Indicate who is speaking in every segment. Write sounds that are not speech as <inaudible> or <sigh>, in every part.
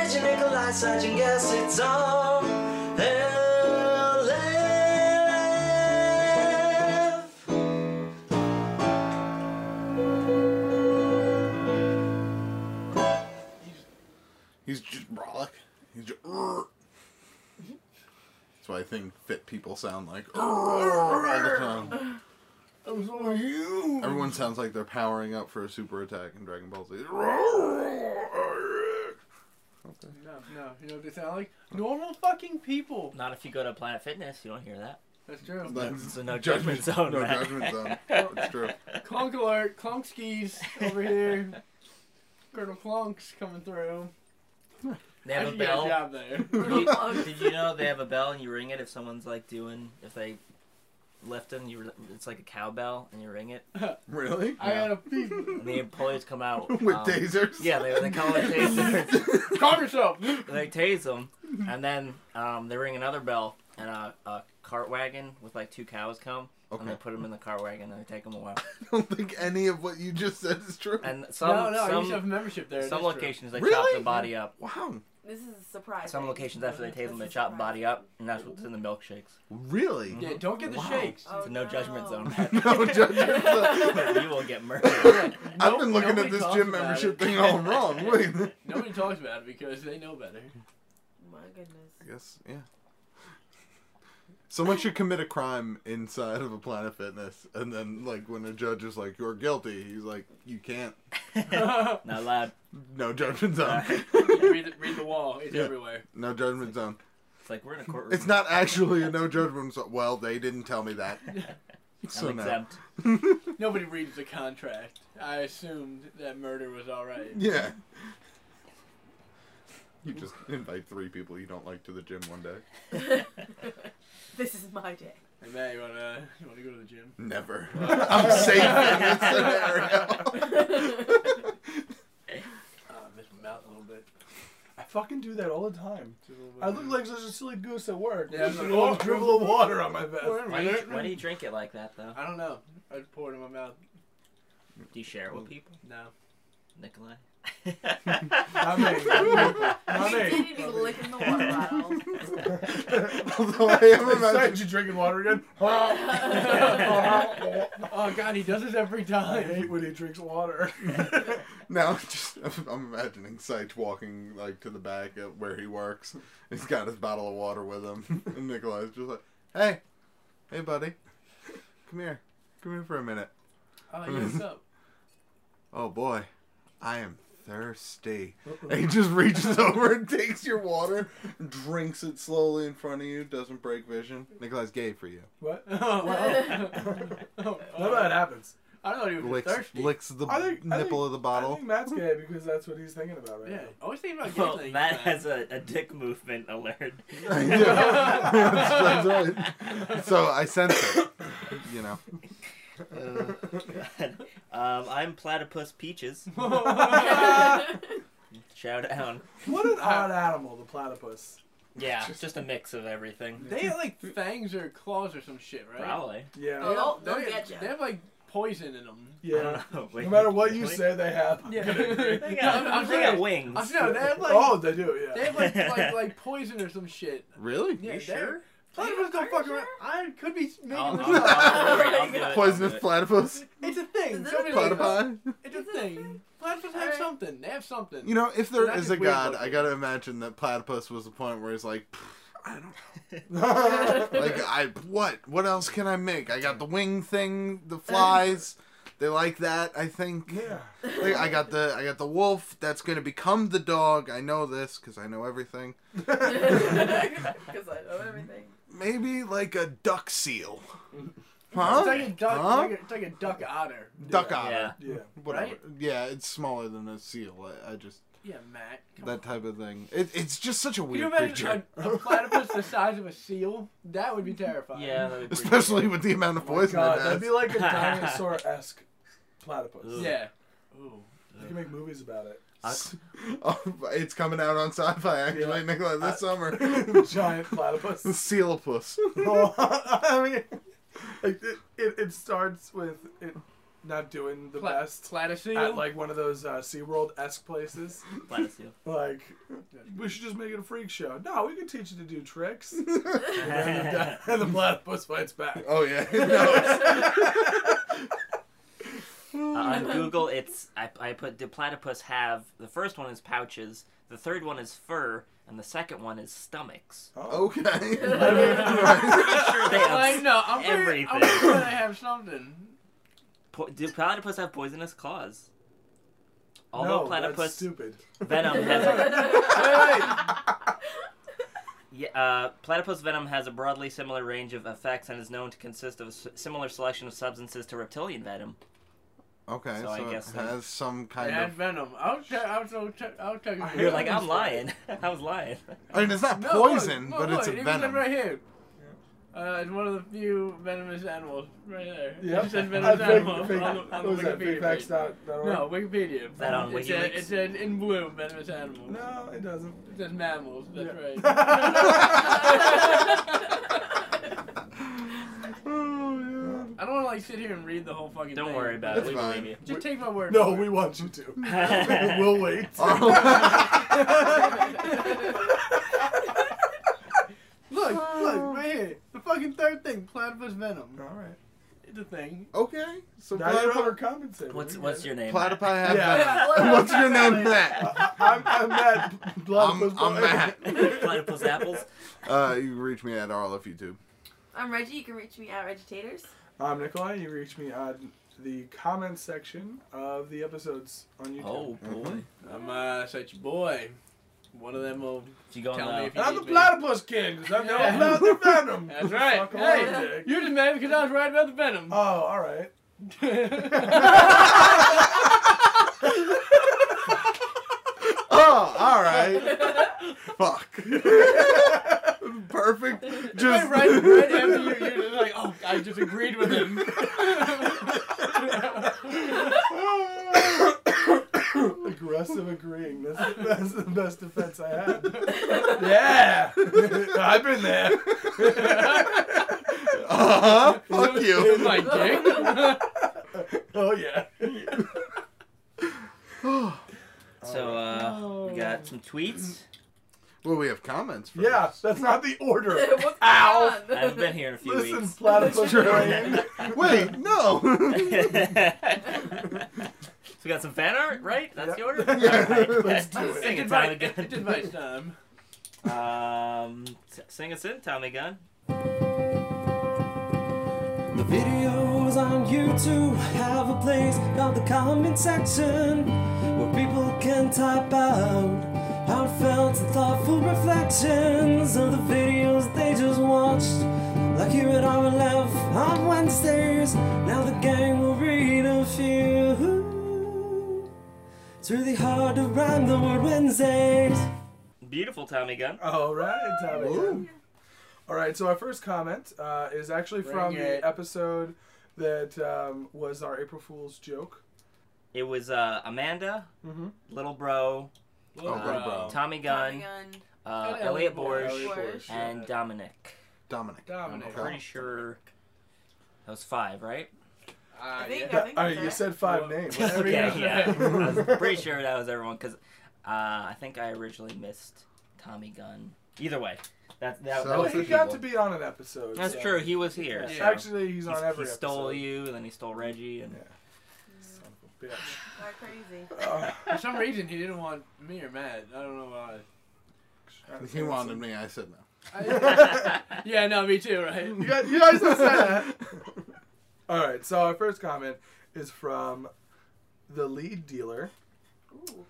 Speaker 1: by such and guess it's all LF.
Speaker 2: He's just brolic. He's just. "Urgh." That's why I think fit people sound like "Urgh," all the time.
Speaker 3: I'm so huge.
Speaker 2: Everyone sounds like they're powering up for a super attack in Dragon Ball Z.
Speaker 3: No, no. You know what they sound like? Normal fucking people.
Speaker 4: Not if you go to Planet Fitness, you don't hear that.
Speaker 3: That's true.
Speaker 4: It's a no judgment zone,
Speaker 2: No
Speaker 4: man.
Speaker 2: <laughs> judgment
Speaker 4: <laughs>
Speaker 2: zone. Oh, It's true.
Speaker 3: Clunk alert. Clunk skis over here. Colonel Clunk's coming through.
Speaker 4: They have
Speaker 3: I
Speaker 4: a
Speaker 3: should get a
Speaker 4: bell.
Speaker 3: job
Speaker 4: <laughs>
Speaker 3: there.
Speaker 4: Did you, did you know they have a bell and you ring it if someone's like doing if they lifting you? It's like a cowbell and you ring it.
Speaker 2: Really?
Speaker 3: <laughs> I had a beep.
Speaker 4: And the employees come out
Speaker 2: <laughs> With
Speaker 4: um,
Speaker 2: tasers?
Speaker 4: Yeah, they, they
Speaker 2: <laughs>
Speaker 4: call it taser.
Speaker 3: Calm yourself.
Speaker 4: they tase them, and then um, they ring another bell, and a, a cart wagon with like two cows come, and they
Speaker 2: Okay.
Speaker 4: put them in the cart wagon, and they take
Speaker 2: <laughs>
Speaker 4: them away.
Speaker 2: I don't think any of what you just said is true.
Speaker 4: And some
Speaker 3: No, no. I used to have
Speaker 4: some,
Speaker 3: a membership there.
Speaker 4: some
Speaker 3: that's true.
Speaker 4: locations they chop
Speaker 2: Really?
Speaker 4: the body up.
Speaker 2: wow.
Speaker 5: This is a surprise.
Speaker 4: Some
Speaker 5: right?
Speaker 4: locations after they tase them, they
Speaker 5: This is
Speaker 4: chop
Speaker 5: surprising.
Speaker 4: body up, and that's what's in the milkshakes.
Speaker 2: Really?
Speaker 3: Yeah, don't get the
Speaker 2: Wow.
Speaker 4: <laughs>
Speaker 3: shakes.
Speaker 5: Oh,
Speaker 4: It's a no judgment zone.
Speaker 2: <laughs>
Speaker 6: <laughs>
Speaker 4: <laughs>
Speaker 2: No judgment zone.
Speaker 4: you will get murdered. <laughs>
Speaker 2: I've been looking
Speaker 3: nobody
Speaker 2: at this
Speaker 3: talks
Speaker 2: gym
Speaker 3: about
Speaker 2: membership
Speaker 3: it.
Speaker 2: thing all wrong. Wait.
Speaker 3: <laughs> Nobody talks about it because they know better.
Speaker 4: <laughs>
Speaker 3: <laughs>
Speaker 5: My goodness.
Speaker 2: <laughs> Yes, yeah. Someone should commit a crime inside of a Planet Fitness, and then like when a judge is like, "You're guilty," he's like, "You can't."
Speaker 4: Not allowed.
Speaker 2: No
Speaker 4: <laughs>
Speaker 2: judgment zone.
Speaker 3: read, the, read the wall. It's
Speaker 2: Yeah.
Speaker 3: everywhere.
Speaker 2: <laughs> No judgment zone.
Speaker 4: It's like we're in a courtroom.
Speaker 2: It's not actually a no judgment zone. Well, they didn't tell me
Speaker 4: <laughs>
Speaker 2: that. <laughs>
Speaker 4: I'm
Speaker 2: So no.
Speaker 4: exempt.
Speaker 3: Nobody reads the contract. I assumed that murder was all right.
Speaker 2: <laughs> Yeah. You just invite three people you don't like to the gym one day.
Speaker 5: <laughs> This is my <laughs> day.
Speaker 3: Hey Matt, you wanna you wanna go to the gym?
Speaker 2: Never. <laughs> I'm safe in
Speaker 4: <laughs>
Speaker 2: this scenario.
Speaker 3: Uh, I miss my mouth a little bit.
Speaker 6: I fucking do that all the time.
Speaker 3: Just a little bit.
Speaker 6: I look like such a silly goose at work.
Speaker 3: Yeah,
Speaker 6: Yeah,
Speaker 3: I'm
Speaker 6: There's
Speaker 3: like,
Speaker 6: a little
Speaker 3: oh.
Speaker 6: dribble of water on my
Speaker 3: Wait
Speaker 6: vest.
Speaker 3: a
Speaker 4: Why do, you,
Speaker 3: minute.
Speaker 4: why do you drink it like that though?
Speaker 3: I don't know. I just poured it in my mouth.
Speaker 4: Do you share it with people,
Speaker 3: No.
Speaker 4: Nikolai? <laughs>
Speaker 6: Not me. Not me.
Speaker 5: <laughs> You
Speaker 6: Not me.
Speaker 5: didn't even lick in the water <laughs> bottle.
Speaker 2: <laughs> Although I am
Speaker 6: Sorry,
Speaker 2: imagining
Speaker 6: did you drinking water again?
Speaker 3: <laughs>
Speaker 6: <laughs>
Speaker 3: Oh god, he does this every
Speaker 6: I
Speaker 3: time.
Speaker 6: hate when he
Speaker 3: <laughs>
Speaker 6: drinks water.
Speaker 2: now, I'm just I'm imagining Seitz walking like to the back of where he works. He's got his bottle of water with him, <laughs> and Nikolai's just like, "Hey, hey, buddy, come here, come here for a minute.
Speaker 3: Oh, yeah,
Speaker 6: <laughs>
Speaker 3: what's up?
Speaker 2: Oh boy, I am thirsty." And he just reaches <laughs> over and takes your water, drinks it slowly in front of you, doesn't break vision. Nikolai's gay for you.
Speaker 6: What?
Speaker 3: <laughs> Oh,
Speaker 5: <laughs>
Speaker 3: wow. <laughs> oh,
Speaker 6: None of that happens.
Speaker 3: I don't even
Speaker 2: Licks,
Speaker 3: thirsty.
Speaker 2: licks the
Speaker 6: I think- I
Speaker 2: nipple
Speaker 6: think-
Speaker 2: of the
Speaker 6: I
Speaker 2: bottle.
Speaker 6: think Matt's gay because that's what he's thinking about right
Speaker 3: Yeah. I always think
Speaker 5: <laughs>
Speaker 3: about gay
Speaker 4: Well,
Speaker 3: things,
Speaker 4: that
Speaker 3: man. <laughs>
Speaker 4: has a, a dick movement alert.
Speaker 2: <laughs> Yeah. <laughs> that's, that's right. So I sense it. You know.
Speaker 4: <laughs> um, I'm Platypus
Speaker 6: <laughs>
Speaker 4: Peaches. Shout out.
Speaker 6: now.
Speaker 3: <laughs>
Speaker 6: What an odd animal, the platypus.
Speaker 4: Yeah, just a mix of everything.
Speaker 3: They have like fangs or claws or some shit, right?
Speaker 4: Probably.
Speaker 6: Yeah. <laughs>
Speaker 5: Oh, they'll-
Speaker 3: They
Speaker 5: they'll
Speaker 3: have-
Speaker 5: get you.
Speaker 3: They have like poison in them.
Speaker 4: <laughs> I
Speaker 6: Yeah.
Speaker 4: don't know.
Speaker 6: No matter what you
Speaker 4: Wait.
Speaker 6: say, they have.
Speaker 2: <laughs>
Speaker 3: <laughs>
Speaker 6: I'm
Speaker 3: Yeah.
Speaker 6: gonna agree.
Speaker 4: They got,
Speaker 3: I'm- I'm
Speaker 4: they got
Speaker 3: saying-
Speaker 4: wings.
Speaker 3: I'm no, they have like
Speaker 6: oh, they do, yeah.
Speaker 3: they have like,
Speaker 2: <laughs>
Speaker 3: like like poison or some shit.
Speaker 2: Really?
Speaker 6: <laughs>
Speaker 3: Yeah,
Speaker 4: you
Speaker 3: they-
Speaker 4: sure?
Speaker 3: Platypus don't fuck around. I could be making
Speaker 2: Oh,
Speaker 4: I'll-
Speaker 6: Oh,
Speaker 3: this
Speaker 2: <laughs>
Speaker 4: I'll- I'll do
Speaker 3: up.
Speaker 4: it, I'll do it, I'll
Speaker 2: Poisonous
Speaker 4: do
Speaker 3: <laughs>
Speaker 4: it.
Speaker 2: platypus?
Speaker 3: It's a thing.
Speaker 5: Is it a
Speaker 3: Somebody
Speaker 5: thing?
Speaker 3: look it up.
Speaker 2: Platypi?
Speaker 3: It's a
Speaker 5: Is it a
Speaker 3: thing.
Speaker 5: thing?
Speaker 3: Platypus have
Speaker 5: Alright.
Speaker 3: something. They have something.
Speaker 2: You know, if there
Speaker 3: That's
Speaker 2: is a
Speaker 3: weird
Speaker 2: god,
Speaker 3: looking.
Speaker 2: I gotta imagine that platypus was the point where he's
Speaker 3: <laughs>
Speaker 2: like, "Pff, I don't know. like, I, what? What else can I make? I got the wing thing, the flies. They like that, I think.
Speaker 6: yeah.
Speaker 2: Like, I
Speaker 5: <laughs>
Speaker 2: got the I got the wolf that's gonna become the dog. I know this because I know everything.
Speaker 5: Because I know everything.
Speaker 2: Maybe like a duck seal, huh?
Speaker 3: It's like a duck.
Speaker 2: Huh?
Speaker 3: It's, like a, it's like a duck otter.
Speaker 2: duck
Speaker 6: Yeah.
Speaker 2: otter.
Speaker 4: Yeah.
Speaker 6: <laughs> Yeah.
Speaker 2: whatever.
Speaker 3: Right?
Speaker 2: Yeah, it's smaller than a seal. I, I just
Speaker 3: Yeah, Matt. come on.
Speaker 2: that type of thing. It, it's just such a
Speaker 3: Can you
Speaker 2: weird creature,
Speaker 3: imagine a, a platypus the size of a seal? That would be terrifying.
Speaker 4: Yeah, that'd be
Speaker 6: <laughs>
Speaker 2: <laughs>
Speaker 4: pretty
Speaker 2: especially
Speaker 4: cool.
Speaker 2: with the amount of
Speaker 6: Oh my
Speaker 2: poison
Speaker 6: God,
Speaker 2: it
Speaker 6: that'd
Speaker 2: has.
Speaker 6: be <laughs> like a dinosaur esque platypus.
Speaker 4: Ugh.
Speaker 3: Yeah. Ooh.
Speaker 6: You can make movies
Speaker 3: <laughs>
Speaker 6: about it.
Speaker 2: <laughs> Oh, it's coming out on sci-fi actually,
Speaker 6: Yeah.
Speaker 2: Nicola, this summer.
Speaker 6: Giant <laughs> platypus.
Speaker 2: Sealopus.
Speaker 6: <laughs> I mean, like, it, it, it starts with it not doing the
Speaker 3: Pla-
Speaker 6: best
Speaker 3: Platycele?
Speaker 1: <laughs>
Speaker 6: at like one of those uh, SeaWorld esque places.
Speaker 4: <laughs> Platycele.
Speaker 6: <laughs> Like, we should just make it a freak show. No, we can teach you to do tricks. <laughs> and, the, and the platypus fights back.
Speaker 2: Oh yeah. <laughs> No.
Speaker 4: Uh, on Google, it's I, I put do platypus have the first one is pouches, the third one is fur, and the second one is stomachs.
Speaker 2: okay.
Speaker 4: I'm pretty
Speaker 2: <laughs>
Speaker 4: sure they
Speaker 3: I
Speaker 4: have.
Speaker 3: know. I'm pretty, I'm pretty
Speaker 4: Everything.
Speaker 3: sure they have something.
Speaker 4: Po- do platypus have poisonous claws? Although
Speaker 6: no, that's
Speaker 4: platypus
Speaker 6: stupid.
Speaker 4: <laughs> venom
Speaker 5: <laughs>
Speaker 6: <laughs>
Speaker 4: has
Speaker 3: Wait,
Speaker 4: yeah, uh, platypus venom has a broadly similar range of effects and is known to consist of a s- similar selection of substances to reptilian venom.
Speaker 2: Okay. So,
Speaker 4: So I
Speaker 2: it
Speaker 4: guess then-
Speaker 2: has some kind
Speaker 3: wait. Add
Speaker 2: of.
Speaker 3: venom. I'll tell. I'll tell. I'll tell you.
Speaker 6: I
Speaker 4: You're
Speaker 6: Yeah,
Speaker 4: like
Speaker 6: I'm
Speaker 4: I'm lying. <laughs> I was lying.
Speaker 2: I mean, it's not
Speaker 3: No, look,
Speaker 2: poison,
Speaker 3: look,
Speaker 2: but it's
Speaker 3: look,
Speaker 2: a
Speaker 3: even
Speaker 2: venom.
Speaker 3: right here. Uh, it's one of the few venomous animals right there.
Speaker 6: Yep.
Speaker 3: It says
Speaker 6: I
Speaker 3: venomous
Speaker 6: think-
Speaker 3: animal
Speaker 6: think-
Speaker 3: on, the- on
Speaker 6: what was
Speaker 3: the
Speaker 6: that?
Speaker 3: Wikipedia. page.
Speaker 6: bigfacts.org?
Speaker 3: No, Wikipedia.
Speaker 4: That on
Speaker 3: it said,
Speaker 4: WikiLeaks?
Speaker 3: it said in blue venomous animals.
Speaker 6: No, it doesn't.
Speaker 3: It says mammals. That's
Speaker 6: Yeah. <laughs>
Speaker 3: <laughs> right.
Speaker 2: Oh,
Speaker 3: I don't want to like sit here and read the whole fucking.
Speaker 4: Don't
Speaker 3: thing.
Speaker 4: worry about
Speaker 2: That's
Speaker 4: it. We
Speaker 2: fine.
Speaker 4: believe you.
Speaker 3: Just take my word.
Speaker 6: No,
Speaker 3: for
Speaker 6: we
Speaker 3: it.
Speaker 6: want you to. <laughs>
Speaker 4: <laughs>
Speaker 6: we'll wait. Oh.
Speaker 3: Look, look, right here. The fucking third thing, platypus venom.
Speaker 6: right.
Speaker 3: It's a thing.
Speaker 2: <laughs> okay. So
Speaker 6: Now you're
Speaker 2: platypus.
Speaker 6: overcompensating.
Speaker 4: What's
Speaker 6: We
Speaker 4: what's
Speaker 6: get
Speaker 4: your name? Matt?
Speaker 2: Platypi have
Speaker 6: Yeah.
Speaker 2: venom. <laughs> What's your name,
Speaker 6: it.
Speaker 2: Matt?
Speaker 6: I- I'm,
Speaker 3: <laughs>
Speaker 6: I'm Matt Platypus.
Speaker 2: I'm- I'm
Speaker 6: Boy.
Speaker 2: Matt.
Speaker 4: Platypus apples.
Speaker 2: Uh, you can reach me at RLF
Speaker 6: <laughs>
Speaker 2: YouTube.
Speaker 5: I'm Reggie. You can reach me at Regitators.
Speaker 6: I'm Um, Nikolai. You reach me at the comments section of the episodes on YouTube.
Speaker 4: <laughs> Oh boy.
Speaker 3: I'm uh, such a boy. One of them will.
Speaker 4: If you go
Speaker 3: Tell me
Speaker 4: now.
Speaker 3: if you-
Speaker 6: And I'm the
Speaker 3: Excuse me.
Speaker 6: platypus kid because I'm
Speaker 3: Yeah.
Speaker 6: the the venom.
Speaker 3: <laughs> That's right.
Speaker 6: Fuck off,
Speaker 3: Hey,
Speaker 6: dick.
Speaker 3: you're just mad because I was right about the venom. <laughs>
Speaker 6: Oh, all right.
Speaker 2: Oh, all right. <laughs>
Speaker 6: <laughs>
Speaker 2: Fuck. Perfect. Just
Speaker 3: right, right, right after you, you're just like, oh, I just agreed with <laughs> him.
Speaker 6: <coughs> Aggressive agreeing. That's, that's the best defense
Speaker 2: <laughs>
Speaker 6: I had. yeah,
Speaker 3: <laughs>
Speaker 6: I've been there.
Speaker 2: Uh huh. Fuck
Speaker 3: It's
Speaker 2: you.
Speaker 3: my <laughs> dick.
Speaker 6: Oh yeah.
Speaker 4: So uh, we got some tweets.
Speaker 2: Well, we have comments. First.
Speaker 6: Yeah, that's not the
Speaker 5: <laughs>
Speaker 6: order.
Speaker 5: What's going
Speaker 6: Ow.
Speaker 5: on?
Speaker 4: I haven't been here in a few
Speaker 3: <laughs>
Speaker 6: Listen,
Speaker 4: weeks.
Speaker 6: platypus
Speaker 4: <laughs>
Speaker 5: True.
Speaker 6: brain.
Speaker 2: Wait,
Speaker 6: <laughs>
Speaker 2: no.
Speaker 4: so we got some fan art, right? That's
Speaker 6: Yep.
Speaker 4: the order.
Speaker 2: Yeah.
Speaker 4: Alright.
Speaker 6: Let's do it.
Speaker 4: Sing
Speaker 3: It's
Speaker 4: it, Tommy
Speaker 3: advice,
Speaker 4: Gun.
Speaker 3: it's advice time.
Speaker 4: <laughs> Um, s- sing us in, Tommy Gun.
Speaker 1: The videos on YouTube have a place called the comment section where people can type out heartfelt and thoughtful reflections of the videos they just watched. Like you at our left on Wednesdays, now the gang will read a few. It's really hard to rhyme the word Wednesdays.
Speaker 4: Beautiful Tommy Gun.
Speaker 6: All right, Tommy.
Speaker 2: Ooh.
Speaker 6: All right, so our first comment uh, is actually from
Speaker 3: Bring it.
Speaker 6: the episode that um, was our April Fool's joke.
Speaker 4: It was uh, Amanda,
Speaker 6: Mm-hmm.
Speaker 4: Little Bro, uh,
Speaker 3: Little
Speaker 2: Oh,
Speaker 3: bro.
Speaker 2: bro.
Speaker 4: Tommy
Speaker 5: Tommy
Speaker 4: Gun,
Speaker 5: Gun.
Speaker 4: uh,
Speaker 3: Good
Speaker 4: Elliot
Speaker 3: Elliot uh,
Speaker 4: Borsch,
Speaker 5: Borsch.
Speaker 4: and Dominic.
Speaker 2: Dominic.
Speaker 3: Dominic.
Speaker 4: I'm pretty sure that was five, right?
Speaker 3: Ah,
Speaker 5: I think
Speaker 3: yeah.
Speaker 5: I
Speaker 6: I mean,
Speaker 5: that's
Speaker 6: Uh, you
Speaker 5: it.
Speaker 6: said five
Speaker 3: Well,
Speaker 6: names.
Speaker 3: yeah.
Speaker 6: Whatever
Speaker 4: <laughs>
Speaker 6: you
Speaker 4: okay,
Speaker 6: <laughs>
Speaker 4: yeah.
Speaker 6: said.
Speaker 4: I <laughs> was pretty sure that was everyone because uh, I think I originally missed Tommy Gunn. Either way, that that,
Speaker 2: So-
Speaker 4: that
Speaker 6: Well,
Speaker 4: was
Speaker 6: he
Speaker 4: people.
Speaker 6: got to be on an episode.
Speaker 4: That's
Speaker 6: so-
Speaker 4: true. He was here.
Speaker 3: Yeah.
Speaker 4: so
Speaker 6: Actually, he's,
Speaker 4: he's-
Speaker 6: on every
Speaker 4: he stole
Speaker 6: episode.
Speaker 4: you, and then he stole Reggie, and
Speaker 6: Yeah.
Speaker 4: <laughs>
Speaker 6: Son of <laughs> a bitch.
Speaker 5: Not crazy.
Speaker 6: Ugh.
Speaker 3: For some reason, he didn't want me or Matt. I don't know why.
Speaker 2: He <laughs> wanted me. I said no.
Speaker 3: I- yeah, no, me too, right?
Speaker 6: You guys, you guys don't say that. <laughs> All right, so our first comment is from the lead dealer.
Speaker 5: Ooh.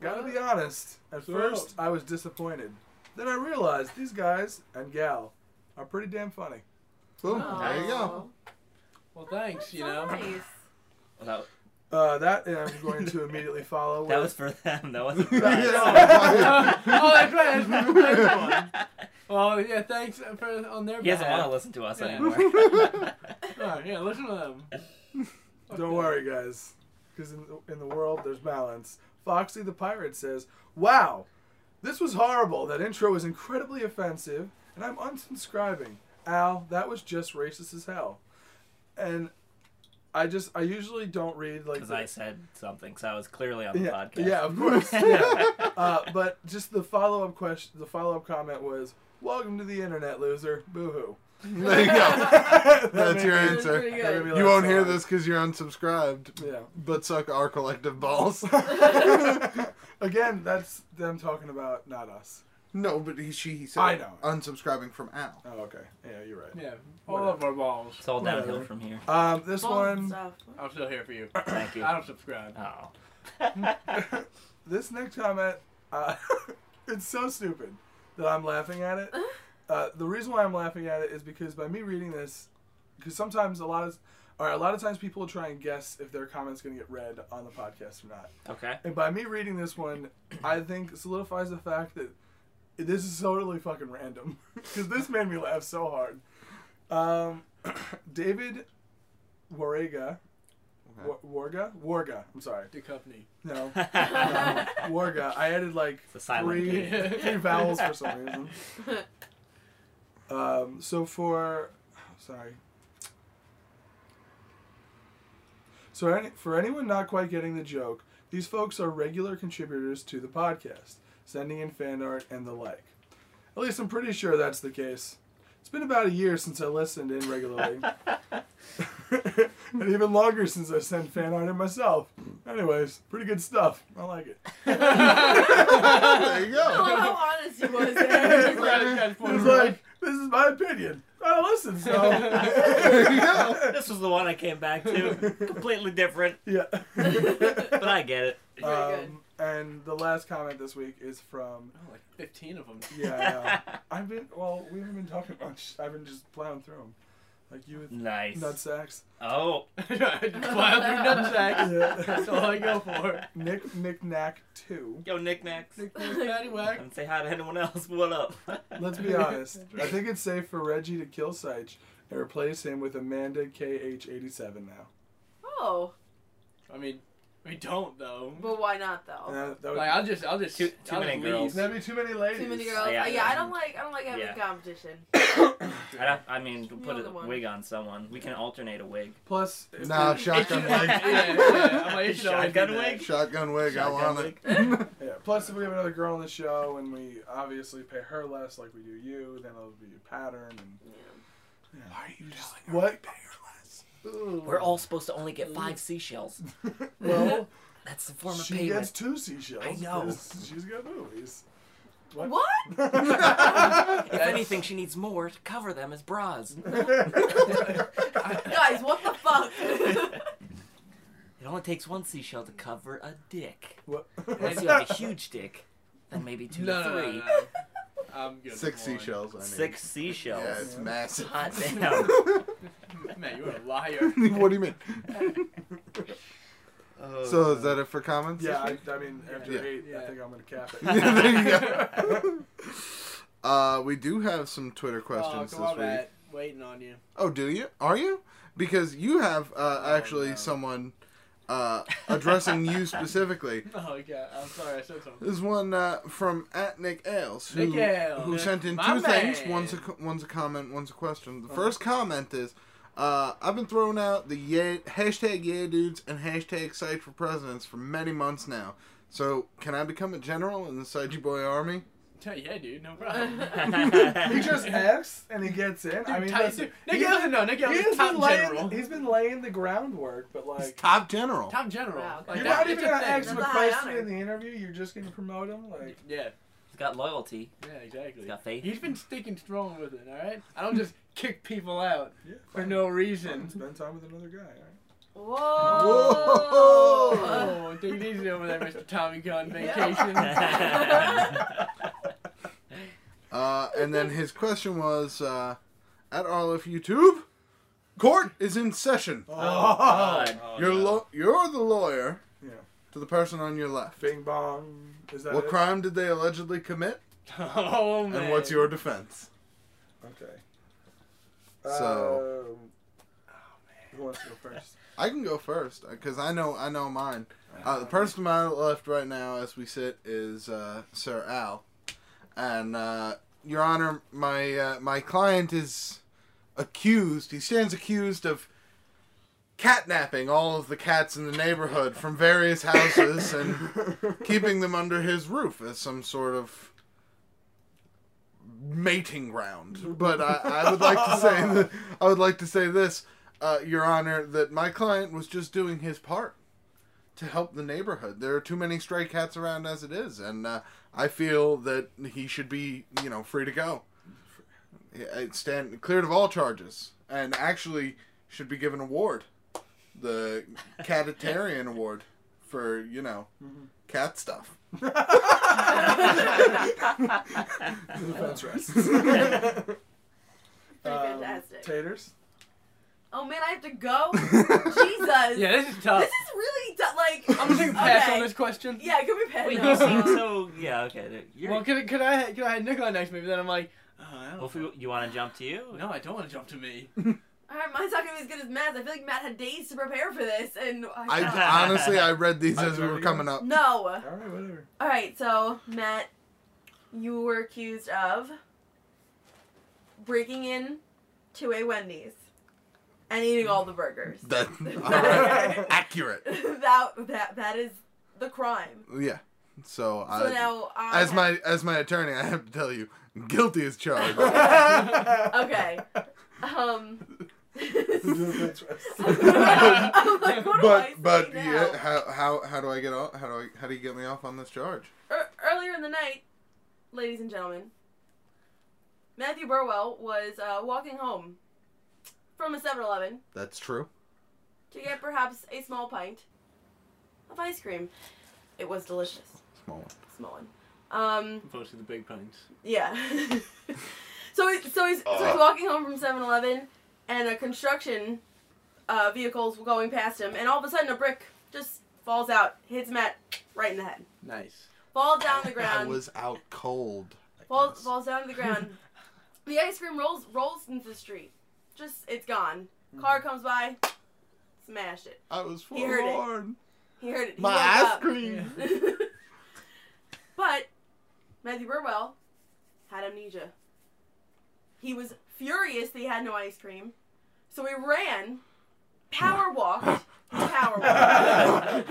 Speaker 6: Gotta be honest, at
Speaker 3: So-
Speaker 6: first I was disappointed. Then I realized these guys and gal are pretty damn funny.
Speaker 2: Boom. There you go.
Speaker 5: Oh,
Speaker 3: Well, thanks, you
Speaker 5: so
Speaker 3: know.
Speaker 5: Nice.
Speaker 4: Well,
Speaker 6: Uh, that I'm going to immediately follow
Speaker 4: that,
Speaker 6: with.
Speaker 4: that was for them. That wasn't for
Speaker 6: <laughs>
Speaker 2: Yeah.
Speaker 4: us.
Speaker 3: oh,
Speaker 4: <laughs>
Speaker 3: that's right. That's right. that's right. Well, yeah, thanks for on their
Speaker 4: <laughs> he doesn't want
Speaker 3: behalf.
Speaker 4: to listen to us
Speaker 3: Yeah.
Speaker 6: <laughs>
Speaker 4: anymore.
Speaker 3: Oh, yeah, listen to them.
Speaker 6: Don't worry, guys, because in, the- in the world there's balance. Foxy the Pirate says, Wow, this was horrible. That intro was incredibly offensive, and I'm unsubscribing. Al, that was just racist as hell. And I just I usually don't read like
Speaker 4: because I said something, so I was clearly on the
Speaker 6: <laughs> yeah,
Speaker 4: podcast.
Speaker 6: yeah, of
Speaker 4: <laughs>
Speaker 6: course. <laughs> Yeah. uh, but just the follow up question, the follow up comment was, "Welcome to the internet, loser." Boo hoo.
Speaker 2: There you go. That's your
Speaker 5: That was
Speaker 2: answer.
Speaker 5: pretty
Speaker 6: That made
Speaker 5: good.
Speaker 6: me
Speaker 2: You
Speaker 6: laugh
Speaker 2: won't
Speaker 6: so
Speaker 2: hear
Speaker 6: hard.
Speaker 2: this because you're unsubscribed.
Speaker 6: Yeah. <laughs>
Speaker 2: But suck our collective balls. <laughs>
Speaker 6: Again, that's them talking about not us.
Speaker 2: no, but he, she he said
Speaker 6: I know.
Speaker 2: unsubscribing from
Speaker 6: <laughs>
Speaker 2: Al.
Speaker 6: Oh, okay. Yeah, you're right.
Speaker 3: Yeah, all of our balls.
Speaker 4: It's all downhill
Speaker 6: Whatever.
Speaker 4: from here.
Speaker 6: Um, this
Speaker 5: Balls and
Speaker 6: one,
Speaker 5: stuff.
Speaker 3: I'm still here for you.
Speaker 4: Thank you.
Speaker 3: I don't subscribe.
Speaker 4: Oh.
Speaker 6: this next comment, uh, <laughs> it's so stupid that I'm laughing at it. Uh, the reason why I'm laughing at it is because by me reading this, because sometimes a lot of, all right, a lot of times people try and guess if their comment's gonna get read on the podcast or not.
Speaker 4: Okay.
Speaker 6: And by me reading this one, I think solidifies the fact that this is totally fucking random <laughs> because this made me laugh so hard. Um, <coughs> David Warga, Wa- Warga, Warga. I'm sorry.
Speaker 3: The company.
Speaker 4: <laughs>
Speaker 6: No,
Speaker 4: Oh, it's
Speaker 6: no, Warga. I added like
Speaker 4: a silent
Speaker 6: three,
Speaker 4: game.
Speaker 6: <laughs> three vowels for some reason. Um, so for, sorry. So any, for anyone not quite getting the joke, these folks are regular contributors to the podcast, sending in fan art and the like. At least I'm pretty sure that's the case. It's been about a year since I listened in regularly. <laughs> and even longer since I sent fan art in myself. Anyways, pretty good stuff. I like it.
Speaker 2: there you
Speaker 5: I love
Speaker 2: go.
Speaker 5: how honest he was there.
Speaker 6: It's like, this is my opinion. I don't
Speaker 3: <laughs>
Speaker 6: listen, so.
Speaker 2: <laughs> There you go.
Speaker 4: This was the one I came back
Speaker 6: <laughs>
Speaker 4: to. Completely different,
Speaker 6: yeah.
Speaker 4: but I get it.
Speaker 5: Very good.
Speaker 6: Um, and the last comment this week is from
Speaker 3: Oh, like 15 of them.
Speaker 6: yeah. I know. I've been well, we haven't been talking much. I've been just plowing through them, like you
Speaker 4: <laughs>
Speaker 6: with
Speaker 4: Nice.
Speaker 6: nutsacks.
Speaker 4: Oh,
Speaker 3: <laughs> I just file through nutsack.
Speaker 6: <laughs> Yeah.
Speaker 3: That's all I go
Speaker 4: <laughs>
Speaker 3: for.
Speaker 6: Nick knickknack two.
Speaker 4: yo, knickknacks.
Speaker 3: Nick Nick Patty Whack.
Speaker 4: Don't say hi to anyone else. <laughs> What up?
Speaker 6: Let's be honest. I think it's safe for Reggie to kill Seich and replace him with Amanda KH87 now.
Speaker 5: oh,
Speaker 3: I mean, we don't though.
Speaker 5: but why not though?
Speaker 6: And that, that would,
Speaker 3: Like I'll just, I'll just.
Speaker 4: Too- too
Speaker 3: I'll
Speaker 4: many
Speaker 3: just
Speaker 4: girls.
Speaker 3: leave.
Speaker 6: that'd be too many ladies.
Speaker 5: Too many girls.
Speaker 4: yeah,
Speaker 5: Yeah,
Speaker 4: yeah.
Speaker 5: I don't like. I don't like having
Speaker 4: Yeah.
Speaker 5: competition.
Speaker 4: I, don't- I mean, we'll put
Speaker 5: You're the
Speaker 4: a
Speaker 5: one.
Speaker 4: wig on someone. We can alternate a wig.
Speaker 6: Plus, if
Speaker 2: Nah,
Speaker 6: we-
Speaker 3: It
Speaker 4: <laughs>
Speaker 3: should-
Speaker 2: shotgun
Speaker 3: yeah,
Speaker 2: wig.
Speaker 6: <laughs>
Speaker 3: yeah, I'm like, it should always be
Speaker 4: Shotgun
Speaker 3: that.
Speaker 4: wig?
Speaker 2: Shotgun wig. I want
Speaker 4: wig.
Speaker 2: it.
Speaker 6: Yeah. Plus, if we have another girl on the show and we obviously pay her less, like we do you, then it'll be a pattern. And
Speaker 2: Why are you telling her
Speaker 6: What?
Speaker 2: to pay her less? <laughs>
Speaker 4: We're all supposed to only get five seashells.
Speaker 6: well,
Speaker 4: That's the form of
Speaker 6: she
Speaker 4: payment.
Speaker 6: gets two seashells.
Speaker 4: I know.
Speaker 6: 'cause She's got
Speaker 2: <laughs>
Speaker 6: <laughs> movies.
Speaker 5: Yeah.
Speaker 6: What?
Speaker 5: What?
Speaker 6: <laughs>
Speaker 4: If anything, she needs more to cover them as bras.
Speaker 5: Guys, what the fuck?
Speaker 4: It only takes one seashell to cover a dick.
Speaker 6: What?
Speaker 4: Unless you have a huge dick, then maybe two
Speaker 3: No,
Speaker 4: to
Speaker 3: no, no,
Speaker 4: three.
Speaker 3: no. I'm good.
Speaker 2: Six
Speaker 3: Come on.
Speaker 2: seashells. I need.
Speaker 4: Six
Speaker 2: Yeah,
Speaker 4: seashells.
Speaker 2: it's massive. <laughs>
Speaker 4: Hot damn.
Speaker 3: Man, you're a liar.
Speaker 2: what do you mean?
Speaker 4: <laughs> Oh.
Speaker 2: So is that it for comments? <laughs>
Speaker 6: yeah, I, I mean, after
Speaker 2: Yeah.
Speaker 6: eight, I
Speaker 3: Yeah.
Speaker 6: think I'm
Speaker 2: <laughs>
Speaker 6: gonna cap it.
Speaker 2: there you go. Uh, we do have some Twitter questions
Speaker 3: oh, come
Speaker 2: this
Speaker 3: on,
Speaker 2: week.
Speaker 3: Matt. Waiting on you. <laughs>
Speaker 2: Oh, do you? Are you? Because you have uh,
Speaker 3: Oh,
Speaker 2: actually
Speaker 3: no.
Speaker 2: someone uh, addressing
Speaker 3: <laughs>
Speaker 2: you specifically.
Speaker 3: Oh god, I'm sorry, I said something.
Speaker 2: There's one uh, from at Nick Ailes who,
Speaker 3: Nick Ailes.
Speaker 2: who
Speaker 3: Nick,
Speaker 2: sent in
Speaker 3: my
Speaker 2: two
Speaker 3: man. Oh.
Speaker 2: things. One's a co- one's a comment, one's a question. The
Speaker 6: Uh-huh.
Speaker 2: first comment is, uh, I've been throwing out the yeah, hashtag yeah dudes and hashtag site for presidents for many months now. So can I become a general in the Saiji Boy Army?
Speaker 3: Yeah, yeah, dude, no
Speaker 4: <laughs>
Speaker 3: problem. <laughs>
Speaker 6: <laughs> he just asks and he gets in. I mean,
Speaker 3: Ty-
Speaker 6: that's-
Speaker 3: dude,
Speaker 6: he-
Speaker 3: Nick Elson, no, Nick
Speaker 6: he
Speaker 3: Elson,
Speaker 6: has been
Speaker 3: top
Speaker 6: laying,
Speaker 3: general.
Speaker 6: he's been laying the groundwork, but
Speaker 2: He's
Speaker 6: like.
Speaker 2: top general.
Speaker 3: Top general.
Speaker 5: Wow.
Speaker 3: Like,
Speaker 6: You're
Speaker 3: that-
Speaker 6: not
Speaker 3: it's
Speaker 6: even
Speaker 3: a
Speaker 6: gonna
Speaker 3: thing.
Speaker 6: ask him
Speaker 5: That's
Speaker 6: a
Speaker 5: a high
Speaker 6: question
Speaker 5: honor.
Speaker 6: in the interview. You're just gonna promote him, like
Speaker 3: Yeah,
Speaker 4: He's got loyalty.
Speaker 3: yeah,
Speaker 4: He's
Speaker 3: exactly.
Speaker 4: got faith.
Speaker 3: He's been sticking strong with it, alright? I don't just kick people out
Speaker 6: yeah,
Speaker 3: for no
Speaker 6: fine,
Speaker 3: reason.
Speaker 6: Spend time with another guy. All
Speaker 5: <laughs>
Speaker 6: right?
Speaker 5: Whoa. <laughs>
Speaker 3: Oh, take it easy over there, Mr. Tommy Gunn, vacation.
Speaker 4: <laughs>
Speaker 2: Uh, and then his question was, uh, at RLF YouTube, court is in session.
Speaker 6: Oh,
Speaker 5: Oh.
Speaker 4: God.
Speaker 3: Oh,
Speaker 2: you're lo- you're the lawyer
Speaker 6: Yeah.
Speaker 2: to the person on your left.
Speaker 6: <laughs> Bing bong. Is that
Speaker 2: What
Speaker 6: it?
Speaker 2: crime did they allegedly commit,
Speaker 3: oh, man.
Speaker 2: and what's your defense?
Speaker 6: Okay.
Speaker 2: So-
Speaker 6: Um,
Speaker 5: Oh,
Speaker 6: who wants to go
Speaker 5: <laughs>
Speaker 6: first?
Speaker 2: I can go first because I know I know mine. Uh, the person to my left right now, as we sit, is uh, Sir Al, and uh, Your Honor, my uh, my client is accused. He stands accused of catnapping all of the cats in the neighborhood from various houses and keeping them under his roof as some sort of mating ground. But I, I would like to say that, I would like to say this, uh, Your Honor, that my client was just doing his part to help the neighborhood. There are too many stray cats around as it is, and uh, I feel that he should be, you know, free to go. Yeah, uh, Stand cleared of all charges, and actually should be given an award, the Catatarian Award for you know, cat stuff.
Speaker 6: The
Speaker 5: <laughs>
Speaker 6: fence rests.
Speaker 5: Pretty
Speaker 6: Um,
Speaker 5: fantastic.
Speaker 6: taters.
Speaker 5: <laughs> oh man, I have
Speaker 2: <laughs>
Speaker 5: to go. Jesus.
Speaker 3: Yeah, this is
Speaker 5: <laughs> This
Speaker 3: tough.
Speaker 5: is really tough. Like
Speaker 3: I'm gonna take a pass
Speaker 5: okay.
Speaker 3: on this question.
Speaker 5: Yeah, give me a
Speaker 4: <laughs>
Speaker 5: pass.
Speaker 4: Wait,
Speaker 5: No.
Speaker 4: you seem so. Yeah, okay. there- You're,
Speaker 3: Well, could, could I could I had Nikolai next maybe? Then I'm like, oh, I don't
Speaker 4: well, if you, you want to jump to you?
Speaker 3: know. No, <laughs> I don't want to jump to <laughs> me.
Speaker 5: All right, mine's not gonna be as good as Matt's. I feel like Matt had days to prepare for this, and
Speaker 2: I honestly, I read these
Speaker 6: I
Speaker 2: as we were
Speaker 6: totally
Speaker 2: coming up.
Speaker 5: <laughs> no.
Speaker 6: All
Speaker 5: <laughs>
Speaker 6: right, whatever. <laughs>
Speaker 5: All right, so Matt, you were accused of breaking in to a Wendy's and eating all the burgers.
Speaker 2: <laughs> That all right. accurate.
Speaker 5: <laughs> that that that is the crime.
Speaker 2: Yeah. So, I,
Speaker 5: So now I
Speaker 2: as
Speaker 5: have- <laughs>
Speaker 2: my as my attorney, I have to tell you, guilty as charged.
Speaker 5: okay. Um. <laughs>
Speaker 6: Do a fence <laughs> rest.
Speaker 5: I'm like, what do I say
Speaker 2: but but
Speaker 5: now?
Speaker 2: yeah, how how how do I get off? How do I how do you get me off on this charge?
Speaker 5: Ear- earlier in the night, ladies and gentlemen, Matthew Burwell was uh, walking home from a 7 Eleven
Speaker 2: That's true.
Speaker 5: to get perhaps a small pint of ice cream. It was delicious.
Speaker 2: Small one.
Speaker 5: Small one. Um,
Speaker 3: Opposed to the big pints.
Speaker 5: yeah. <laughs> so, he, so, he's, so he's walking home from 7 Eleven, and a construction uh, vehicle's going past him, and all of a sudden a brick just falls out, hits Matt right in the head.
Speaker 3: Nice.
Speaker 5: Falls down
Speaker 2: <laughs>
Speaker 5: on the
Speaker 2: I
Speaker 5: ground.
Speaker 2: was out cold.
Speaker 5: falls falls down to the ground.
Speaker 6: <laughs>
Speaker 5: the ice cream rolls rolls into the street. Just it's gone.
Speaker 6: Mm.
Speaker 5: Car comes by, smashed it.
Speaker 2: I was
Speaker 5: He heard it.
Speaker 2: forlorn.
Speaker 5: He heard it. He
Speaker 2: My
Speaker 5: woke
Speaker 2: ice
Speaker 5: up.
Speaker 2: cream.
Speaker 5: <laughs> but Matthew Burwell had amnesia. He was furious that he had no ice cream, so he ran,
Speaker 6: <laughs>
Speaker 5: power walked, power walked.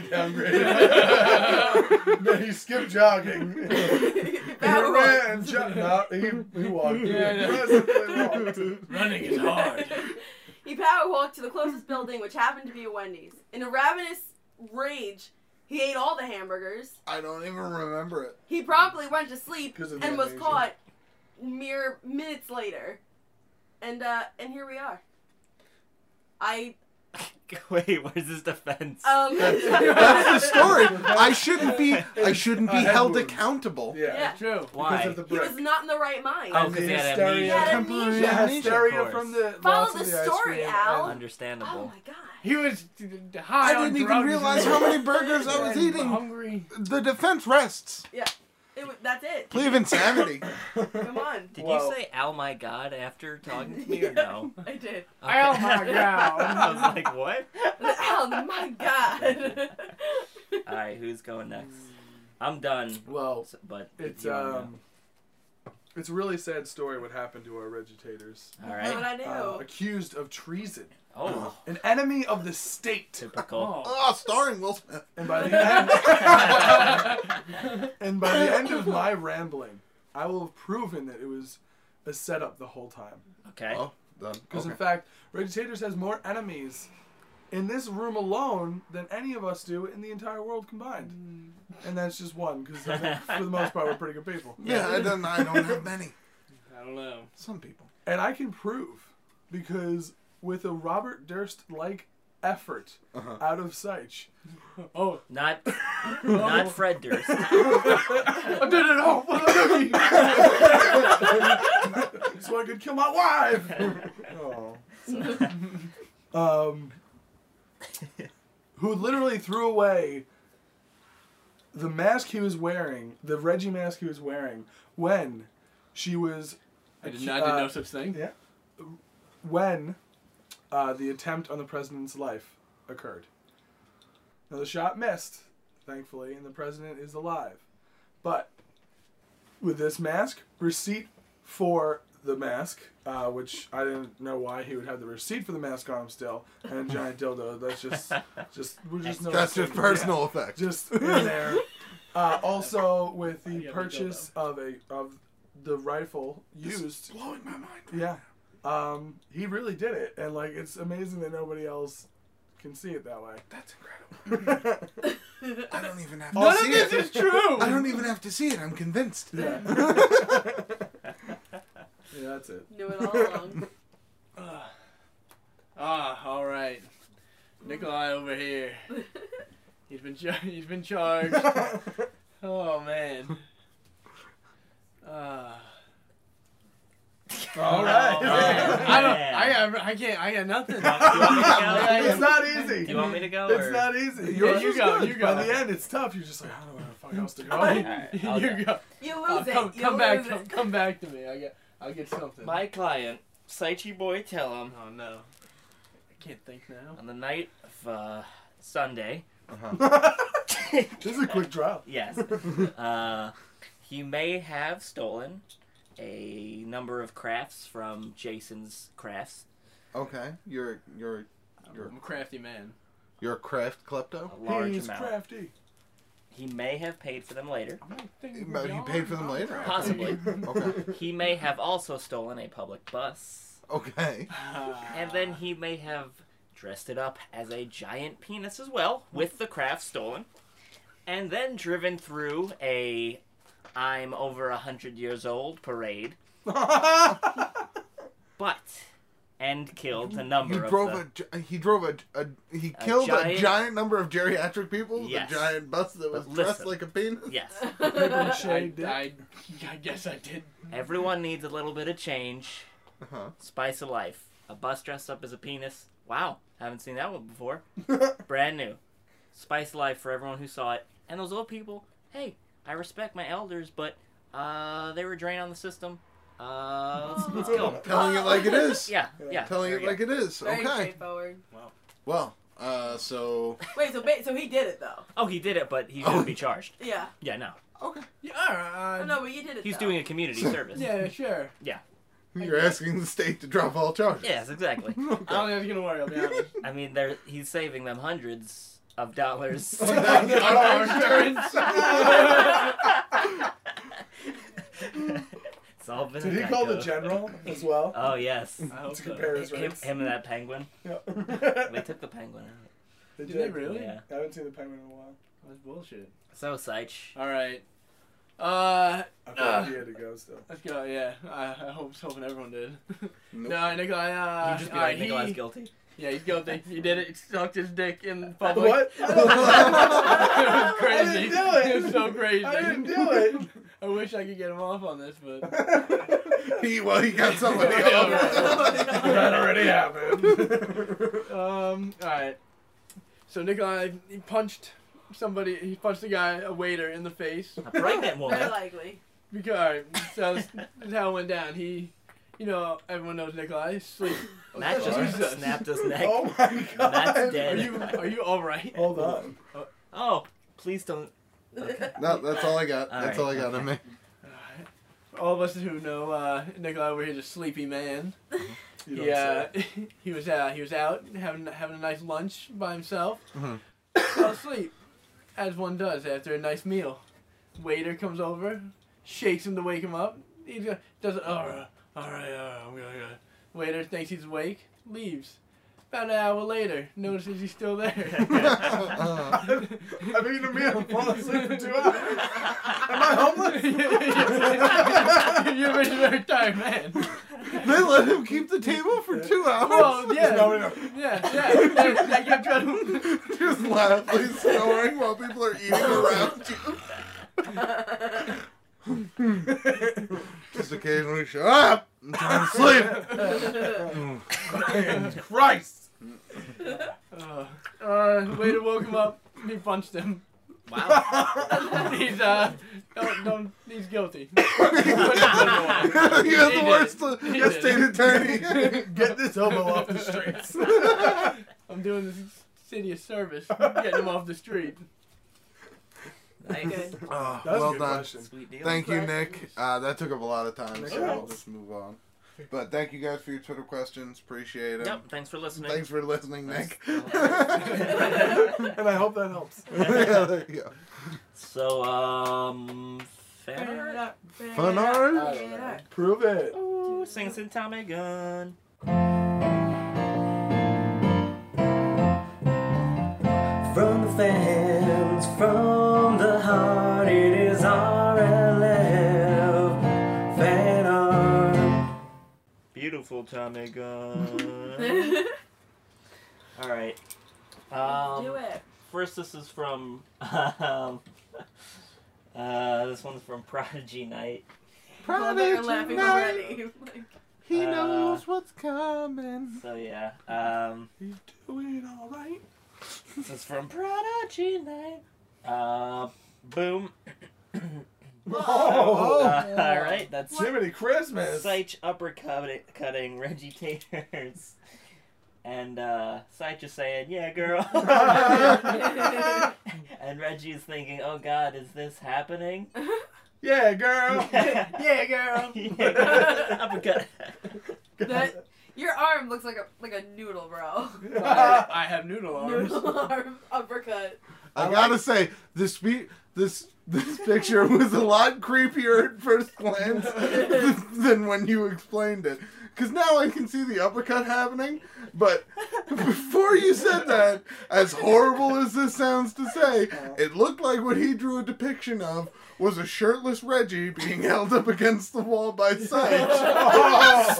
Speaker 2: <laughs>
Speaker 5: <laughs>
Speaker 6: downgraded. <laughs> then he skipped jogging. <laughs> He
Speaker 5: Power walked.
Speaker 6: ran and jo- no, he, he walked. <laughs> He
Speaker 3: Yeah, yeah.
Speaker 5: <laughs>
Speaker 6: aggressively walked.
Speaker 3: Running is hard.
Speaker 5: He power walked to the closest building, which happened to be a Wendy's. In a ravenous rage, he ate all the hamburgers.
Speaker 2: I don't even remember it.
Speaker 5: He promptly went to sleep
Speaker 6: 'Cause of the
Speaker 5: and was
Speaker 6: amnesia.
Speaker 5: caught mere minutes later. And uh, and here we are. I
Speaker 4: Wait, where's his defense?
Speaker 5: um.
Speaker 2: That's,
Speaker 5: <laughs>
Speaker 2: that's the story. I shouldn't be. <laughs> I shouldn't be
Speaker 6: I had
Speaker 2: held
Speaker 6: wounds.
Speaker 2: accountable.
Speaker 6: Yeah.
Speaker 5: Yeah.
Speaker 3: True.
Speaker 6: Because
Speaker 4: Why?
Speaker 6: of the
Speaker 5: He
Speaker 6: brick.
Speaker 5: was not in the right mind.
Speaker 4: Oh, 'cause he had
Speaker 6: hysteria.
Speaker 4: amnesia.
Speaker 5: He had amnesia.
Speaker 6: Yeah,
Speaker 4: Amnesia, of
Speaker 6: hysteria
Speaker 4: course.
Speaker 6: from the
Speaker 5: Follow
Speaker 6: loss
Speaker 5: the
Speaker 6: of ice
Speaker 5: story,
Speaker 6: cream
Speaker 5: Al.
Speaker 6: <laughs> and-
Speaker 5: Oh
Speaker 4: Understandable.
Speaker 5: my god.
Speaker 3: He was d- d- high
Speaker 2: I
Speaker 3: on
Speaker 2: didn't even
Speaker 3: drugs
Speaker 2: realize
Speaker 3: and-
Speaker 2: how many burgers I
Speaker 5: <laughs>
Speaker 2: was
Speaker 3: and
Speaker 2: eating.
Speaker 3: Hungry.
Speaker 2: The defense rests.
Speaker 5: It, wa- that's it.
Speaker 2: Plea of insanity.
Speaker 5: Come on.
Speaker 4: Did
Speaker 6: Wow.
Speaker 4: you say "Oh my god" after talking to me
Speaker 5: <laughs>
Speaker 4: or no?
Speaker 5: I
Speaker 4: Okay.
Speaker 5: did.
Speaker 3: <laughs> Oh my
Speaker 4: <laughs> I
Speaker 3: <laughs> god.
Speaker 4: was like, what?
Speaker 5: Oh my god.
Speaker 4: All right, who's going next? I'm done.
Speaker 6: Well,
Speaker 4: So- But if
Speaker 6: it's
Speaker 4: you wanna
Speaker 3: uh,
Speaker 6: um, it's a really sad story what happened to our regitators.
Speaker 4: know. all
Speaker 5: What would <laughs>
Speaker 4: right. Um,
Speaker 5: I do?
Speaker 6: Uh, accused of treason,
Speaker 4: Oh,
Speaker 6: an enemy of the state,
Speaker 4: typical.
Speaker 2: <laughs> oh, starring Will Smith.
Speaker 6: and by the end, <laughs> and by the end of my rambling, I will have proven that it was a setup the whole time.
Speaker 4: Okay.
Speaker 2: Oh, done.
Speaker 6: Because in fact, Regitators has more enemies in this room alone than any of us do in the entire world combined. And that's just one, because for the most part we're pretty good people.
Speaker 2: Yeah, I don't. I don't have many.
Speaker 3: I don't know.
Speaker 2: Some people.
Speaker 6: And I can prove, because with a Robert Durst-like effort out of Seich,
Speaker 3: Oh,
Speaker 4: Not, not Fred Durst.
Speaker 3: Oh,
Speaker 6: I did
Speaker 2: <laughs>
Speaker 6: it all for the cookie, so I could kill my wife. Oh. um, who literally threw away the mask he was wearing, the Reggie mask he was wearing, when she was
Speaker 3: I did
Speaker 6: accu-
Speaker 3: not did
Speaker 6: uh,
Speaker 3: no such thing.
Speaker 6: yeah. when uh, the attempt on the president's life occurred. Now the shot missed, thankfully, and the president is alive. But with this mask, receipt for the mask, uh, which I didn't know why he would have the receipt for the mask on him still, and a giant dildo. That's just, just we're just no.
Speaker 2: That's just personal effects.
Speaker 6: just in <laughs> there. Uh, also, with the
Speaker 3: Yeah, we
Speaker 6: purchase of a of the rifle used,
Speaker 2: blowing my mind.
Speaker 6: yeah, um, he really did it, and like it's amazing that nobody else can see it that way.
Speaker 2: That's incredible.
Speaker 6: <laughs> yeah.
Speaker 2: I don't even have to
Speaker 3: None
Speaker 2: Oh,
Speaker 3: of
Speaker 2: see
Speaker 3: this
Speaker 2: it.
Speaker 3: is true.
Speaker 2: I don't even have to see it. I'm convinced.
Speaker 6: Yeah, that's it.
Speaker 5: Knew it all along.
Speaker 3: Ah, Ah, all right. Nikolai over here. He's been char- he's
Speaker 1: <laughs>
Speaker 3: been charged. oh man. Ah.
Speaker 6: All <laughs>
Speaker 4: right.
Speaker 3: I don't. I got. I can't. I got nothing.
Speaker 6: it's not easy.
Speaker 4: Do you want me to go?
Speaker 6: It's
Speaker 4: or-
Speaker 6: not easy.
Speaker 3: Yeah,
Speaker 6: Yours
Speaker 3: you
Speaker 6: is
Speaker 3: go,
Speaker 6: good.
Speaker 3: you go.
Speaker 6: By the end, it's tough. You're just like, I don't know where the fuck else to go.
Speaker 4: Alright,
Speaker 3: <laughs>
Speaker 4: I'll
Speaker 3: you
Speaker 4: go.
Speaker 3: go.
Speaker 5: <laughs> You lose
Speaker 3: Oh,
Speaker 5: it.
Speaker 3: come,
Speaker 5: you
Speaker 3: come back.
Speaker 5: lose
Speaker 3: Come,
Speaker 5: it. <laughs>
Speaker 3: come <laughs> back to me. I get. I'll get something.
Speaker 4: My client, Saichi Boy Tellum,
Speaker 3: Oh no. I can't think now.
Speaker 4: on the night of uh, Sunday.
Speaker 6: <laughs> this is a quick trial. <laughs>
Speaker 4: Yes. Uh, he may have stolen a number of crafts from Jason's crafts.
Speaker 2: Okay, you're you're You're-
Speaker 3: I'm a crafty
Speaker 5: <laughs>
Speaker 3: man.
Speaker 2: you're a craft klepto.
Speaker 4: A large
Speaker 6: He's
Speaker 4: amount.
Speaker 6: crafty.
Speaker 4: He may have paid for them later.
Speaker 3: I'm not
Speaker 2: You
Speaker 3: thinking
Speaker 2: ma- you
Speaker 3: beyond.
Speaker 2: paid for them
Speaker 3: I'm
Speaker 2: later?
Speaker 3: crafty.
Speaker 6: <laughs>
Speaker 4: Possibly.
Speaker 2: Okay,
Speaker 4: He may have also stolen a public bus.
Speaker 2: okay.
Speaker 3: Ah.
Speaker 4: And then he may have dressed it up as a giant penis as well, with the craft stolen. And then driven through a I'm over a hundred years old parade, but and killed a number
Speaker 2: He
Speaker 4: of
Speaker 2: drove
Speaker 4: the-
Speaker 2: a gi- he drove a, a he killed a giant,
Speaker 4: giant-
Speaker 2: number of geriatric people. with
Speaker 4: Yes.
Speaker 2: A giant bus that was
Speaker 4: But
Speaker 2: dressed
Speaker 4: listen.
Speaker 2: like a penis.
Speaker 4: Yes.
Speaker 6: mache
Speaker 3: I,
Speaker 6: dick.
Speaker 3: I, I guess I did.
Speaker 4: Everyone needs a little bit of change.
Speaker 2: Uh-huh.
Speaker 4: Spice of life. A bus dressed up as a penis. Wow, haven't seen that one before.
Speaker 2: <laughs>
Speaker 4: Brand new. Spice of life for everyone who saw it. And those old people, hey, I respect my elders, but uh, they were drained on the system. Uh, let's, let's kill 'em.
Speaker 2: <laughs> Telling it like it is.
Speaker 4: <laughs> Yeah, yeah.
Speaker 2: Telling
Speaker 4: there
Speaker 2: it
Speaker 4: we go.
Speaker 2: like it is.
Speaker 5: Very
Speaker 2: Okay.
Speaker 5: straightforward.
Speaker 2: Well, uh,
Speaker 4: <laughs>
Speaker 2: so
Speaker 5: Wait, so ba- so he did it though.
Speaker 4: Oh, he did it, but he
Speaker 2: <laughs>
Speaker 4: shouldn't be charged.
Speaker 5: Yeah.
Speaker 4: Yeah, no.
Speaker 2: okay,
Speaker 3: Yeah, all right.
Speaker 5: Oh, no, but you did it.
Speaker 4: He's
Speaker 5: though.
Speaker 4: doing
Speaker 2: <laughs>
Speaker 4: a community service.
Speaker 3: Yeah, sure.
Speaker 2: you're asking the state to drop all charges.
Speaker 4: Yes, exactly.
Speaker 3: I don't think it's gonna work. I'll be honest.
Speaker 5: <laughs>
Speaker 2: <laughs>
Speaker 4: I mean, they're, he's saving them hundreds of dollars.
Speaker 2: <laughs>
Speaker 4: <laughs>
Speaker 3: Our
Speaker 4: it's all been
Speaker 6: Did
Speaker 4: a
Speaker 6: he call the
Speaker 4: Geico.
Speaker 6: general as well?
Speaker 4: <laughs> Oh yes.
Speaker 3: I hope
Speaker 6: to
Speaker 3: so.
Speaker 6: compare his
Speaker 4: Him,
Speaker 6: rates.
Speaker 4: him and that penguin.
Speaker 6: Yeah.
Speaker 4: They
Speaker 6: <laughs>
Speaker 4: took the penguin out.
Speaker 6: They
Speaker 3: Did they really?
Speaker 4: Yeah.
Speaker 6: I haven't seen the penguin in a while.
Speaker 3: That's bullshit.
Speaker 4: So Seich.
Speaker 3: All right. Uh,
Speaker 6: I thought
Speaker 3: Ugh.
Speaker 6: he had to go still.
Speaker 3: let's go. Yeah, I, I hope so. And everyone did. <laughs>
Speaker 2: Nope.
Speaker 3: No, Nikolai. Uh,
Speaker 4: you just
Speaker 3: all
Speaker 4: be like
Speaker 3: right,
Speaker 4: Nikolai's
Speaker 3: he,
Speaker 4: guilty.
Speaker 3: Yeah, he's guilty. He did it. He sucked his dick in public.
Speaker 6: What?
Speaker 3: it was
Speaker 6: I
Speaker 3: crazy. <laughs>
Speaker 6: didn't do it.
Speaker 3: It was so crazy.
Speaker 6: <laughs> I didn't do
Speaker 3: I wish I could get him off on this, but
Speaker 2: <laughs>
Speaker 6: it.
Speaker 2: He well he got <laughs> somebody
Speaker 3: Yeah.
Speaker 6: <laughs>
Speaker 2: else. <laughs>
Speaker 6: that already happened.
Speaker 3: um, all right. So Nikolai, he punched somebody. He punched a guy, a waiter, in the face.
Speaker 4: A pregnant
Speaker 5: Very
Speaker 4: woman.
Speaker 5: likely.
Speaker 3: Because all right, so this this is how it went down. He, you know, everyone knows Nikolai. He's asleep.
Speaker 4: Matt just
Speaker 3: Jesus.
Speaker 4: snapped his neck.
Speaker 6: <laughs> oh my god.
Speaker 4: Matt's
Speaker 3: Are
Speaker 4: dead.
Speaker 3: you are you all
Speaker 4: <laughs>
Speaker 3: right?
Speaker 6: Hold on.
Speaker 4: Oh, please don't. Okay.
Speaker 5: <laughs>
Speaker 2: no, that's all I got.
Speaker 4: All
Speaker 2: that's
Speaker 4: right,
Speaker 2: all I got on me.
Speaker 3: Alright. All of us who know uh, Nikolai were he's a sleepy man.
Speaker 6: You don't
Speaker 3: yeah,
Speaker 6: say.
Speaker 3: <laughs> he was uh, he was out having having a nice lunch by himself.
Speaker 6: Mm-hmm.
Speaker 2: Mhm.
Speaker 3: Fell asleep, as one does after a nice meal. Waiter comes over, shakes him to wake him up. He ju- does it. All right, all right, all right, I'm gonna go. Waiter thinks he's awake, leaves. About an hour later, notices he's
Speaker 2: <laughs>
Speaker 3: still there.
Speaker 2: Uh,
Speaker 6: I've eaten a meal and fallen asleep for two hours. Am I
Speaker 3: <laughs>
Speaker 6: <laughs> homeless?
Speaker 3: You're a very tired man.
Speaker 2: they let him keep the table for two hours.
Speaker 3: Well, yeah.
Speaker 6: There's nobody there.
Speaker 3: Yeah, yeah. That, that kept trying to.
Speaker 2: Just loudly snoring while people are
Speaker 3: <laughs>
Speaker 2: eating around you. Just occasionally shut up. I'm trying to sleep. <laughs>
Speaker 6: Christ!
Speaker 3: Uh, uh, waiter woke him up. He punched him.
Speaker 4: Wow.
Speaker 3: <laughs> He's uh, don't, don't, he's guilty.
Speaker 2: You're
Speaker 3: He
Speaker 2: the
Speaker 3: did.
Speaker 2: worst
Speaker 3: He
Speaker 2: li-
Speaker 3: did.
Speaker 2: state
Speaker 3: <laughs>
Speaker 2: attorney.
Speaker 6: Get this hobo off the streets.
Speaker 3: I'm doing this city a service, getting him off the street.
Speaker 4: Nice. <laughs>
Speaker 5: Good.
Speaker 2: Oh,
Speaker 6: That was
Speaker 2: well done.
Speaker 6: a good question. <laughs>
Speaker 4: Sweet deal.
Speaker 2: Thank you,
Speaker 5: Right.
Speaker 2: Nick. Uh, that took up a lot of time,
Speaker 6: Nick
Speaker 2: so we'll
Speaker 6: Adams.
Speaker 2: just move on. But thank you guys for your Twitter questions. Appreciate it.
Speaker 4: Yep. Thanks for listening.
Speaker 2: Thanks for listening, Nick. <laughs>
Speaker 6: and I hope that helps.
Speaker 4: <laughs>
Speaker 2: yeah, <laughs> there you go.
Speaker 4: So, um, fan art?
Speaker 2: Fun art?
Speaker 6: Prove it. <laughs>
Speaker 4: Ooh, sing some Tommy Gun.
Speaker 1: From the fans, from the heart, it is RLF fan art.
Speaker 4: Beautiful
Speaker 1: <laughs>
Speaker 4: Tommy Gun.
Speaker 5: <laughs>
Speaker 4: All right. Um,
Speaker 5: Do it.
Speaker 4: First, this is from. <laughs> Um, uh, this one's from Prodigy Night.
Speaker 5: Well, they're laughing already. <laughs> Like,
Speaker 2: He
Speaker 4: Uh,
Speaker 2: knows what's coming.
Speaker 4: So yeah. Um,
Speaker 6: You doing all right?
Speaker 4: this is from Prodigy Night. Uh,
Speaker 5: <coughs>
Speaker 4: boom.
Speaker 6: Oh,
Speaker 4: Uh, <laughs> all right. That's
Speaker 6: Jiminy Christmas.
Speaker 4: Seich uppercutting cutting Reggie Taters. And uh, Seich is saying, yeah,
Speaker 6: <laughs>
Speaker 4: girl. and Reggie is thinking, oh, God, is this happening?
Speaker 6: Yeah, girl.
Speaker 4: <laughs> yeah, <laughs> girl.
Speaker 6: <laughs>
Speaker 4: Uppercut.
Speaker 5: <laughs> that, your arm looks like a like a noodle, bro.
Speaker 3: I, I have noodle arms. <laughs>
Speaker 5: Noodle <laughs> arm uppercut.
Speaker 2: I gotta say, this spe- this this picture was a lot creepier at first glance than when you explained it. Cause now I can see the uppercut happening, but before you said that, as horrible as this sounds to say, it looked like what he drew a depiction of was a shirtless Reggie being held up against the wall by Sage,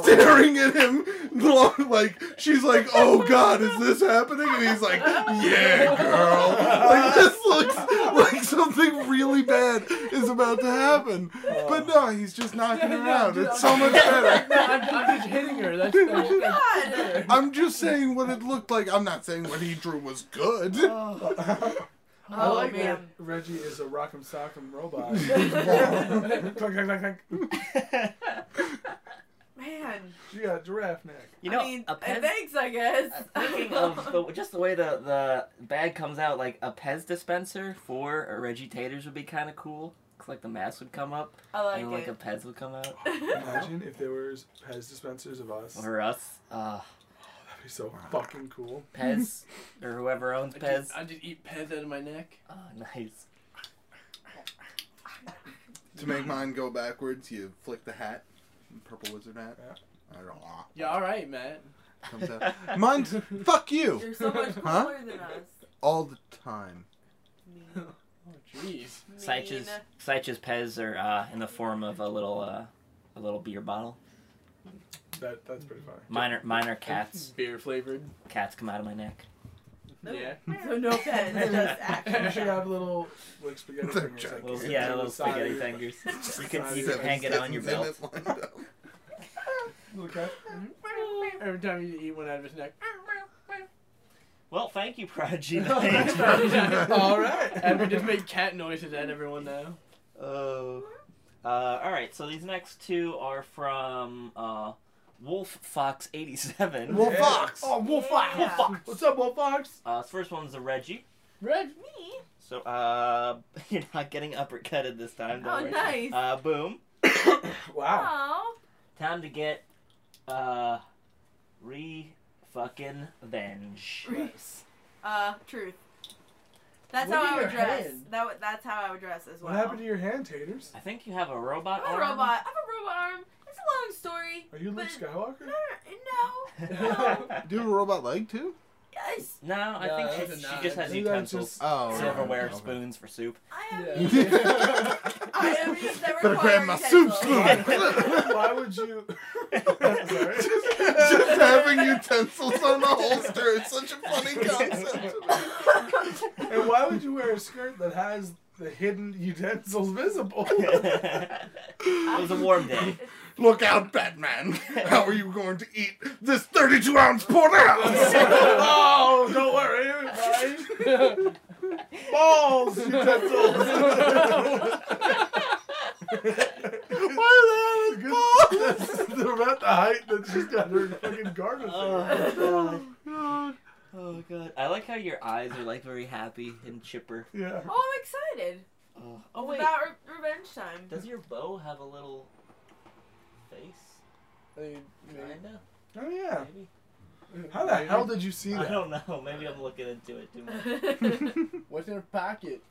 Speaker 2: staring at him long, like she's like, "Oh God, is this happening?" And he's like, "Yeah, girl." Like this looks like something really bad is about to happen, but no, he's just knocking her out. It's so much better.
Speaker 3: No, <laughs> I'm, I'm just hitting her. That's, that's,
Speaker 2: <laughs>
Speaker 5: <laughs>
Speaker 3: that's
Speaker 5: God.
Speaker 2: I'm just saying what it looked like. I'm not saying what he drew was good.
Speaker 6: Oh, I
Speaker 5: Oh,
Speaker 6: like that
Speaker 5: man.
Speaker 6: Reggie is a rock'em sock'em robot. <laughs>
Speaker 2: Click,
Speaker 6: click, click, click, click.
Speaker 5: Man.
Speaker 6: She got a giraffe neck.
Speaker 4: You know,
Speaker 5: I mean, uh,
Speaker 4: a Pez,
Speaker 5: thanks, I guess.
Speaker 4: thinking
Speaker 5: <laughs>
Speaker 4: of the, just the way the, the bag comes out, like a Pez dispenser for a Reggie Taters would be kind of cool. 'Cause, like the mask would come up,
Speaker 5: I like
Speaker 4: and
Speaker 5: it.
Speaker 4: like a Pez would come out.
Speaker 6: Imagine if there were Pez dispensers of us. That'd
Speaker 4: Or us, uh,
Speaker 6: be so fucking cool.
Speaker 4: Pez, or whoever owns
Speaker 3: I,
Speaker 4: Pez.
Speaker 3: just, I just eat Pez out of my neck.
Speaker 4: Oh, nice.
Speaker 2: to make mine go backwards, you flick the hat, purple wizard hat. I don't know. ah,
Speaker 3: Yeah, all right, Matt.
Speaker 2: Comes
Speaker 4: <laughs>
Speaker 2: out. Mine's fuck you
Speaker 5: <laughs> You're so much cooler
Speaker 2: Huh?
Speaker 5: than us.
Speaker 2: all the time.
Speaker 5: Mean.
Speaker 3: Oh, jeez.
Speaker 4: Seich's,
Speaker 5: Mean.
Speaker 4: Seich's Pez are uh, in the form of a little uh, a little beer bottle.
Speaker 6: That that's pretty funny.
Speaker 4: Mine are, mine are cats.
Speaker 3: Beer flavored.
Speaker 4: Cats come out of my neck.
Speaker 3: Yeah.
Speaker 5: So no pens,
Speaker 6: <laughs>
Speaker 5: just
Speaker 6: You should
Speaker 5: action.
Speaker 6: have little like spaghetti
Speaker 2: They're
Speaker 6: fingers.
Speaker 2: giant.
Speaker 6: Like,
Speaker 4: Little,
Speaker 2: Yeah,
Speaker 4: yeah, little
Speaker 6: side of
Speaker 4: spaghetti
Speaker 6: your-
Speaker 4: fingers. You can,
Speaker 6: Side
Speaker 4: you
Speaker 6: of
Speaker 4: can
Speaker 6: your-
Speaker 4: hang it on your belt.
Speaker 2: Seven citizens in it lined up.
Speaker 6: Little cat.
Speaker 3: <laughs> Every time you eat one out of his neck.
Speaker 4: Well, thank you, Prodigy.
Speaker 3: <laughs>
Speaker 4: <laughs>
Speaker 6: All right.
Speaker 3: And we just make cat noises at everyone now.
Speaker 4: Oh. Uh, all right, so these next two are from uh, Wolf Fox 87.
Speaker 2: Wolf Fox.
Speaker 6: Oh, Wolf Fox.
Speaker 5: Yeah.
Speaker 6: What's up, Wolf Fox?
Speaker 4: Uh, this first one's a Reggie.
Speaker 3: Red.
Speaker 5: Me? Oh,
Speaker 4: So uh, <laughs> you're not getting uppercutted this time. Don't
Speaker 5: Oh,
Speaker 4: worry.
Speaker 5: nice.
Speaker 4: Uh, boom.
Speaker 6: Wow.
Speaker 5: Aw.
Speaker 4: Time to get uh re fucking venge.
Speaker 5: Reese. Uh, truth. That's how
Speaker 3: Look at
Speaker 5: I would
Speaker 3: your
Speaker 5: dress.
Speaker 3: hand.
Speaker 5: That would, that's how I would dress as well.
Speaker 6: What happened to your hand, Taters?
Speaker 4: I think you have a
Speaker 5: I'm
Speaker 4: robot
Speaker 5: a
Speaker 4: arm. <laughs>
Speaker 5: robot. I'm a robot arm. It's a long story.
Speaker 6: Are you Luke
Speaker 5: but-
Speaker 6: Skywalker? <laughs>
Speaker 5: No, no, no.
Speaker 2: Do you have a robot leg too?
Speaker 5: yes,
Speaker 4: no, I
Speaker 3: No,
Speaker 4: think
Speaker 3: that's a
Speaker 4: she, she
Speaker 3: nod.
Speaker 4: just has
Speaker 6: Maybe that's
Speaker 4: utensils,
Speaker 6: just-
Speaker 2: Oh,
Speaker 4: silverware,
Speaker 2: okay.
Speaker 4: spoons for
Speaker 5: <laughs>
Speaker 4: soup. <laughs>
Speaker 5: I am.
Speaker 3: Yeah.
Speaker 2: <laughs>
Speaker 5: I am. That
Speaker 2: Better grab my soup
Speaker 5: requires
Speaker 2: spoon.
Speaker 6: <laughs> Why would you? Sorry.
Speaker 2: just,
Speaker 4: <laughs>
Speaker 2: just having utensils on the holster is such a funny concept.
Speaker 6: And why would you wear a skirt that has the hidden utensils
Speaker 3: <laughs>
Speaker 6: visible?
Speaker 4: it was a warm
Speaker 5: <laughs>
Speaker 4: day.
Speaker 2: Look out, Batman! How are you going to eat this 32 ounce porterhouse?
Speaker 6: oh, don't worry, everybody. Balls,
Speaker 3: <laughs>
Speaker 6: utensils. Why are they balls? <laughs> They're about the height that she's got her fucking garden.
Speaker 4: Oh,
Speaker 6: thing.
Speaker 4: God. Oh, God. I like how your eyes are like very happy and chipper.
Speaker 6: yeah.
Speaker 5: Oh, I'm excited.
Speaker 4: Oh, oh
Speaker 5: It's
Speaker 4: wait.
Speaker 5: <laughs> about re- revenge time.
Speaker 4: Does your bow have a little face?
Speaker 6: They- they-
Speaker 4: Kinda,
Speaker 6: oh yeah.
Speaker 4: maybe.
Speaker 6: How the hell did you see
Speaker 4: I
Speaker 6: that?
Speaker 4: don't know. Maybe I'm looking into it too
Speaker 5: <laughs>
Speaker 4: much.
Speaker 3: What's in her pocket?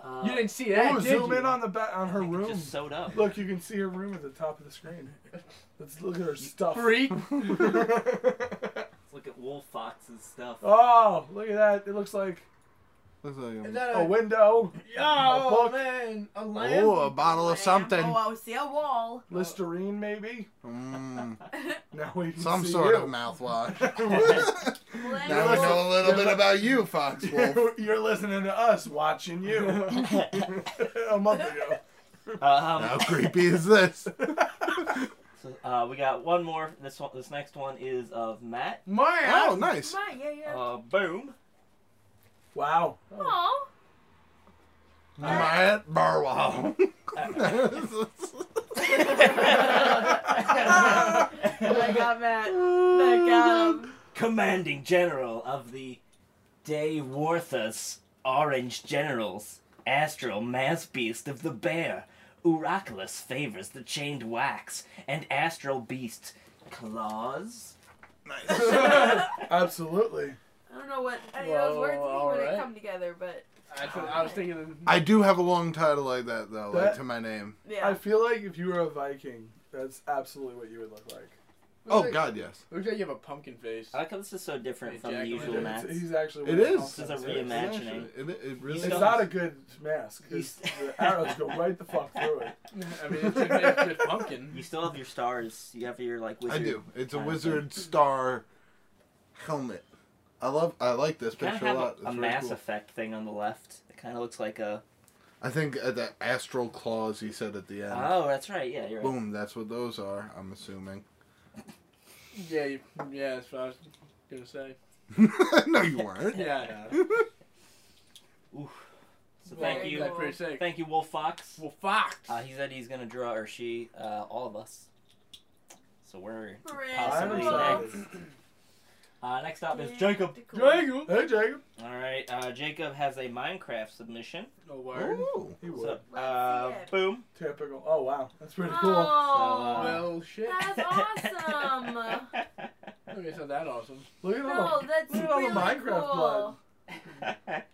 Speaker 4: Uh,
Speaker 3: you didn't see that,
Speaker 6: Oh,
Speaker 3: did
Speaker 6: zoom
Speaker 3: you?
Speaker 6: in on the back on
Speaker 4: I
Speaker 6: her
Speaker 4: think it
Speaker 6: room.
Speaker 4: Just sewed up.
Speaker 6: Look, you can see her room at the top of the screen. Let's look at her stuff.
Speaker 3: Freak.
Speaker 4: Let's look at wolf fox and stuff.
Speaker 6: <laughs> oh, look at that! It looks like
Speaker 2: Looks like
Speaker 3: Is
Speaker 2: a-
Speaker 3: that a,
Speaker 6: a window,
Speaker 3: Oh,
Speaker 6: A book.
Speaker 3: man, a lamp.
Speaker 2: oh, a bottle of something.
Speaker 5: Oh, I see a wall.
Speaker 6: Listerine maybe.
Speaker 2: Mm,
Speaker 6: Now we can
Speaker 2: some
Speaker 6: see
Speaker 2: sort
Speaker 6: you.
Speaker 2: of
Speaker 6: <laughs>
Speaker 2: mouthwash.
Speaker 5: Blank
Speaker 2: now we
Speaker 5: wall.
Speaker 2: know a little bit about you, Fox Wolf.
Speaker 6: You're, you're listening to us
Speaker 2: <laughs>
Speaker 6: watching you a month ago.
Speaker 2: How
Speaker 4: um,
Speaker 2: creepy is this?
Speaker 4: so, uh, we got one more. This one, this next one is of Matt.
Speaker 3: Mario.
Speaker 2: Oh, nice.
Speaker 5: Right, yeah, yeah.
Speaker 4: Uh, boom. <laughs>
Speaker 2: <laughs>
Speaker 6: Wow.
Speaker 5: Aw.
Speaker 2: Matt Barwell. <laughs>
Speaker 5: Oh my god, Matt. <laughs> That got him.
Speaker 4: Commanding General of the De Warthus Orange Generals, Astral Mass Beast of the Bear. Uraculus favors the chained wax, and Astral Beast claws.
Speaker 6: Absolutely.
Speaker 5: I don't know what any of those
Speaker 3: Whoa,
Speaker 5: words mean when
Speaker 3: alright.
Speaker 5: they come together, but
Speaker 3: That's what I was thinking. Of,
Speaker 2: I do have a long title like that though, like
Speaker 6: That-
Speaker 2: to my name.
Speaker 5: yeah.
Speaker 6: I feel like if you were a Viking, that's absolutely what you would look like.
Speaker 2: Oh God, yes.
Speaker 3: Looks like you have a pumpkin face.
Speaker 4: I like how this is so different from the
Speaker 3: Jack
Speaker 4: usual
Speaker 3: Lantern.
Speaker 4: Matt.
Speaker 6: It's- he's actually
Speaker 2: It
Speaker 6: wearing
Speaker 2: is.
Speaker 6: all
Speaker 2: This
Speaker 4: is a
Speaker 6: kinds of
Speaker 4: reimagining.
Speaker 6: things.
Speaker 4: Imagining.
Speaker 2: It, it really
Speaker 6: It's
Speaker 4: He's-
Speaker 6: not a good mask. It's-
Speaker 4: He's-
Speaker 6: the arrows go right the fuck
Speaker 4: <laughs>
Speaker 6: through it.
Speaker 3: <laughs> I mean, it's, it's just pumpkin.
Speaker 4: You still have your stars. You have your like
Speaker 2: I
Speaker 4: wizard.
Speaker 2: do. It's a
Speaker 4: kind of
Speaker 2: wizard star helmet. I love. I like this
Speaker 4: Kind of
Speaker 2: picture a
Speaker 4: have
Speaker 2: lot.
Speaker 4: a, a
Speaker 2: It's really
Speaker 4: Mass
Speaker 2: cool.
Speaker 4: Effect thing on the left. It kind of looks like a.
Speaker 2: I think uh, the astral claws he said at the end.
Speaker 4: Oh, that's right. Yeah, you're right.
Speaker 2: Boom. That's what those are. I'm assuming. <laughs>
Speaker 3: Yeah, you, yeah, that's what I was gonna say.
Speaker 2: no,
Speaker 4: <laughs>
Speaker 2: you weren't.
Speaker 3: Yeah, I know.
Speaker 4: So
Speaker 5: Well,
Speaker 4: thank you,
Speaker 5: that's
Speaker 3: That's pretty sick.
Speaker 4: thank you, Wolf Fox.
Speaker 3: well, fucked.
Speaker 4: Uh, he said he's gonna draw, or she, uh, all of us. So we're
Speaker 5: Hooray.
Speaker 4: possibly
Speaker 5: Well,
Speaker 4: next. Uh, next up is Jacob.
Speaker 5: cool.
Speaker 3: Jacob.
Speaker 6: Hey, Jacob.
Speaker 4: All right, uh, Jacob has a Minecraft submission.
Speaker 3: No word.
Speaker 2: Ooh.
Speaker 6: He would.
Speaker 4: So,
Speaker 5: Let's
Speaker 4: uh,
Speaker 5: see it.
Speaker 4: boom.
Speaker 6: Typical. Oh, wow. That's pretty cool.
Speaker 5: Oh,
Speaker 3: Well, shit.
Speaker 5: that's
Speaker 4: <laughs>
Speaker 5: awesome.
Speaker 3: Okay, so that awesome.
Speaker 6: Look at all
Speaker 5: No, that's
Speaker 6: Look at all the
Speaker 5: really
Speaker 6: Minecraft
Speaker 5: cool.
Speaker 6: blood.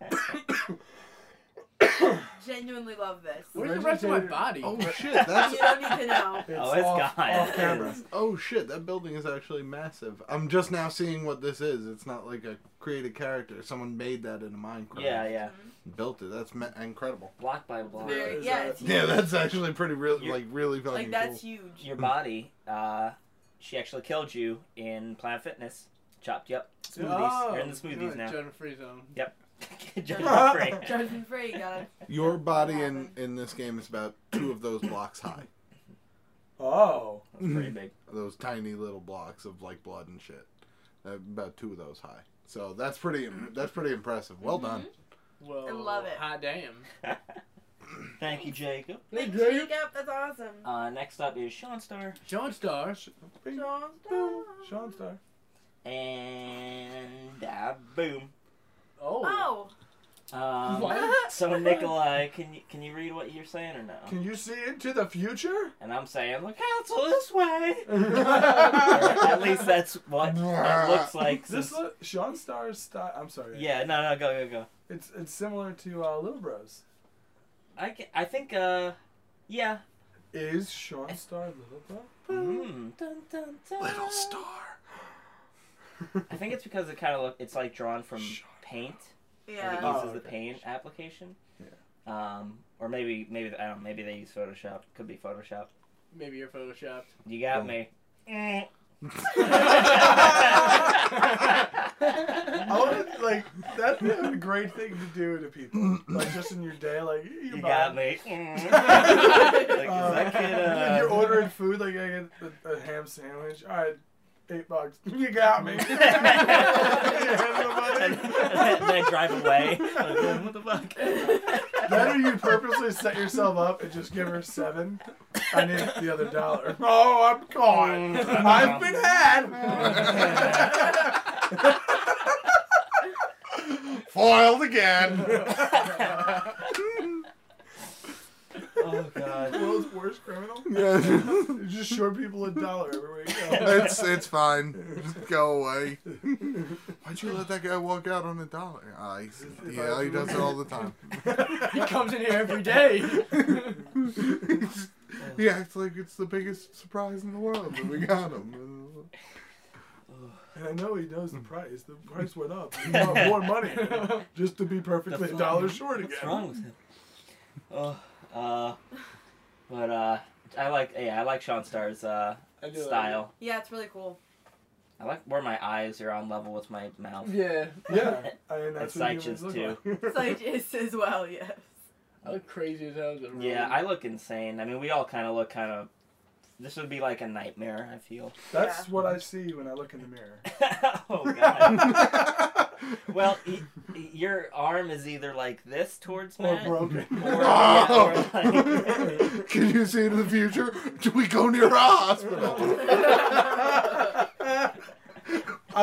Speaker 5: Genuinely love this.
Speaker 3: Where's the rest of my
Speaker 6: Vegetator.
Speaker 3: body?
Speaker 2: Oh shit. That's.
Speaker 5: You don't need to know.
Speaker 6: It's
Speaker 4: Oh, it's
Speaker 6: off,
Speaker 4: gone.
Speaker 6: off camera.
Speaker 2: Oh shit. That building is actually massive. I'm just now seeing what this is. It's not like a created character. Someone made that in a Minecraft.
Speaker 4: <laughs> yeah, yeah.
Speaker 2: Built it. That's ma- incredible.
Speaker 4: Block by block.
Speaker 5: Very-
Speaker 6: is
Speaker 5: yeah,
Speaker 6: that-
Speaker 5: it's
Speaker 2: <laughs>
Speaker 5: huge.
Speaker 2: Yeah, that's actually pretty real.
Speaker 4: You're-
Speaker 2: Like really fucking
Speaker 5: like that's
Speaker 2: cool.
Speaker 5: huge.
Speaker 4: Your body. Uh, she actually killed you in Planet Fitness. Chopped you up. Smoothies. You're in the smoothies
Speaker 3: good.
Speaker 4: <laughs> now.
Speaker 3: Jonah Free Zone.
Speaker 4: Judgment free.
Speaker 5: Judgment free, <laughs> got it.
Speaker 2: Your body in in this game is about two of those blocks high.
Speaker 6: Oh.
Speaker 4: That's pretty big.
Speaker 2: Those tiny little blocks of like blood and shit. Uh, about two of those high. So that's pretty. That's pretty impressive. Well done.
Speaker 3: Well,
Speaker 5: love it.
Speaker 3: Hot damn.
Speaker 4: <laughs> Thank you, Jacob.
Speaker 5: Big Jacob, that's awesome.
Speaker 4: Uh, next up is Sean Star.
Speaker 3: John Star.
Speaker 6: Bing,
Speaker 5: Sean Star.
Speaker 6: boom. Oh. Sean Star.
Speaker 4: And uh, boom.
Speaker 3: Oh.
Speaker 5: Oh,
Speaker 4: Um,
Speaker 3: What?
Speaker 4: so Nikolai, can you can you read what you're saying or no?
Speaker 6: Can you see into the future? <laughs>
Speaker 4: And I'm saying the council this way. At least that's what it looks like.
Speaker 6: This
Speaker 4: Since,
Speaker 6: look, Sean Star's style. I'm sorry.
Speaker 4: yeah, no, no, go, go, go.
Speaker 6: It's it's similar to uh, Little Bros.
Speaker 4: I, ca- I think uh, yeah.
Speaker 6: Is Sean Star Little
Speaker 4: <laughs>
Speaker 6: Bro?
Speaker 4: Mm. Dun, dun, dun.
Speaker 2: Little star.
Speaker 4: I think it's because it kind of look. It's like drawn from paint. Like it
Speaker 5: <laughs> yeah.
Speaker 6: Oh,
Speaker 4: uses the
Speaker 6: okay.
Speaker 4: paint application. Yeah. Um, or maybe maybe I don't. know, Maybe they use Photoshop. Could be Photoshop.
Speaker 3: Maybe you're photoshopped. <laughs>
Speaker 4: You got <laughs> me.
Speaker 5: Mm-hmm.
Speaker 6: I
Speaker 4: Oh,
Speaker 6: would <laughs> like that'd be a great thing to do to people. Like
Speaker 2: <laughs>
Speaker 5: <laughs>
Speaker 6: just in your day, like
Speaker 4: You got <laughs> me.
Speaker 6: like,
Speaker 4: Like, is that
Speaker 6: <laughs>
Speaker 4: kid, uh,
Speaker 6: you're ordering food, like I get a, a ham sandwich. All right, eight bucks. <laughs> You got me. You
Speaker 4: <laughs> and,
Speaker 6: have the money.
Speaker 4: and I drive <laughs>
Speaker 6: <laughs>
Speaker 4: away. Like, what the fuck?
Speaker 6: Better you purposely set yourself up and just give her seven. I need the other dollar. <laughs> Oh, I'm gone.
Speaker 4: Mm.
Speaker 6: I've been had.
Speaker 2: Foiled again.
Speaker 4: <laughs> Oh god. God.
Speaker 6: <laughs> World's worst criminal.
Speaker 2: Yeah.
Speaker 6: You just short people a dollar everywhere
Speaker 4: <laughs>
Speaker 6: you go.
Speaker 2: it's it's fine. Just go away. Why'd you let that guy walk out on a dollar? Ah, he's, yeah, he does it all the time.
Speaker 3: He comes in here every
Speaker 4: <laughs>
Speaker 3: day. <laughs>
Speaker 2: he acts like it's the biggest surprise in the world that we got him.
Speaker 6: And I know he knows the price. The price went up. He want more money just to be perfectly a
Speaker 4: fuck?
Speaker 6: dollar short again.
Speaker 4: What's wrong with him? Oh, uh, but uh, I like yeah, I like Sean Starr's uh
Speaker 6: I do like
Speaker 4: style.
Speaker 5: Yeah, it's really cool.
Speaker 4: I like where my eyes are on level with my mouth.
Speaker 3: yeah.
Speaker 6: Yeah, I mean that's
Speaker 4: And
Speaker 6: what
Speaker 4: Sitchin's
Speaker 6: humans look
Speaker 4: too.
Speaker 6: like.
Speaker 5: So it is <laughs> as well, yes.
Speaker 3: I look crazy as hell. as a
Speaker 4: Yeah,
Speaker 3: robot.
Speaker 4: I look insane. I mean, we all kind of look kind of. This would be like a nightmare. I feel.
Speaker 6: <laughs>
Speaker 4: <laughs>
Speaker 6: That's
Speaker 5: Yeah.
Speaker 6: what I see when I look in the mirror.
Speaker 4: oh
Speaker 6: <laughs>
Speaker 4: God. well, y- y- your arm is either like this towards
Speaker 6: Or
Speaker 4: Matt,
Speaker 6: broken.
Speaker 4: or-
Speaker 2: Oh.
Speaker 4: yeah, or,
Speaker 6: <laughs>
Speaker 4: like- <laughs>
Speaker 2: Can you see into the future? Do we go near a hospital?
Speaker 6: I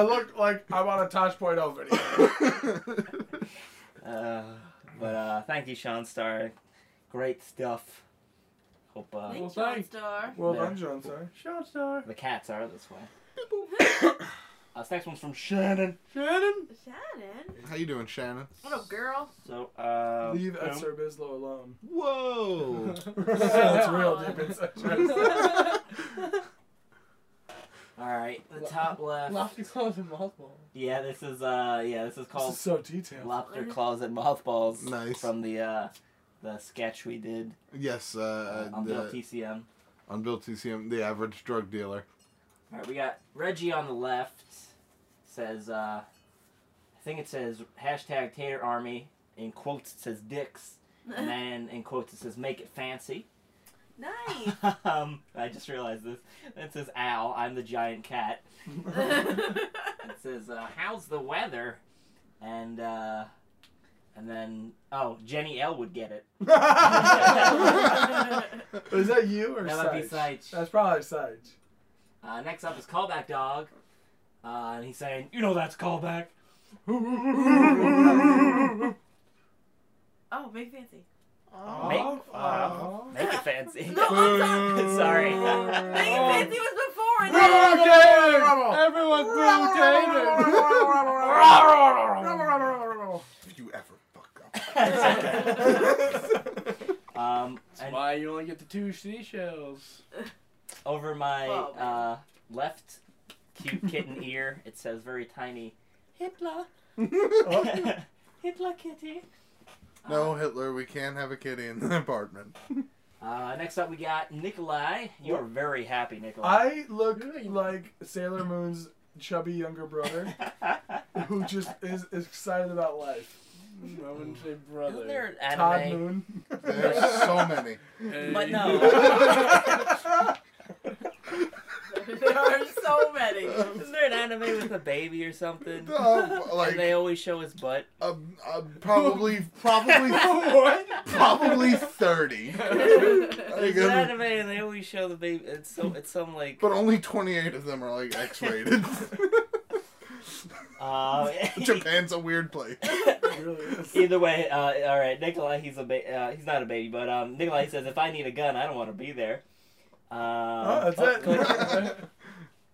Speaker 6: look like I'm on a Tosh Point
Speaker 4: <laughs>
Speaker 6: over here.
Speaker 4: Uh, but uh, thank you, Sean Star. Great stuff. Hope uh,
Speaker 5: Thanks,
Speaker 3: Well,
Speaker 5: John
Speaker 3: thanks.
Speaker 5: Star.
Speaker 6: Well
Speaker 4: There.
Speaker 6: done, John. Sorry.
Speaker 3: Sean Star.
Speaker 4: the cats are this
Speaker 6: <coughs>
Speaker 4: way. Uh, this next one's from Shannon. <laughs>
Speaker 3: Shannon.
Speaker 5: Shannon.
Speaker 2: How you doing, Shannon?
Speaker 5: What up, girl? <laughs>
Speaker 4: So, uh,
Speaker 6: Leave
Speaker 4: boom.
Speaker 6: at Sir Bislow alone.
Speaker 4: <laughs>
Speaker 6: <laughs>
Speaker 2: Whoa!
Speaker 6: That's real deep inside.
Speaker 4: All right, the top left.
Speaker 3: Lofty claws and mothballs.
Speaker 4: Yeah, this is uh, yeah, this is
Speaker 6: This
Speaker 4: called
Speaker 6: is so detailed. <laughs>
Speaker 4: Lobster Claws and Mothballs.
Speaker 2: Nice.
Speaker 4: From the uh, the sketch we did
Speaker 2: Yes, uh,
Speaker 4: uh, on Bill
Speaker 2: the,
Speaker 4: TCM.
Speaker 2: on Bill TCM, the average drug dealer.
Speaker 4: All right, we got Reggie on the left. Says, uh, I think it says hashtag Tater Army. In quotes, it says dicks.
Speaker 5: <laughs>
Speaker 4: And then in quotes, it says make it fancy. <laughs>
Speaker 5: nice. <laughs>
Speaker 4: um, I just realized this. It says Al, I'm the giant cat. It says, uh, how's the weather? And, uh, and then, oh, Jenny L would get it.
Speaker 6: Is that you or
Speaker 4: That would be
Speaker 6: Sage?
Speaker 4: Sage.
Speaker 6: That's probably Sage.
Speaker 4: <laughs> Uh, next up is Callback Dog. Uh, and he's saying, you know that's Callback.
Speaker 6: <laughs>
Speaker 5: oh, big fancy.
Speaker 4: Make,
Speaker 6: Oh,
Speaker 4: uh,
Speaker 6: oh.
Speaker 4: make it fancy.
Speaker 5: No, I'm sorry.
Speaker 4: <laughs> Sorry. <laughs>
Speaker 5: Big fancy was before. And
Speaker 3: Rubber
Speaker 5: then
Speaker 3: tater! Everyone threw tater!
Speaker 2: If you ever fuck up.
Speaker 4: <laughs>
Speaker 6: <laughs>
Speaker 4: um, and
Speaker 3: Why you only get the two seashells?
Speaker 4: over my
Speaker 5: Wow.
Speaker 4: uh, left cute kitten ear, it says very tiny, Hitler. <laughs> Hitler kitty.
Speaker 2: <laughs> No, Hitler, we can't have a kitty in the apartment.
Speaker 4: Uh, next up, we got Nikolai. You are very happy, Nikolai.
Speaker 6: I look like Sailor Moon's chubby younger brother who just is excited about life.
Speaker 3: Mm, I wouldn't say
Speaker 4: <laughs> Isn't there
Speaker 3: brother.
Speaker 4: an
Speaker 6: Todd
Speaker 4: anime?
Speaker 6: Moon.
Speaker 2: There's
Speaker 6: <laughs>
Speaker 2: so
Speaker 4: <laughs>
Speaker 2: many. Uh,
Speaker 3: Hey.
Speaker 4: But no.
Speaker 5: <laughs> there are so many. <laughs>
Speaker 4: Isn't there an anime with a baby or something?
Speaker 2: Uh, <laughs> like
Speaker 4: and they always show his butt.
Speaker 2: um, uh, probably, probably, probably thirty. Like,
Speaker 4: There's an
Speaker 2: um,
Speaker 4: anime and they always show the baby. It's so it's some
Speaker 2: <laughs>
Speaker 4: like.
Speaker 2: but only twenty-eight of them are like X-rated. <laughs>
Speaker 4: Uh, <laughs>
Speaker 2: Japan's a weird place.
Speaker 6: It really is.
Speaker 4: Either way, uh, all right, Nikolai, he's a ba- uh, he's not a baby, but um, Nikolai says, if I need a gun, I don't want to be there. Um,
Speaker 6: Oh, that's <laughs>
Speaker 4: click-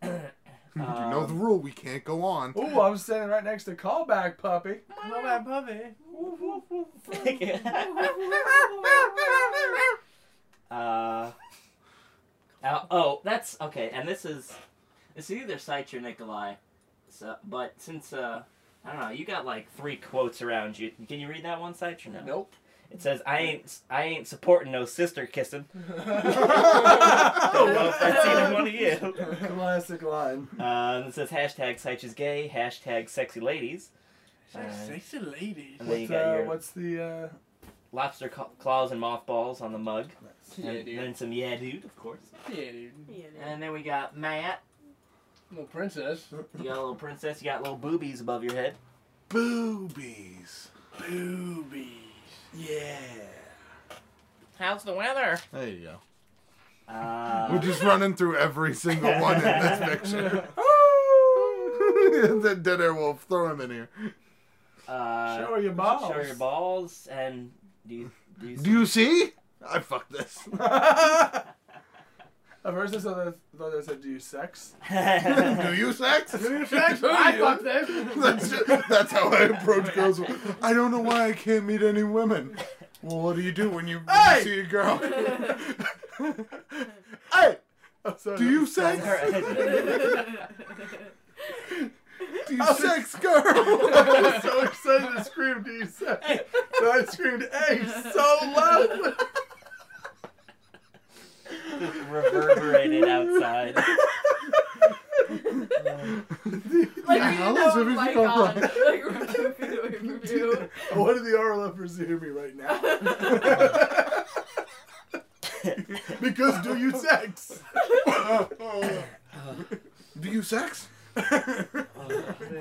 Speaker 6: it.
Speaker 2: you know the
Speaker 4: um,
Speaker 2: rule. We can't go on.
Speaker 6: <laughs> Ooh, I'm standing right next to callback puppy.
Speaker 3: Hello, my puppy.
Speaker 4: Um, <laughs>
Speaker 6: <laughs>
Speaker 4: uh, oh, oh, that's okay. And this is it's either Sight or Nikolai. So, but since uh, I don't know, you got like three quotes around you. Can you read that one, Sight or no?
Speaker 3: Nope.
Speaker 4: It says, "I ain't, I ain't supporting no sister
Speaker 3: <laughs>
Speaker 4: kissing." I don't know if that's either one of you.
Speaker 6: <laughs> Classic line.
Speaker 4: Uh, it says hashtag Seich is gay, hashtag sexy ladies. Uh,
Speaker 3: Sexy ladies.
Speaker 4: And then you
Speaker 6: What's,
Speaker 4: got
Speaker 6: uh,
Speaker 4: your
Speaker 6: what's the uh,
Speaker 4: lobster ca- claws and mothballs on the mug.
Speaker 3: Yeah,
Speaker 4: and
Speaker 3: dude.
Speaker 4: then some yeah, dude, of course.
Speaker 3: Yeah, dude.
Speaker 5: Yeah, dude.
Speaker 2: <laughs>
Speaker 4: And then we got Matt.
Speaker 3: No
Speaker 4: <laughs>
Speaker 3: princess.
Speaker 4: You got a little princess. You got little boobies above your head.
Speaker 2: Boobies.
Speaker 3: Boobies.
Speaker 6: yeah?
Speaker 4: How's the weather?
Speaker 2: There you go. We're
Speaker 4: Uh,
Speaker 2: just running through every single one in this
Speaker 6: <laughs>
Speaker 4: <laughs>
Speaker 2: picture. <laughs> that dead air wolf. Throw him in here.
Speaker 4: uh,
Speaker 6: Show her your balls.
Speaker 4: Show your balls. And do you do you, <laughs>
Speaker 2: Do you see? I fuck this.
Speaker 6: <laughs> At first I thought that, thought that said, "Do you sex?" <laughs>
Speaker 2: Do you sex? Do you <laughs> sex?
Speaker 3: I fucked this.
Speaker 2: That's, ju- that's how I approach girls. I don't know why I can't meet any women. Well, what do you do when you, when you
Speaker 6: Hey!
Speaker 2: see a girl? hey,
Speaker 6: I'm sorry,
Speaker 2: do
Speaker 6: that
Speaker 2: you
Speaker 6: was-
Speaker 2: sex? Do you sex,
Speaker 6: <laughs> I
Speaker 2: girl?
Speaker 6: was so excited to scream, "Do you sex?" So I screamed, "Hey!" so <laughs> loudly.
Speaker 4: Just reverberated outside.
Speaker 5: Like,
Speaker 2: Yeah,
Speaker 5: you
Speaker 2: how does
Speaker 5: didn't know it was
Speaker 2: everything
Speaker 5: mic
Speaker 2: come
Speaker 5: on.
Speaker 2: from?
Speaker 5: Like, we're two feet away from
Speaker 2: <laughs>
Speaker 5: you.
Speaker 6: I wanted the RLFers to hear me right now. <laughs>
Speaker 5: Oh.
Speaker 6: because do you sex?
Speaker 2: do you sex?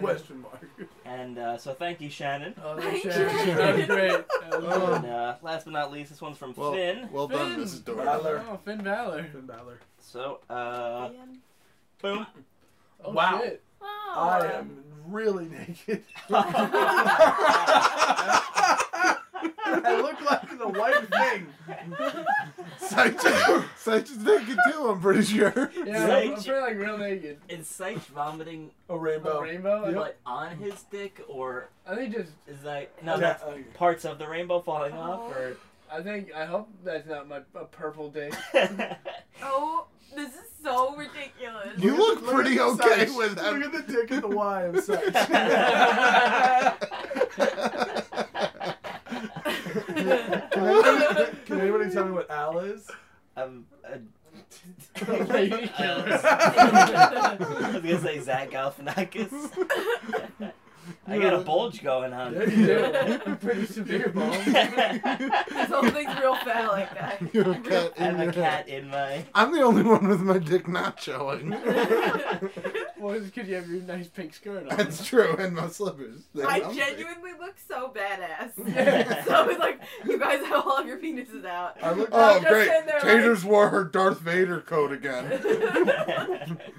Speaker 6: Question mark.
Speaker 4: and uh, so thank you, Shannon.
Speaker 3: Oh,
Speaker 5: Thank
Speaker 3: that's right.
Speaker 5: you.
Speaker 3: That was great.
Speaker 4: <laughs>
Speaker 3: That was
Speaker 2: Oh.
Speaker 4: And uh, last but not least, this one's from
Speaker 2: Well,
Speaker 4: Finn.
Speaker 2: well done,
Speaker 3: Finn.
Speaker 2: Mrs. Doyle.
Speaker 6: Valor.
Speaker 3: great. Oh, Finn Balor.
Speaker 6: Finn Balor.
Speaker 4: So,
Speaker 5: <laughs>
Speaker 4: uh, <laughs> boom.
Speaker 3: Oh,
Speaker 6: Wow.
Speaker 3: Shit.
Speaker 5: Oh.
Speaker 6: I am really naked. I look like the white thing.
Speaker 4: <laughs>
Speaker 2: <laughs> Saitch Saitch is naked too, I'm pretty sure.
Speaker 3: Yeah, I'm, I'm
Speaker 4: Right.
Speaker 3: pretty like real naked.
Speaker 4: Is Sage vomiting
Speaker 6: A
Speaker 3: Oh,
Speaker 6: rainbow.
Speaker 3: rainbow.
Speaker 6: Yep.
Speaker 4: like on his dick, or
Speaker 3: I think just.
Speaker 4: is that
Speaker 6: Yeah,
Speaker 4: no? That's
Speaker 6: uh,
Speaker 4: parts of the rainbow falling off, or
Speaker 3: I think. I hope that's not my a purple <laughs> dick.
Speaker 5: <laughs> Oh, this is so ridiculous.
Speaker 2: You <laughs> look
Speaker 6: at-
Speaker 2: pretty
Speaker 6: at the
Speaker 2: okay
Speaker 6: size.
Speaker 2: with that.
Speaker 6: Look at the dick and the Y of <laughs>
Speaker 5: Oh.
Speaker 4: <laughs>
Speaker 6: sex. Can anybody tell me what Al is?
Speaker 4: um, uh, <laughs>
Speaker 3: Lady killer.
Speaker 4: I was gonna say Zach Galifianakis. I got a bulge going on.
Speaker 6: Yeah,
Speaker 4: <laughs>
Speaker 3: you do. Pretty severe bone.
Speaker 5: <laughs> This whole thing's real fat like that.
Speaker 2: You're a cat
Speaker 4: I
Speaker 2: in
Speaker 4: have
Speaker 2: your
Speaker 4: a cat
Speaker 2: cat.
Speaker 4: in
Speaker 5: <laughs>
Speaker 4: my. <laughs>
Speaker 2: I'm the only one with my dick not showing.
Speaker 5: <laughs>
Speaker 3: Well, it's because you have your nice pink skirt on.
Speaker 2: <laughs> That's true, and my slippers. They're
Speaker 5: I
Speaker 2: comfy.
Speaker 5: genuinely look so badass.
Speaker 4: Yeah. <laughs>
Speaker 5: so I was like, you guys have all of your penises
Speaker 6: <laughs>
Speaker 5: out.
Speaker 6: I look
Speaker 2: Oh,
Speaker 5: I'm just
Speaker 2: great.
Speaker 5: sitting there
Speaker 2: Taters wore her Darth Vader coat <laughs> again.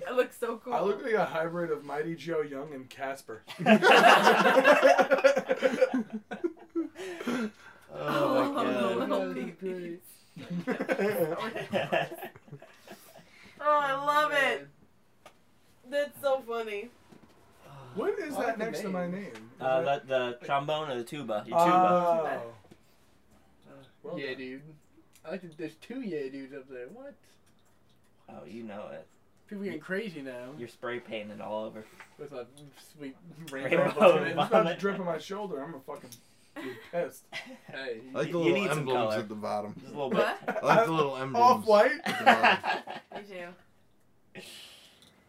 Speaker 5: I look so cool.
Speaker 6: I look like a hybrid of Mighty Joe Young and <laughs> Casper.
Speaker 5: oh, <laughs>
Speaker 4: oh my
Speaker 5: the
Speaker 4: god.
Speaker 5: little
Speaker 3: That is
Speaker 5: peepees.
Speaker 3: great.
Speaker 5: <laughs> Oh, I love it. That's so funny.
Speaker 6: what is
Speaker 3: I like
Speaker 6: that
Speaker 3: the
Speaker 6: next to my
Speaker 3: name.
Speaker 6: name?
Speaker 4: Uh, the, the trombone or the tuba? Your
Speaker 3: Uh,
Speaker 4: tuba.
Speaker 6: Oh. Well
Speaker 3: yeah,
Speaker 6: done.
Speaker 3: dude. I like that there's two yeah dudes up there. What?
Speaker 4: oh, you know it.
Speaker 3: People getting crazy now
Speaker 4: You're spray painted all over.
Speaker 3: with a sweet
Speaker 4: Rainbow
Speaker 3: rainbow.
Speaker 6: <laughs> It's
Speaker 3: buttons.
Speaker 4: vomit.
Speaker 6: about to drip on my shoulder. I'm a fucking dude, pissed.
Speaker 3: Hey,
Speaker 2: I like the
Speaker 4: You
Speaker 2: little
Speaker 4: need some
Speaker 2: emblems
Speaker 4: color.
Speaker 2: at the <laughs> bottom.
Speaker 4: <laughs> Just a little bit.
Speaker 5: What?
Speaker 2: I like the little emblems.
Speaker 6: Off
Speaker 2: <laughs>
Speaker 6: white.
Speaker 3: <laughs>
Speaker 5: Me too.
Speaker 4: <laughs>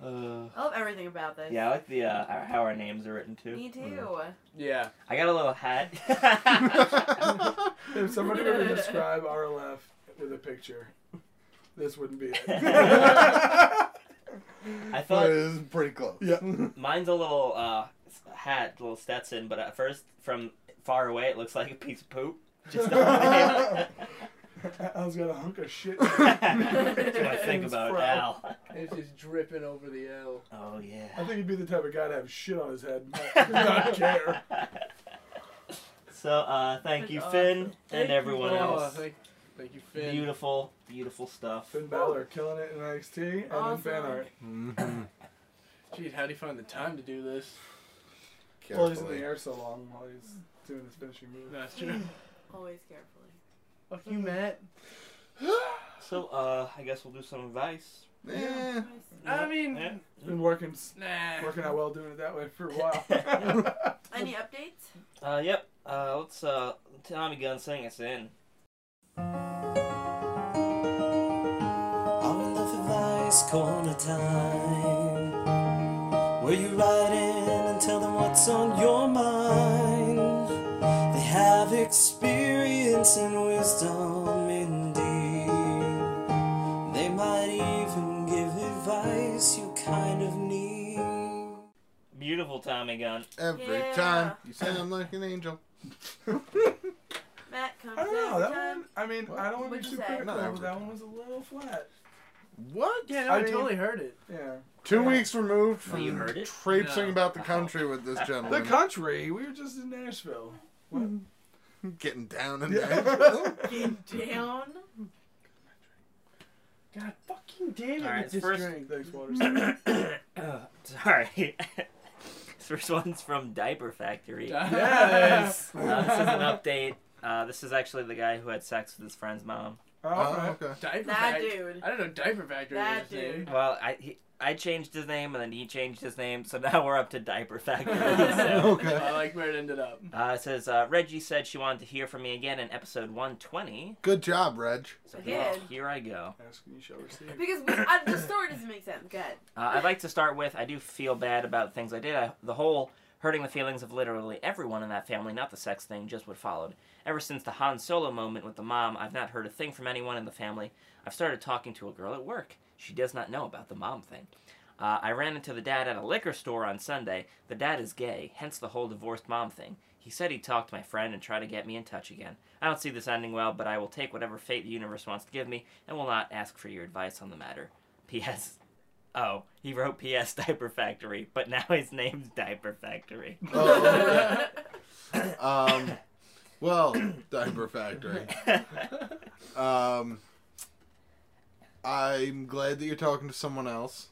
Speaker 4: Uh,
Speaker 5: I love everything about this.
Speaker 4: yeah, Mm. I like the uh, our- how our names are written too.
Speaker 5: Me too.
Speaker 3: yeah.
Speaker 4: I got a little <laughs> hat.
Speaker 6: <laughs> If somebody
Speaker 5: <laughs>
Speaker 6: were to describe RLF with a picture, this wouldn't
Speaker 2: <laughs>
Speaker 6: be it.
Speaker 2: But
Speaker 4: I thought
Speaker 2: it's pretty close.
Speaker 6: yeah.
Speaker 4: Mine's a little uh, hat, little Stetson, but at first, from far away, it looks like a piece of poop. <laughs> Just
Speaker 6: I was got a hunk of shit.
Speaker 4: That's what I think <laughs>
Speaker 6: It's
Speaker 4: about
Speaker 6: fro.
Speaker 4: Al.
Speaker 3: It's just dripping over the L.
Speaker 4: Oh
Speaker 6: I
Speaker 4: yeah.
Speaker 6: think he'd be the type of guy to have shit on his head. and Not care.
Speaker 4: So uh, thank you,
Speaker 5: That's
Speaker 4: Finn,
Speaker 3: Thank
Speaker 4: and
Speaker 3: you,
Speaker 4: everyone
Speaker 3: Finn. Oh,
Speaker 4: else.
Speaker 3: thank, thank you, Finn.
Speaker 4: Beautiful, beautiful stuff.
Speaker 6: Finn Balor killing it in NXT and in fan
Speaker 5: Awesome.
Speaker 6: art.
Speaker 2: Mhm.
Speaker 3: Jeez, how'd he find the time to do this?
Speaker 6: Well, he's in the
Speaker 2: Carefully.
Speaker 6: air so long while he's doing his finishing move.
Speaker 3: That's true.
Speaker 5: Always carefully.
Speaker 3: Fuck you, Matt.
Speaker 4: So uh, I guess we'll do some advice.
Speaker 2: Eh,
Speaker 3: I mean,
Speaker 4: Yeah.
Speaker 6: Been working, s-
Speaker 3: nah.
Speaker 6: working out well doing it that way for a while.
Speaker 5: Any updates?
Speaker 4: Uh, yep. Uh, let's uh, Tommy Gunn sing us in.
Speaker 1: I'm in love with Ice Corner Time. Where you write in and tell them what's on your mind. They have experience and wisdom indeed. They might even give advice you kind of need.
Speaker 4: Oh Beautiful Tommy Gunn.
Speaker 2: Every
Speaker 5: Yeah.
Speaker 2: time you sound like an angel.
Speaker 5: Matt comes
Speaker 6: I don't know.
Speaker 5: every
Speaker 6: That
Speaker 5: time.
Speaker 6: one. I mean, I don't want to
Speaker 5: What'd
Speaker 6: be
Speaker 5: you
Speaker 6: too
Speaker 5: say?
Speaker 6: critical,
Speaker 2: Not
Speaker 6: but that
Speaker 2: everything.
Speaker 6: one was a little flat.
Speaker 2: What?
Speaker 3: Yeah, no,
Speaker 6: I
Speaker 3: I,
Speaker 6: mean-
Speaker 3: totally heard it.
Speaker 6: Yeah.
Speaker 2: Two
Speaker 6: Yeah.
Speaker 2: weeks removed
Speaker 4: Oh, you
Speaker 2: from
Speaker 4: heard it?
Speaker 2: traipsing
Speaker 3: No.
Speaker 2: about <laughs> the country with this
Speaker 6: The
Speaker 2: gentleman.
Speaker 6: country. We were just in Nashville. What?
Speaker 2: Getting down and <laughs>
Speaker 6: <laughs> Yeah.
Speaker 2: down.
Speaker 5: Get down.
Speaker 3: God fucking damn it
Speaker 4: Alright,
Speaker 3: with this
Speaker 4: first-
Speaker 3: drink. <laughs>
Speaker 6: Thanks, Water.
Speaker 4: Oh, <coughs> sorry. <laughs> this first one's from Diaper
Speaker 3: <laughs>
Speaker 4: Factory.
Speaker 6: yes.
Speaker 4: Uh, this is an update. Uh, this is actually the guy who had sex with his friend's mom.
Speaker 6: All
Speaker 2: oh,
Speaker 6: <laughs> right.
Speaker 2: okay.
Speaker 3: Diaper
Speaker 5: That
Speaker 3: fact-
Speaker 5: dude.
Speaker 3: I don't know diaper factory.
Speaker 5: That
Speaker 3: is his name.
Speaker 4: <laughs>
Speaker 5: dude.
Speaker 4: Well, I he, I changed his name and then he changed his name, so <laughs> now we're up to
Speaker 3: <laughs>
Speaker 4: Diaper Factory. so.
Speaker 6: <laughs>
Speaker 2: Okay.
Speaker 3: I like where it ended up.
Speaker 4: <laughs> Uh, it says uh, Reggie said she wanted to hear from me again in episode 120.
Speaker 2: Good job, <laughs> Reg.
Speaker 4: So
Speaker 5: Yeah.
Speaker 4: here, here I go.
Speaker 6: Ask and you shall receive.
Speaker 5: Because we, I, the story doesn't make sense. Go ahead.
Speaker 4: Uh, I'd like to start with I do feel bad about things I did. I, the whole hurting the feelings of literally everyone in that family, not the sex thing, just what followed. Ever since the Han Solo moment with the mom, I've not heard a thing from anyone in the family. I've started talking to a girl at work. She does not know about the mom thing. Uh, I ran into the dad at a liquor store on Sunday. The dad is gay, hence the whole divorced mom thing. He said he'd talk to my friend and try to get me in touch again. I don't see this ending well, but I will take whatever fate the universe wants to give me and will not ask for your advice on the matter. P.S. Oh, he wrote PS <laughs> Diaper Factory, but now his name's Diaper Factory. <laughs>
Speaker 2: Oh,
Speaker 5: <laughs>
Speaker 6: <laughs>
Speaker 2: okay. um, well, <clears throat> Diaper Factory. Um, I'm glad that you're talking to someone else.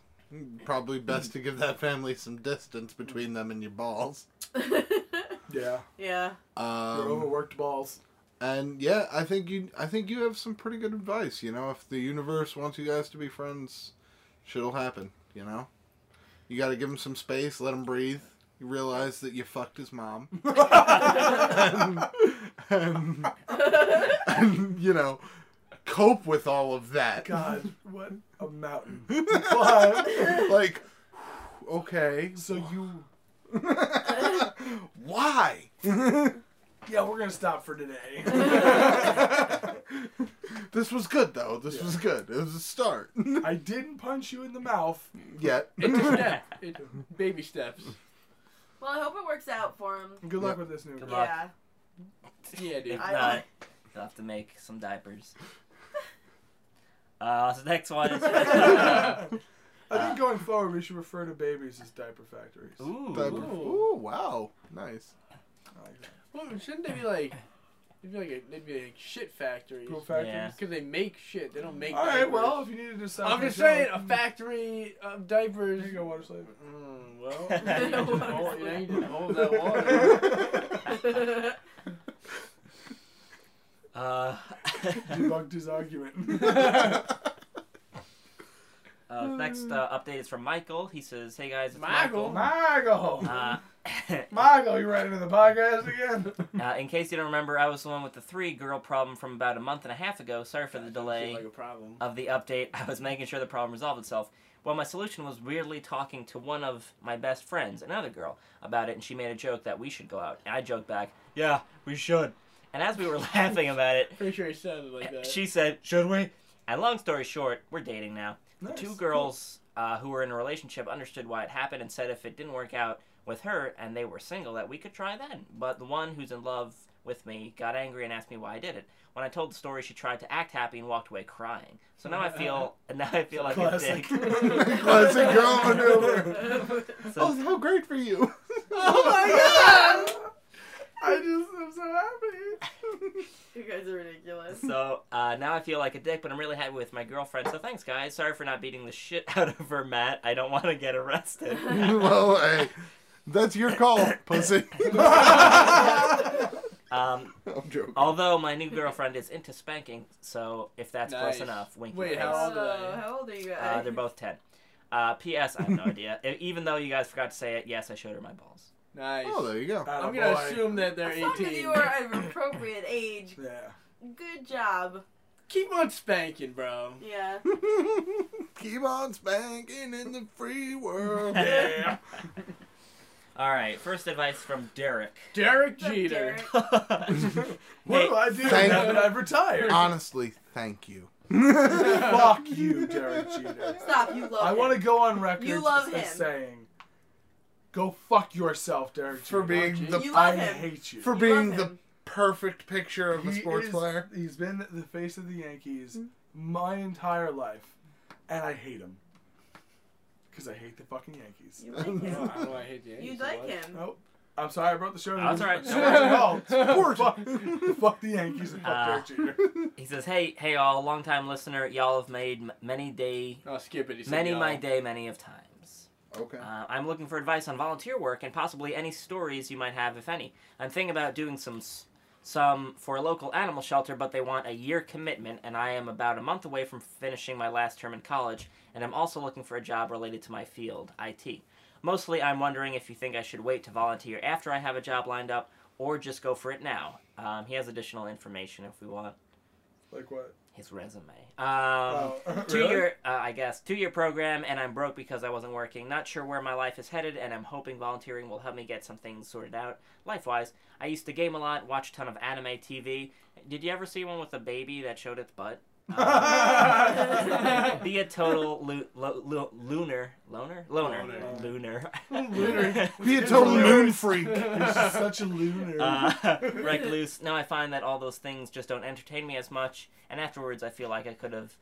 Speaker 2: Probably best to give that family some distance between them and your balls.
Speaker 6: Yeah.
Speaker 5: yeah.
Speaker 6: Your
Speaker 2: Um,
Speaker 6: overworked balls.
Speaker 2: and yeah, I think you I think you have some pretty good advice. You know, if the universe wants you guys to be friends, shit'll happen. You know, you got to give him some space, let him breathe. You realize that you fucked his mom. and, and, and, you know, cope with all of that.
Speaker 6: God, what a mountain. Why?
Speaker 2: Like, okay,
Speaker 6: So <laughs> you. <laughs>
Speaker 2: why?
Speaker 6: Yeah, we're gonna stop for today.
Speaker 2: this was good though. This was good. It was a start.
Speaker 6: I didn't punch you in the mouth.
Speaker 2: Yet.
Speaker 3: It's
Speaker 2: <laughs>
Speaker 3: a step. It, baby steps.
Speaker 5: Well, I hope it works out for him.
Speaker 6: Good
Speaker 2: Yep.
Speaker 6: luck with this new
Speaker 4: Good
Speaker 6: girl.
Speaker 4: luck.
Speaker 5: Yeah.
Speaker 3: Yeah, dude.
Speaker 4: If
Speaker 5: I-
Speaker 4: not, you'll have to make some diapers. Uh, so next one is.
Speaker 6: <laughs> I think going forward, we should refer to babies as diaper factories.
Speaker 2: Diaper-
Speaker 4: Ooh.
Speaker 2: Ooh, wow. Nice.
Speaker 6: I like that.
Speaker 3: Well, shouldn't they be like? It'd be like a, they'd be like shit factories.
Speaker 6: Poop factories.
Speaker 4: Yeah.
Speaker 3: Because they make shit. They don't make.
Speaker 6: All right.
Speaker 3: diapers.
Speaker 6: Well, if you needed to sound.
Speaker 3: I'm just saying a factory of diapers.
Speaker 6: Here you go, water slave.
Speaker 3: Mm,
Speaker 6: <laughs>
Speaker 3: well, now you just hold- now you just hold that water.
Speaker 6: <laughs>
Speaker 2: <laughs>
Speaker 5: That's
Speaker 4: Uh, <laughs>
Speaker 6: Debunked his argument.
Speaker 3: <laughs>
Speaker 4: uh, next uh, update is from Michael. He says, "Hey guys, it's
Speaker 3: Michael?
Speaker 4: Michael."
Speaker 6: Michael.
Speaker 4: Uh,
Speaker 6: Michael, you right into the podcast again.
Speaker 4: <laughs> uh, in case you don't remember, I was the one with the three girl problem from about a month and a half ago. Sorry for the delay.
Speaker 3: Like a problem.
Speaker 4: of the update, I was making sure the problem resolved itself. Well, my solution was weirdly talking to one of my best friends, another girl, about it, and she made a joke that we should go out. And I joked back, Yeah, we should. And as we were <laughs> laughing about it,
Speaker 3: Pretty sure it sounded like that.
Speaker 4: she said, Should we? And long story short, we're dating now.
Speaker 6: Nice.
Speaker 4: Two girls uh, who were in a relationship understood why it happened and said if it didn't work out with her and they were single, that we could try then. But the one who's in love with me got angry and asked me why I did it. When I told the story, she tried to act happy and walked away crying. So
Speaker 6: <laughs>
Speaker 4: now I feel now I feel like
Speaker 6: Classic.
Speaker 4: a dick.
Speaker 6: <laughs>
Speaker 2: Classic girl maneuver.
Speaker 4: So-
Speaker 2: Oh, how great for you.
Speaker 6: <laughs> oh my god! I just am so happy.
Speaker 5: <laughs> you guys are ridiculous.
Speaker 4: So uh, now I feel like a dick, but I'm really happy with my girlfriend. So thanks, guys. Sorry for not beating the shit <laughs> out of her, Matt. I don't want to get arrested.
Speaker 2: <laughs>
Speaker 6: <laughs>
Speaker 2: well, hey, that's your
Speaker 6: <coughs>
Speaker 2: call, pussy.
Speaker 4: um,
Speaker 2: I'm joking.
Speaker 4: although my new girlfriend is into spanking, so if that's
Speaker 3: Nice.
Speaker 4: close enough, winky
Speaker 3: Wait,
Speaker 4: face.
Speaker 3: how old are
Speaker 5: Oh,
Speaker 3: they?
Speaker 5: how old are you guys?
Speaker 4: Uh, they're both ten. Uh, P.S. I have
Speaker 3: <laughs>
Speaker 4: no idea. E- Even though you guys forgot to say it, yes, I showed her my balls.
Speaker 3: Nice.
Speaker 2: Oh, there you go. <laughs>
Speaker 3: I'm
Speaker 6: Attaboy.
Speaker 3: gonna assume that they're
Speaker 5: as long
Speaker 3: 18.
Speaker 5: as you are of appropriate age,
Speaker 6: Yeah.
Speaker 5: good job.
Speaker 3: Keep on spanking, bro.
Speaker 5: Yeah.
Speaker 2: Keep on spanking in the free world.
Speaker 6: Yeah.
Speaker 4: All right. First advice from
Speaker 3: <laughs>
Speaker 4: Derek. <laughs>
Speaker 3: Derek
Speaker 5: What's up,
Speaker 3: Jeter.
Speaker 5: Derek?
Speaker 6: What
Speaker 4: Hey,
Speaker 6: do I do now
Speaker 2: thank-
Speaker 6: that I've retired?
Speaker 2: Honestly, thank you.
Speaker 6: <laughs> Fuck you, Derek Jeter.
Speaker 5: Stop, you love
Speaker 6: I want to go on record
Speaker 5: You love
Speaker 6: as
Speaker 5: him.
Speaker 6: saying, "Go fuck yourself, Derek."
Speaker 2: <laughs> For
Speaker 6: Jeter.
Speaker 2: being the
Speaker 5: You love
Speaker 6: I
Speaker 5: him.
Speaker 6: hate you.
Speaker 2: for
Speaker 5: You
Speaker 2: being
Speaker 5: love
Speaker 2: the
Speaker 5: him.
Speaker 2: perfect picture of a
Speaker 6: He
Speaker 2: sports
Speaker 6: is-
Speaker 2: player.
Speaker 6: He's been the face of the Yankees my entire life, and I hate him because I hate the fucking Yankees.
Speaker 5: You like him.
Speaker 2: <laughs>
Speaker 3: "Oh, I don't know why I hate the
Speaker 5: You
Speaker 3: Yankees so
Speaker 5: like
Speaker 3: much.
Speaker 5: him.
Speaker 6: Nope. I'm sorry I brought the <laughs> show.
Speaker 4: That's all right.
Speaker 6: It's
Speaker 4: No worries.
Speaker 6: Portugal.
Speaker 4: <laughs>
Speaker 6: It's Portugal. fuck <laughs> the Yankees and fuck
Speaker 4: Uh,
Speaker 6: Derek Jeter.
Speaker 4: He says, "Hey, hey, all, long-time listener, y'all have made m- many day,
Speaker 3: Oh, skip it. He said
Speaker 4: many
Speaker 3: no. <laughs>
Speaker 4: my day, many of times.
Speaker 2: Okay.
Speaker 4: Uh, I'm looking for advice on volunteer work and possibly any stories you might have, if any. I'm thinking about doing some, s- some for a local animal shelter, but they want a year commitment, and I am about a month away from finishing my last term in college, and I'm also looking for a job related to my field, IT. Mostly, I'm wondering if you think I should wait to volunteer after I have a job lined up, or just go for it now. Um, he has additional information if we want."
Speaker 6: Like what?
Speaker 4: his resume. Um,
Speaker 6: Oh, <laughs>
Speaker 4: two
Speaker 6: really?
Speaker 4: year, uh, I guess, two year program, and I'm broke because I wasn't working. Not sure where my life is headed, and I'm hoping volunteering will help me get some things sorted out life wise. I used to game a lot, watch a ton of anime TV. Did you ever see one with a baby that showed its butt?
Speaker 6: <laughs>
Speaker 4: Um, be a total lo- lo- lo- lunar, loner, loner,
Speaker 3: Loner.
Speaker 4: lunar,
Speaker 3: Lunar.
Speaker 2: Be a total moon freak. <laughs>
Speaker 6: You're such a
Speaker 3: <laughs>
Speaker 4: <laughs>
Speaker 6: loon.
Speaker 4: uh, recluse. Now I find that all those things just don't entertain me as much, and afterwards I feel like I could have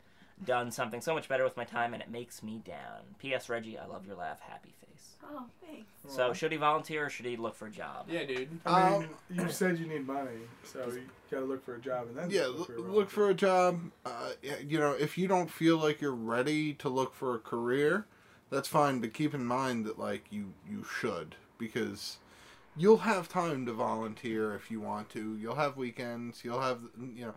Speaker 4: done something so much better with my time, and it makes me down. P.S. Reggie, I love your laugh, happy face.
Speaker 5: Oh, thanks.
Speaker 4: So should he volunteer or should he look for a job?
Speaker 3: Yeah, dude.
Speaker 6: I mean,
Speaker 2: Um,
Speaker 6: you said you need money, so you gotta look for a job and then
Speaker 2: Yeah,
Speaker 6: look
Speaker 2: look,
Speaker 6: for a
Speaker 2: look for a job. Uh, yeah, you know, if you don't feel like you're ready to look for a career, that's fine. But keep in mind that like you you should because you'll have time to volunteer if you want to. You'll have weekends. You'll have you know.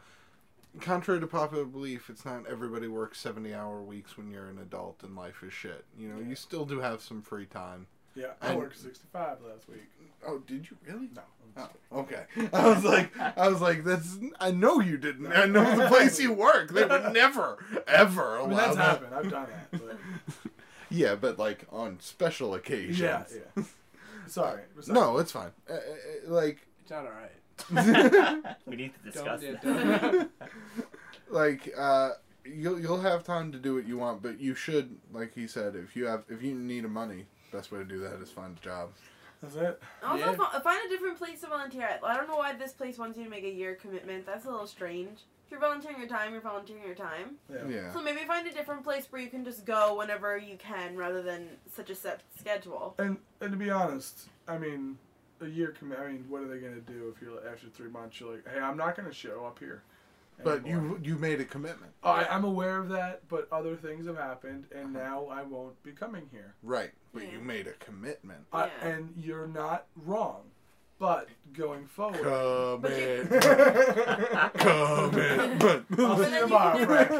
Speaker 2: Contrary to popular belief, it's not everybody works seventy-hour weeks when you're an adult and life is shit. You know,
Speaker 6: Yeah.
Speaker 2: you still do have some free time.
Speaker 6: Yeah, I
Speaker 2: And-
Speaker 6: worked 65 last week.
Speaker 2: Oh, did you really?
Speaker 6: No. I'm
Speaker 2: Oh,
Speaker 6: just-
Speaker 2: okay. I was like, I was like, that's. I know you didn't. I know the place you work. They would never, ever
Speaker 6: I
Speaker 2: allow
Speaker 6: mean, that's
Speaker 2: that.
Speaker 6: happened. I've done that.
Speaker 2: <laughs>
Speaker 6: But
Speaker 2: Yeah, but like on special occasions.
Speaker 6: yeah, yeah. Sorry. sorry.
Speaker 2: No, it's fine. Uh, uh, uh, like,
Speaker 3: It's not alright.
Speaker 4: <laughs>
Speaker 6: <laughs>
Speaker 4: we need to
Speaker 3: <laughs> Don't,
Speaker 4: discuss
Speaker 3: yeah,
Speaker 4: that.
Speaker 3: don't.
Speaker 2: like uh, you'll you'll have time to do what you want, but you should, like he said, if you have if you need a money, best way to do that is find a job.
Speaker 6: That's it.
Speaker 5: Also,
Speaker 3: Yeah.
Speaker 5: fi- find a different place to volunteer at. I don't know why this place wants you to make a year commitment. That's a little strange. If you're volunteering your time, you're volunteering your time.
Speaker 6: Yeah.
Speaker 2: Yeah.
Speaker 5: So maybe find a different place where you can just go whenever you can rather than such a set schedule.
Speaker 6: And and to be honest, I mean, a year commit. I mean, what are they gonna do if you're like, after three months? You're like, hey, I'm not gonna show up here.
Speaker 2: But
Speaker 6: anymore."
Speaker 2: you you made a commitment,
Speaker 6: I, I'm aware of that, but other things have happened, and
Speaker 5: Uh-huh.
Speaker 6: now I won't be coming here.
Speaker 2: right? But
Speaker 5: Yeah.
Speaker 2: you made a commitment.
Speaker 6: I,
Speaker 5: Yeah.
Speaker 6: and you're not wrong. But going <laughs> forward,
Speaker 2: Commitment.
Speaker 6: I'll <laughs>
Speaker 2: Commitment.
Speaker 6: see
Speaker 5: <laughs>
Speaker 6: you tomorrow, Frank.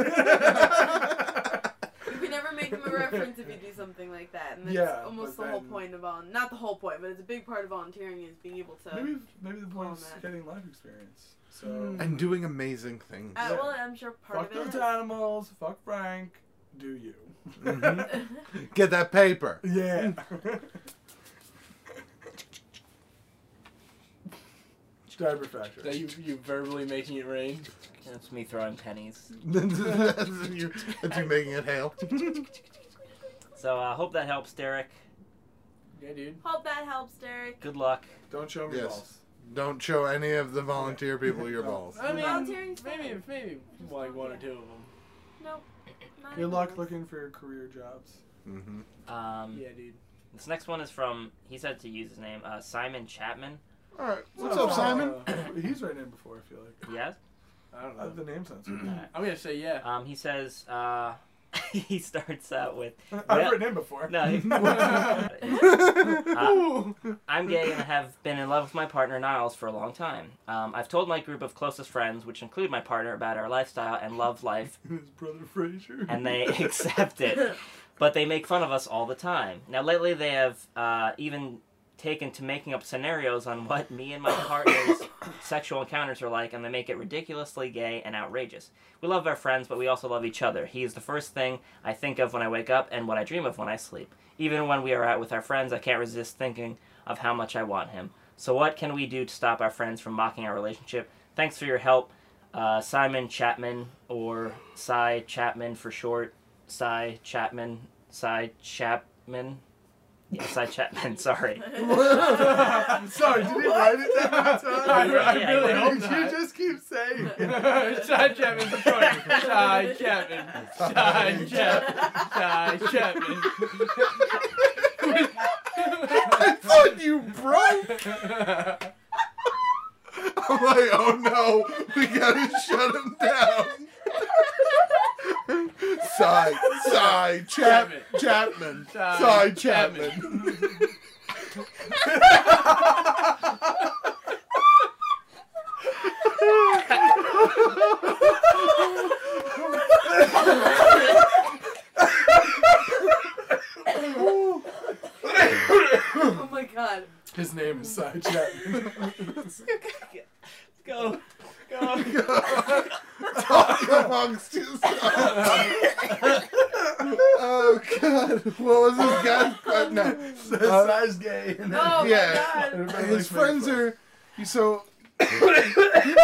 Speaker 5: You can never make them a reference if you do something like that. And that's
Speaker 6: Yeah,
Speaker 5: almost
Speaker 6: but
Speaker 5: the whole
Speaker 6: then-
Speaker 5: point of volunteering. Not the whole point, but it's a big part of volunteering is being able to.
Speaker 6: maybe maybe the point
Speaker 5: Oh,
Speaker 6: is
Speaker 5: man.
Speaker 6: getting life experience. So
Speaker 5: Hmm.
Speaker 2: <laughs> and doing amazing things.
Speaker 5: Uh, well, I'm sure part
Speaker 6: fuck
Speaker 5: of it.
Speaker 6: those
Speaker 5: is-
Speaker 6: animals. Fuck Frank. Do you?
Speaker 2: Mhm.
Speaker 5: Mm-hmm.
Speaker 2: Get that paper.
Speaker 6: <laughs>
Speaker 2: <laughs>
Speaker 6: Yeah. <laughs> Diaper factory.
Speaker 3: That you, you verbally making it rain.
Speaker 4: That's me throwing pennies.
Speaker 2: that's you, that's you making it hail.
Speaker 4: So I uh, hope that helps, Derek.
Speaker 3: Yeah, dude.
Speaker 5: <laughs> Hope that helps, Derek.
Speaker 4: Good luck.
Speaker 6: Don't show me
Speaker 2: Yes.
Speaker 6: balls.
Speaker 2: Don't show any of the volunteer people your balls.
Speaker 3: I mean,
Speaker 5: Volunteering's
Speaker 3: maybe,
Speaker 5: fine.
Speaker 3: maybe
Speaker 5: Just
Speaker 3: like one or
Speaker 5: volunteer.
Speaker 3: two of them.
Speaker 5: Nope. not
Speaker 6: Good
Speaker 5: even
Speaker 6: luck
Speaker 5: close.
Speaker 6: looking for your career jobs.
Speaker 2: Mm-hmm.
Speaker 4: Um,
Speaker 3: Yeah, dude.
Speaker 4: This next one is from, he said to use his name, uh, Simon Chapman.
Speaker 2: All right. What's
Speaker 6: Oh,
Speaker 2: up,
Speaker 6: <laughs>
Speaker 2: Simon?
Speaker 6: He's written in before. I feel
Speaker 2: <clears throat>
Speaker 6: like
Speaker 4: Yes?
Speaker 3: I don't
Speaker 6: Uh,
Speaker 3: know.
Speaker 6: the name sounds. Good.
Speaker 3: I'm gonna say yeah.
Speaker 4: Um, he says, uh, <laughs> he starts out with,
Speaker 6: <laughs> I've
Speaker 4: Yeah.
Speaker 6: written in before.
Speaker 4: no,
Speaker 6: <laughs>
Speaker 4: <laughs>
Speaker 6: Uh,
Speaker 4: he- I'm gay and I have been in love with my partner Niles for a long time. Um, I've told my group of closest friends, which include my partner, about our lifestyle and love life,
Speaker 6: His brother Fraser.
Speaker 4: and they <laughs> accept it. But they make fun of us all the time. Now, lately, they have uh, even taken to making up scenarios on what me and my partner's sexual encounters are like, and they make it ridiculously gay and outrageous. We love our friends, but we also love each other. He is the first thing I think of when I wake up and what I dream of when I sleep. Even when we are out with our friends, I can't resist thinking of how much I want him. So, what can we do to stop our friends from mocking our relationship? Thanks for your help, uh, Simon Chapman, or Cy Chapman for short. Cy Chapman. Cy Chapman. Yeah, Cy Chapman, <laughs> sorry.
Speaker 6: <laughs> Sorry, did <laughs> he write it
Speaker 4: <laughs>
Speaker 6: that much?
Speaker 3: <laughs> I, re- I
Speaker 4: Yeah,
Speaker 3: really
Speaker 4: yeah.
Speaker 3: hope
Speaker 6: you
Speaker 3: not.
Speaker 6: just keep saying.
Speaker 3: Side Chapman, Detroit. Side Chapman. Side Chapman. Side Chapman.
Speaker 2: I thought you broke. I'm like, oh no, we gotta shut him down. Sigh, sigh, Chap- Chapman,
Speaker 3: Sigh,
Speaker 2: sigh,
Speaker 3: Chapman.
Speaker 2: Chapman.
Speaker 5: <laughs> oh my god.
Speaker 6: His name is
Speaker 2: <laughs>
Speaker 6: Cy Chapman.
Speaker 4: Go. Go.
Speaker 2: Talk amongst yourselves. oh god, what was this guy's uh, no.
Speaker 6: Cy's gay. And
Speaker 5: Oh
Speaker 2: Yeah.
Speaker 5: my god.
Speaker 2: His friends are so people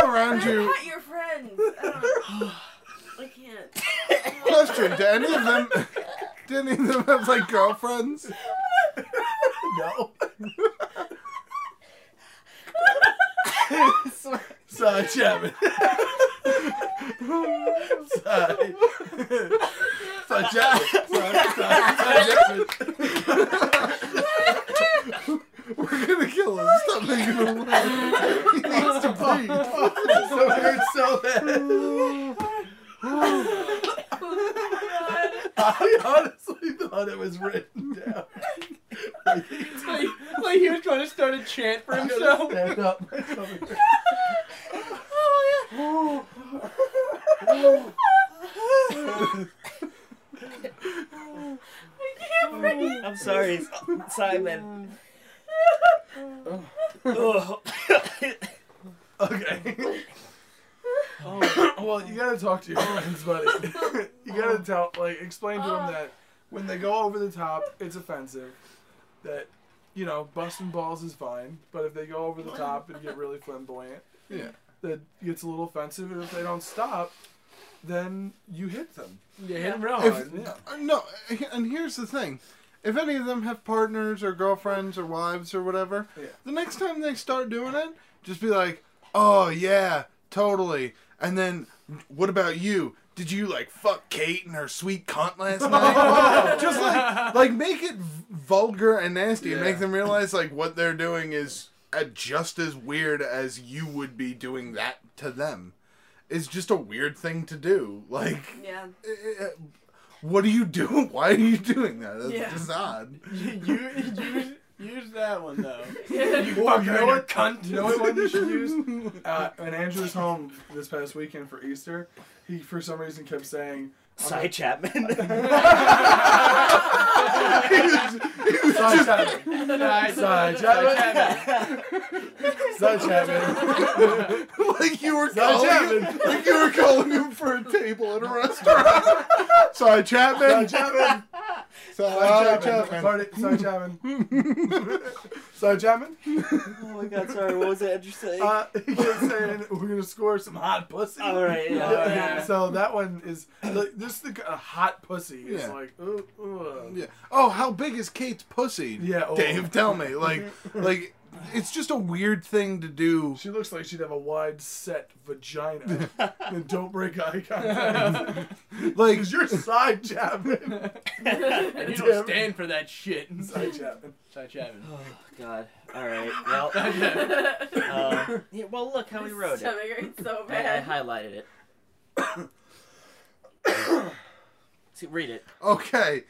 Speaker 2: around
Speaker 5: They're
Speaker 2: you.
Speaker 5: not your friends. I, don't, I can't.
Speaker 2: Question: Do any of them? Do any of them have like girlfriends?
Speaker 6: No. <laughs> <laughs> Cy Chapman. Cy. Cy Chapman. Cy- Cy- Cy Chapman.
Speaker 2: We're gonna kill him. Stop making him laugh. He needs to breathe.
Speaker 6: So weird, so bad. I honestly thought it was written down. Like, he's
Speaker 3: <laughs> Like, like he was trying to start a chant for
Speaker 6: gonna
Speaker 3: himself.
Speaker 6: stand up and come here.
Speaker 4: I'm sorry, Simon. Ugh.
Speaker 6: Okay. well, you gotta talk to your friends, buddy. you gotta tell, like, explain to them that when they go over the top, it's offensive. That, you know, busting balls is fine, but if they go over the top and get really flamboyant,
Speaker 2: Yeah.
Speaker 6: that gets a little offensive, and if they don't stop, then you hit them.
Speaker 3: Yeah, hit him real
Speaker 2: If, uh,
Speaker 3: hard.
Speaker 6: yeah.
Speaker 2: No, and here's the thing. If any of them have partners or girlfriends or wives or whatever,
Speaker 6: Yeah.
Speaker 2: the next time they start doing it, just be like, "Oh yeah, totally." And then, what about you? Did you like fuck Kate and her sweet cunt
Speaker 6: <laughs>
Speaker 2: last night? just like, like make it v- vulgar and nasty, and make
Speaker 6: Yeah.
Speaker 2: them realize like what they're doing is uh, just as weird as you would be doing that to them. It's just a weird thing to do. Like,
Speaker 5: Yeah.
Speaker 2: what are you doing? <laughs> Why are you doing that? That's
Speaker 5: Yeah.
Speaker 2: just odd.
Speaker 3: You, use, use that one though.
Speaker 6: Well, you know what,
Speaker 3: cunt.
Speaker 6: You know what one you
Speaker 2: <laughs>
Speaker 6: should use? Uh, in Andrew's home this past weekend for Easter, he for some reason kept saying,
Speaker 4: Cy
Speaker 6: <laughs>
Speaker 4: Chapman. <laughs>
Speaker 6: Side Chapman.
Speaker 3: Side,
Speaker 6: Side Chapman. Side
Speaker 4: <laughs>
Speaker 6: Chapman.
Speaker 2: <laughs> like you were
Speaker 6: Sorry,
Speaker 2: calling him,
Speaker 6: Chapman.
Speaker 2: <laughs> like you were calling him for a table at a restaurant.
Speaker 6: <laughs>
Speaker 2: Sorry, Chapman.
Speaker 6: Side Chapman.
Speaker 2: Sorry, Chapman.
Speaker 6: Side Chapman. Party- Side Chapman. Side Chapman.
Speaker 4: oh my god, sorry, what was that Andrew saying?
Speaker 6: Uh, he kept saying, we're going to score some hot pussy.
Speaker 4: All right, yeah.
Speaker 6: Yeah,
Speaker 5: Yeah.
Speaker 6: <laughs> So that one is, like, this is the uh, hot pussy. It's
Speaker 2: Yeah.
Speaker 6: like, ooh, ooh.
Speaker 2: <laughs> Yeah. Oh, how big is Kate's pussy?
Speaker 6: Yeah, oh.
Speaker 2: Dave, tell me. Like, like, it's just a weird thing to do.
Speaker 6: She looks like she'd have a wide set vagina.
Speaker 2: <laughs>
Speaker 6: and don't break eye contact.
Speaker 2: Like,
Speaker 6: <laughs> Because you're side Chapman.
Speaker 3: And you don't stand for that shit.
Speaker 6: Side Chapman.
Speaker 3: Side Chapman.
Speaker 4: Oh god. All right.
Speaker 3: <laughs>
Speaker 4: Well. uh, yeah, well, look how we wrote it.
Speaker 5: Stomach hurts so
Speaker 4: I, I
Speaker 5: bad.
Speaker 4: highlighted it.
Speaker 3: <coughs>
Speaker 4: See, read it.
Speaker 2: okay.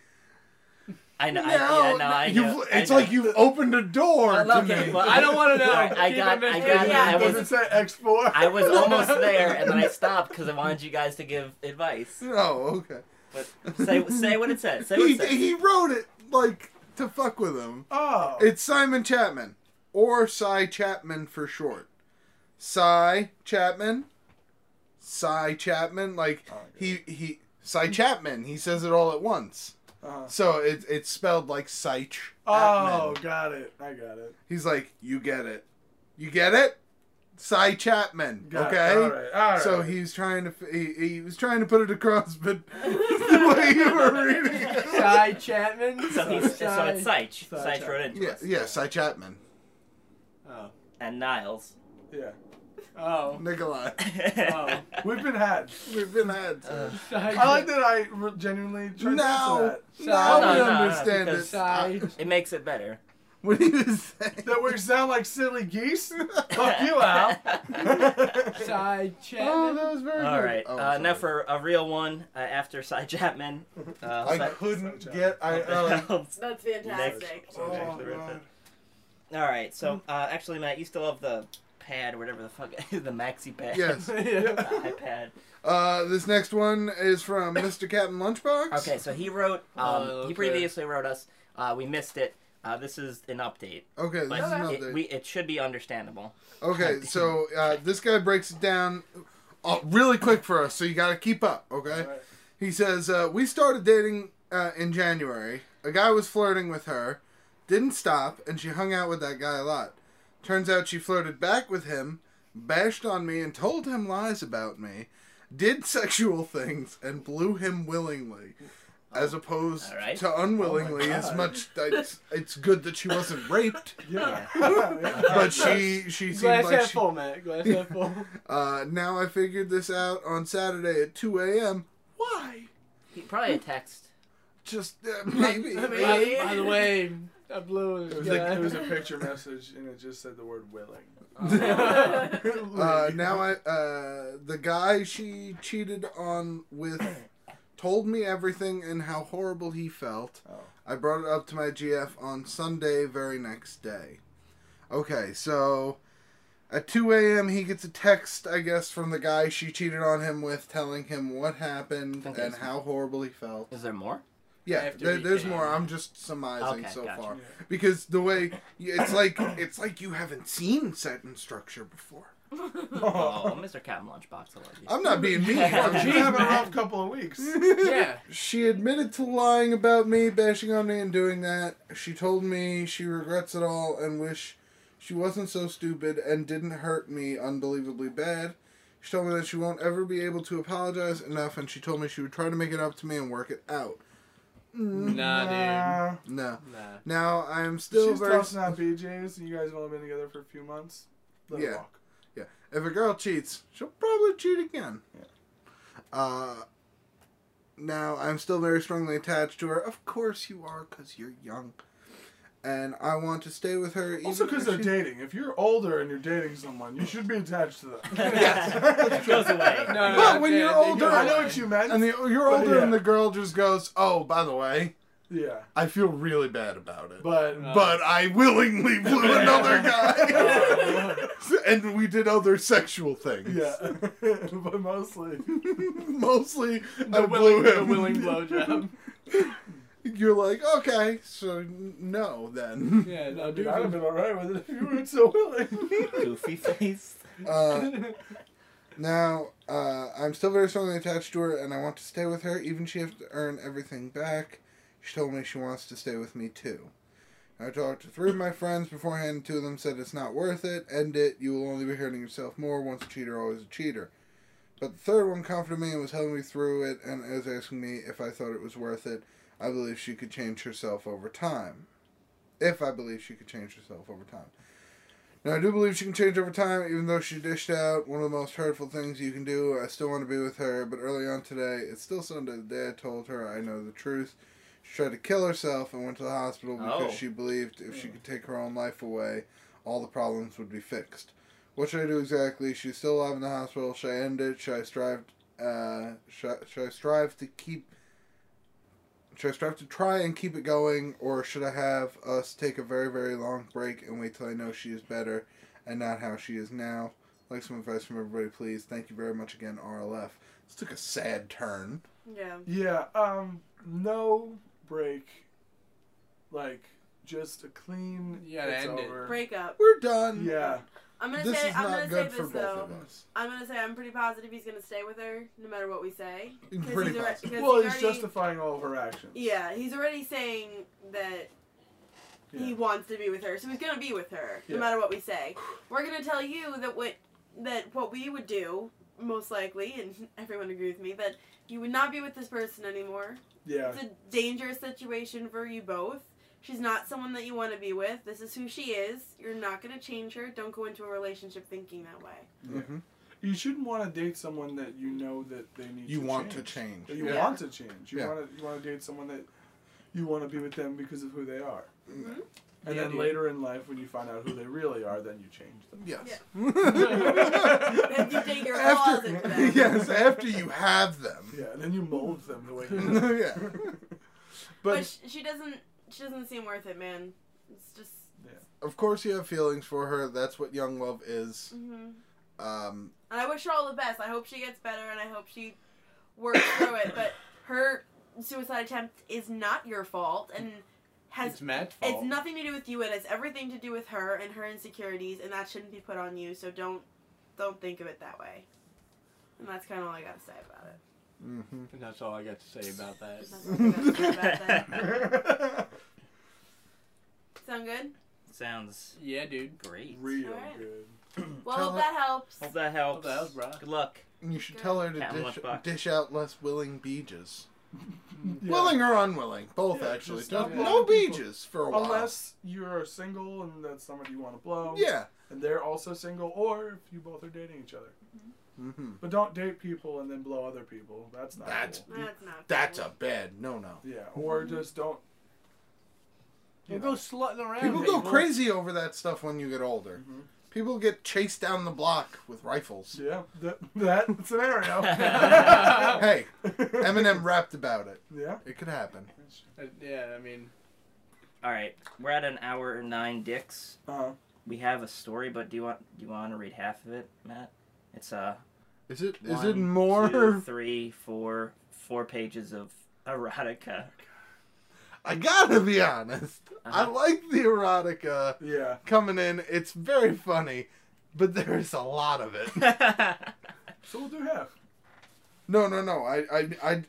Speaker 4: I know. I,
Speaker 2: Now,
Speaker 4: yeah, no, I
Speaker 2: you've-
Speaker 4: know.
Speaker 2: it's
Speaker 4: I know.
Speaker 2: like you've opened a door.
Speaker 4: I love
Speaker 2: to
Speaker 4: it.
Speaker 2: me.
Speaker 4: Well,
Speaker 3: I don't
Speaker 4: <laughs>
Speaker 3: want to know.
Speaker 4: Alright, I
Speaker 3: Keep
Speaker 4: got-
Speaker 3: it
Speaker 4: I
Speaker 3: mystery.
Speaker 4: got-
Speaker 5: I
Speaker 6: Does it
Speaker 4: was-
Speaker 6: say X4?
Speaker 4: I was almost there, and
Speaker 2: <laughs>
Speaker 4: then I stopped because I wanted you guys to give advice.
Speaker 2: oh, okay. <laughs>
Speaker 4: But say say what it said. Say what
Speaker 2: He,
Speaker 4: it said.
Speaker 2: he wrote it like to fuck with him.
Speaker 6: Oh.
Speaker 2: It's Simon Chapman, or Cy Chapman for short. Cy Chapman, Cy Chapman. Like
Speaker 6: Oh,
Speaker 2: he he Cy Chapman. He says it all at once,
Speaker 6: Uh-huh.
Speaker 2: so it, it's spelled like Sych.
Speaker 6: Oh, got it. I got it.
Speaker 2: he's like, you get it, you get it, Cy Chapman.
Speaker 6: Got it.
Speaker 2: okay.
Speaker 6: All right. All right.
Speaker 2: So he's trying to he, he was trying to put it across, but <laughs> the way you were reading
Speaker 6: <laughs>
Speaker 2: it,
Speaker 3: Side Chapman.
Speaker 4: So he's so it's
Speaker 3: Cy-
Speaker 4: Seich. Seich wrote into
Speaker 2: yeah,
Speaker 4: us.
Speaker 2: yeah, Cy Chapman.
Speaker 3: Oh.
Speaker 4: And Niles.
Speaker 6: Yeah.
Speaker 3: Oh.
Speaker 2: Nikolai.
Speaker 3: Oh.
Speaker 6: We've been had.
Speaker 2: <laughs> We've been had.
Speaker 4: Uh,
Speaker 2: sir.
Speaker 6: I like that I re- genuinely tried to
Speaker 2: now,
Speaker 6: that.
Speaker 2: now
Speaker 3: No,
Speaker 2: we
Speaker 3: no, no,
Speaker 2: understand
Speaker 4: because-
Speaker 2: it.
Speaker 3: Sigh.
Speaker 4: It makes it better.
Speaker 2: What do you <laughs> say?
Speaker 6: That we sound like
Speaker 2: <laughs>
Speaker 6: silly geese? Fuck you, Al.
Speaker 3: Sigh.
Speaker 2: Oh,
Speaker 6: <laughs>
Speaker 3: Chapman.
Speaker 2: that was very
Speaker 4: <laughs> All
Speaker 2: good.
Speaker 4: right.
Speaker 2: Oh,
Speaker 4: uh, now
Speaker 2: sorry.
Speaker 4: for a real one uh, after
Speaker 2: <laughs>
Speaker 4: Cy Chapman. Uh,
Speaker 2: I
Speaker 4: Cy-
Speaker 2: couldn't
Speaker 6: Sorry,
Speaker 2: get. I.
Speaker 4: <laughs>
Speaker 2: Uh,
Speaker 5: That's fantastic.
Speaker 4: Nick.
Speaker 6: Oh,
Speaker 4: actually wrote
Speaker 6: God.
Speaker 4: All right. So uh, actually, Matt, you still have the pad or whatever the fuck <laughs> the maxi pad.
Speaker 2: yes.
Speaker 4: <laughs> The
Speaker 3: Yeah.
Speaker 4: iPad.
Speaker 2: Uh, this next one is from Mr. Captain Lunchbox.
Speaker 4: Okay, so he wrote. Um,
Speaker 3: Oh, okay.
Speaker 4: He previously wrote us. Uh, we missed it. Uh, this is an update.
Speaker 2: Okay, this
Speaker 4: But
Speaker 2: is an
Speaker 4: It,
Speaker 2: update.
Speaker 4: we, it should be understandable.
Speaker 6: <laughs>
Speaker 2: Okay, so uh, this guy breaks it down uh, really quick for us, so you gotta keep up, okay?
Speaker 6: Alright.
Speaker 2: He says, uh, We started dating uh, in January. A guy was flirting with her, didn't stop, and she hung out with that guy a lot. Turns out she flirted back with him, bashed on me, and told him lies about me, did <laughs> sexual things, and blew him willingly. As opposed
Speaker 4: alright.
Speaker 2: to unwillingly,
Speaker 6: Oh my
Speaker 2: as
Speaker 6: God.
Speaker 2: much it's, it's good that she wasn't
Speaker 6: <laughs>
Speaker 2: raped,
Speaker 6: Yeah.
Speaker 2: but she she seemed
Speaker 3: Glass
Speaker 2: like
Speaker 3: half
Speaker 2: she,
Speaker 3: full, Matt. Glass half
Speaker 6: <laughs>
Speaker 3: full.
Speaker 2: uh, now I figured this out on Saturday at 2 a.m. Why?
Speaker 4: He probably a text.
Speaker 2: Just uh, maybe.
Speaker 3: by, by the way, I blew
Speaker 6: It
Speaker 3: this
Speaker 6: was,
Speaker 3: guy.
Speaker 6: a, it was a picture message and it just said the word willing. <laughs>
Speaker 2: Uh, now I uh, the guy she cheated on with told me everything and how horrible he felt.
Speaker 6: Oh.
Speaker 2: I brought it up to my GF on Sunday, very next day. Okay, so at 2 a.m. he gets a text, I guess, from the guy she cheated on him with, telling him what happened
Speaker 4: Think
Speaker 2: and
Speaker 4: it's-
Speaker 2: how horrible he felt.
Speaker 4: Is
Speaker 2: <laughs>
Speaker 4: there more?
Speaker 2: Yeah,
Speaker 3: After
Speaker 2: there,
Speaker 3: we
Speaker 2: there's
Speaker 3: came.
Speaker 2: more. I'm just surmising
Speaker 4: Okay,
Speaker 2: so
Speaker 4: gotcha.
Speaker 2: far
Speaker 6: Yeah.
Speaker 2: because the way it's like it's like you haven't seen set and structure before.
Speaker 4: Oh, Mr. Captain Lunchbox, I love you.
Speaker 2: I'm not
Speaker 4: <laughs>
Speaker 2: being mean. I'm
Speaker 6: She's
Speaker 2: just <laughs>
Speaker 6: having a
Speaker 2: having-
Speaker 6: rough couple of weeks.
Speaker 3: <laughs> yeah.
Speaker 2: she admitted to lying about me, bashing on me, and doing that. She told me she regrets it all and wish she wasn't so stupid and didn't hurt me unbelievably bad. She told me that she won't ever be able to apologize enough, and she told me she would try to make it up to me and work it out.
Speaker 3: Nah,
Speaker 2: No.
Speaker 3: dude. Nah.
Speaker 2: Now I am still
Speaker 6: She's
Speaker 2: very.
Speaker 6: tossing out BJ's and you guys have only been together for a few months. Let her
Speaker 2: Yeah.
Speaker 6: walk.
Speaker 2: Yeah. If a girl cheats, she'll probably cheat again. Uh, now, I'm still very strongly attached to her. Of course you are, because you're young. And I want to stay with her. even
Speaker 6: Also,
Speaker 2: if
Speaker 6: because they're
Speaker 2: she-
Speaker 6: dating. If you're older and you're dating someone, you should be attached to them.
Speaker 3: <laughs>
Speaker 4: <laughs> It
Speaker 2: <laughs>
Speaker 4: goes away.
Speaker 3: No, no,
Speaker 2: But
Speaker 3: no,
Speaker 2: when
Speaker 3: they-
Speaker 2: you're
Speaker 3: they
Speaker 2: older-
Speaker 3: go
Speaker 6: I know
Speaker 3: away.
Speaker 6: what you meant.
Speaker 2: And the, you're
Speaker 6: But
Speaker 2: older,
Speaker 6: yeah.
Speaker 2: and the girl just goes, Oh, by the way,
Speaker 6: yeah,
Speaker 2: I feel really bad about it. But,
Speaker 6: but
Speaker 3: No.
Speaker 2: I willingly blew another guy. <laughs> and we did other sexual things.
Speaker 6: yeah, <laughs> but mostly
Speaker 2: <laughs> Mostly, I
Speaker 3: The
Speaker 2: blew him.
Speaker 3: willing, the
Speaker 6: <laughs>
Speaker 3: willing
Speaker 2: <laughs>
Speaker 3: blowjob.
Speaker 2: You're like, okay, so n- no then. <laughs>
Speaker 3: Yeah, no, dude.
Speaker 6: Dude, I'd have been alright with it if you weren't so willing. <laughs>
Speaker 4: Goofy face.
Speaker 2: Uh, now, uh, I'm still very strongly attached to her, and I want to stay with her, even she has to earn everything back. She told me she wants to stay with me too. I talked to three of my friends beforehand. Two of them said it's not worth it. End it. You will only be hurting yourself more. Once a cheater, always a cheater. But the third one comforted me and was helping me through it, and was asking me if I thought it was worth it. I believe she could change herself over time. If I believe she could change herself over time. Now, I do believe she can change over time, even though she dished out one of the most hurtful things you can do. I still want to be with her, but early on today, it's still Sunday, the day I told her I know the truth. She tried to kill herself and went to the hospital because
Speaker 4: Oh.
Speaker 2: she believed if she could take her own life away, all the problems would be fixed. What should I do exactly? She's still alive in the hospital. Should I end it? Should I strive? Uh, should, I- should I strive to keep? Should I strive to try and keep it going, or should I have us take a very very long break and wait till I know she is better, and not how she is now? Like some advice from everybody, please. Thank you very much again, RLF. This took a sad turn.
Speaker 5: Yeah.
Speaker 6: yeah, um, no break, like just a clean.
Speaker 3: You gotta
Speaker 6: it's
Speaker 3: end it.
Speaker 6: over.
Speaker 5: Break up.
Speaker 2: We're done.
Speaker 6: Yeah,
Speaker 5: I'm gonna
Speaker 2: This
Speaker 5: say
Speaker 2: is
Speaker 5: I'm
Speaker 2: not
Speaker 5: gonna say
Speaker 2: good for
Speaker 5: this
Speaker 2: both
Speaker 5: though.
Speaker 2: of us.
Speaker 5: I'm gonna say I'm pretty positive he's gonna stay with her no matter what we say. 'Cause
Speaker 2: Pretty
Speaker 5: he's alre-
Speaker 2: positive.
Speaker 5: because
Speaker 6: well,
Speaker 5: he's
Speaker 6: it's
Speaker 5: already,
Speaker 6: justifying all of her actions.
Speaker 5: Yeah, he's already saying that he
Speaker 6: Yeah.
Speaker 5: wants to be with her, so he's gonna be with her
Speaker 6: Yeah.
Speaker 5: no matter what we say. We're gonna tell you that what that what we would do most likely, and <laughs> everyone agrees with me that you would not be with this person anymore.
Speaker 6: yeah.
Speaker 5: It's a dangerous situation for you both. She's not someone that you want to be with. This is who she is. You're not going to change her. Don't go into a relationship thinking that way.
Speaker 2: Mm-hmm.
Speaker 6: You shouldn't want to date someone that you know that they need.
Speaker 2: You
Speaker 6: to
Speaker 2: want
Speaker 6: change.
Speaker 2: to change.
Speaker 6: That you
Speaker 5: Yeah.
Speaker 6: want to change. You
Speaker 2: Yeah.
Speaker 6: want to you want to date someone that you want to be with them because of who they are.
Speaker 2: Mm-hmm.
Speaker 5: Mhm.
Speaker 6: And
Speaker 3: Yeah,
Speaker 6: then
Speaker 3: dude.
Speaker 6: later in life, when you find out who they really are, then you change
Speaker 5: <laughs>
Speaker 6: them.
Speaker 2: Yes. <laughs>
Speaker 5: you dig your
Speaker 2: after,
Speaker 5: <laughs> claws into them.
Speaker 2: yes, after you have them.
Speaker 6: Yeah, and then you mold them the way.
Speaker 2: <laughs>
Speaker 6: You
Speaker 2: yeah.
Speaker 5: But,
Speaker 2: But
Speaker 5: sh- she doesn't. She doesn't seem worth it, man. It's just.
Speaker 2: of course, you have feelings for her. That's what young love is.
Speaker 5: hmm
Speaker 2: Um,
Speaker 5: And I wish her all the best. I hope she gets better, and I hope she works through it. But her suicide attempt is not your fault, and has
Speaker 3: it's Matt's fault.
Speaker 5: It's nothing to do with you. It has everything to do with her and her insecurities, and that shouldn't be put on you. So don't, don't think of it that way. And that's kind of all I got to say about it. Mm-hmm.
Speaker 2: mhm.
Speaker 3: And that's all I got to say about that.
Speaker 5: That's all I gotta say about
Speaker 1: <laughs>
Speaker 5: that. Sound good?
Speaker 4: Sounds
Speaker 3: Yeah, dude.
Speaker 4: great.
Speaker 6: Real
Speaker 5: Alright.
Speaker 6: good.
Speaker 5: Well,
Speaker 2: Mm, Tell her-
Speaker 5: hope
Speaker 2: Oh,
Speaker 5: that helps.
Speaker 4: Hope that helps.
Speaker 3: Hope that helps, bruh.
Speaker 4: Good luck.
Speaker 2: You should tell her to
Speaker 4: Cat in
Speaker 2: dish,
Speaker 4: lunchbox.
Speaker 2: dish out less willing beaches.
Speaker 6: Yeah.
Speaker 2: Willing or unwilling, both
Speaker 6: Yeah,
Speaker 2: actually.
Speaker 6: just
Speaker 2: Don't-
Speaker 6: stop
Speaker 2: no
Speaker 6: blowing people.
Speaker 2: beaches for a while.
Speaker 6: Unless you're single and that's somebody you want to blow.
Speaker 2: yeah.
Speaker 6: And they're also single, or if you both are dating each other.
Speaker 2: hmm
Speaker 6: But don't date people and then blow other people. That's not.
Speaker 2: That's Mm-hmm.
Speaker 6: cool.
Speaker 5: That's not.
Speaker 2: That's
Speaker 5: cool.
Speaker 2: a bad no no.
Speaker 6: Yeah, or just don't.
Speaker 3: Don't
Speaker 6: You
Speaker 3: go
Speaker 6: know,
Speaker 3: slutting around.
Speaker 2: People go <laughs> crazy over that stuff when you get older.
Speaker 6: Mhm.
Speaker 2: People get chased down the block with rifles.
Speaker 6: yeah, that, that scenario.
Speaker 2: Hey, <laughs>
Speaker 6: <laughs>
Speaker 2: Eminem rapped about it.
Speaker 6: yeah.
Speaker 2: It could happen.
Speaker 3: Uh, <laughs> yeah, I mean,
Speaker 4: All right, we're at an hour and nine dicks.
Speaker 6: Uh,
Speaker 4: We have a story, but do you want do you want to read half of it, Matt? It's uh
Speaker 2: Is it? Is it
Speaker 4: one,
Speaker 2: more?
Speaker 4: two, three, four, four pages of erotica. <laughs>
Speaker 2: I gotta be honest. I
Speaker 4: Uh-huh.
Speaker 2: like the erotica
Speaker 6: yeah.
Speaker 2: coming in. It's very funny, but there's a lot of it. <laughs>
Speaker 6: So we'll do half.
Speaker 2: No, no, no. I, I, I
Speaker 4: You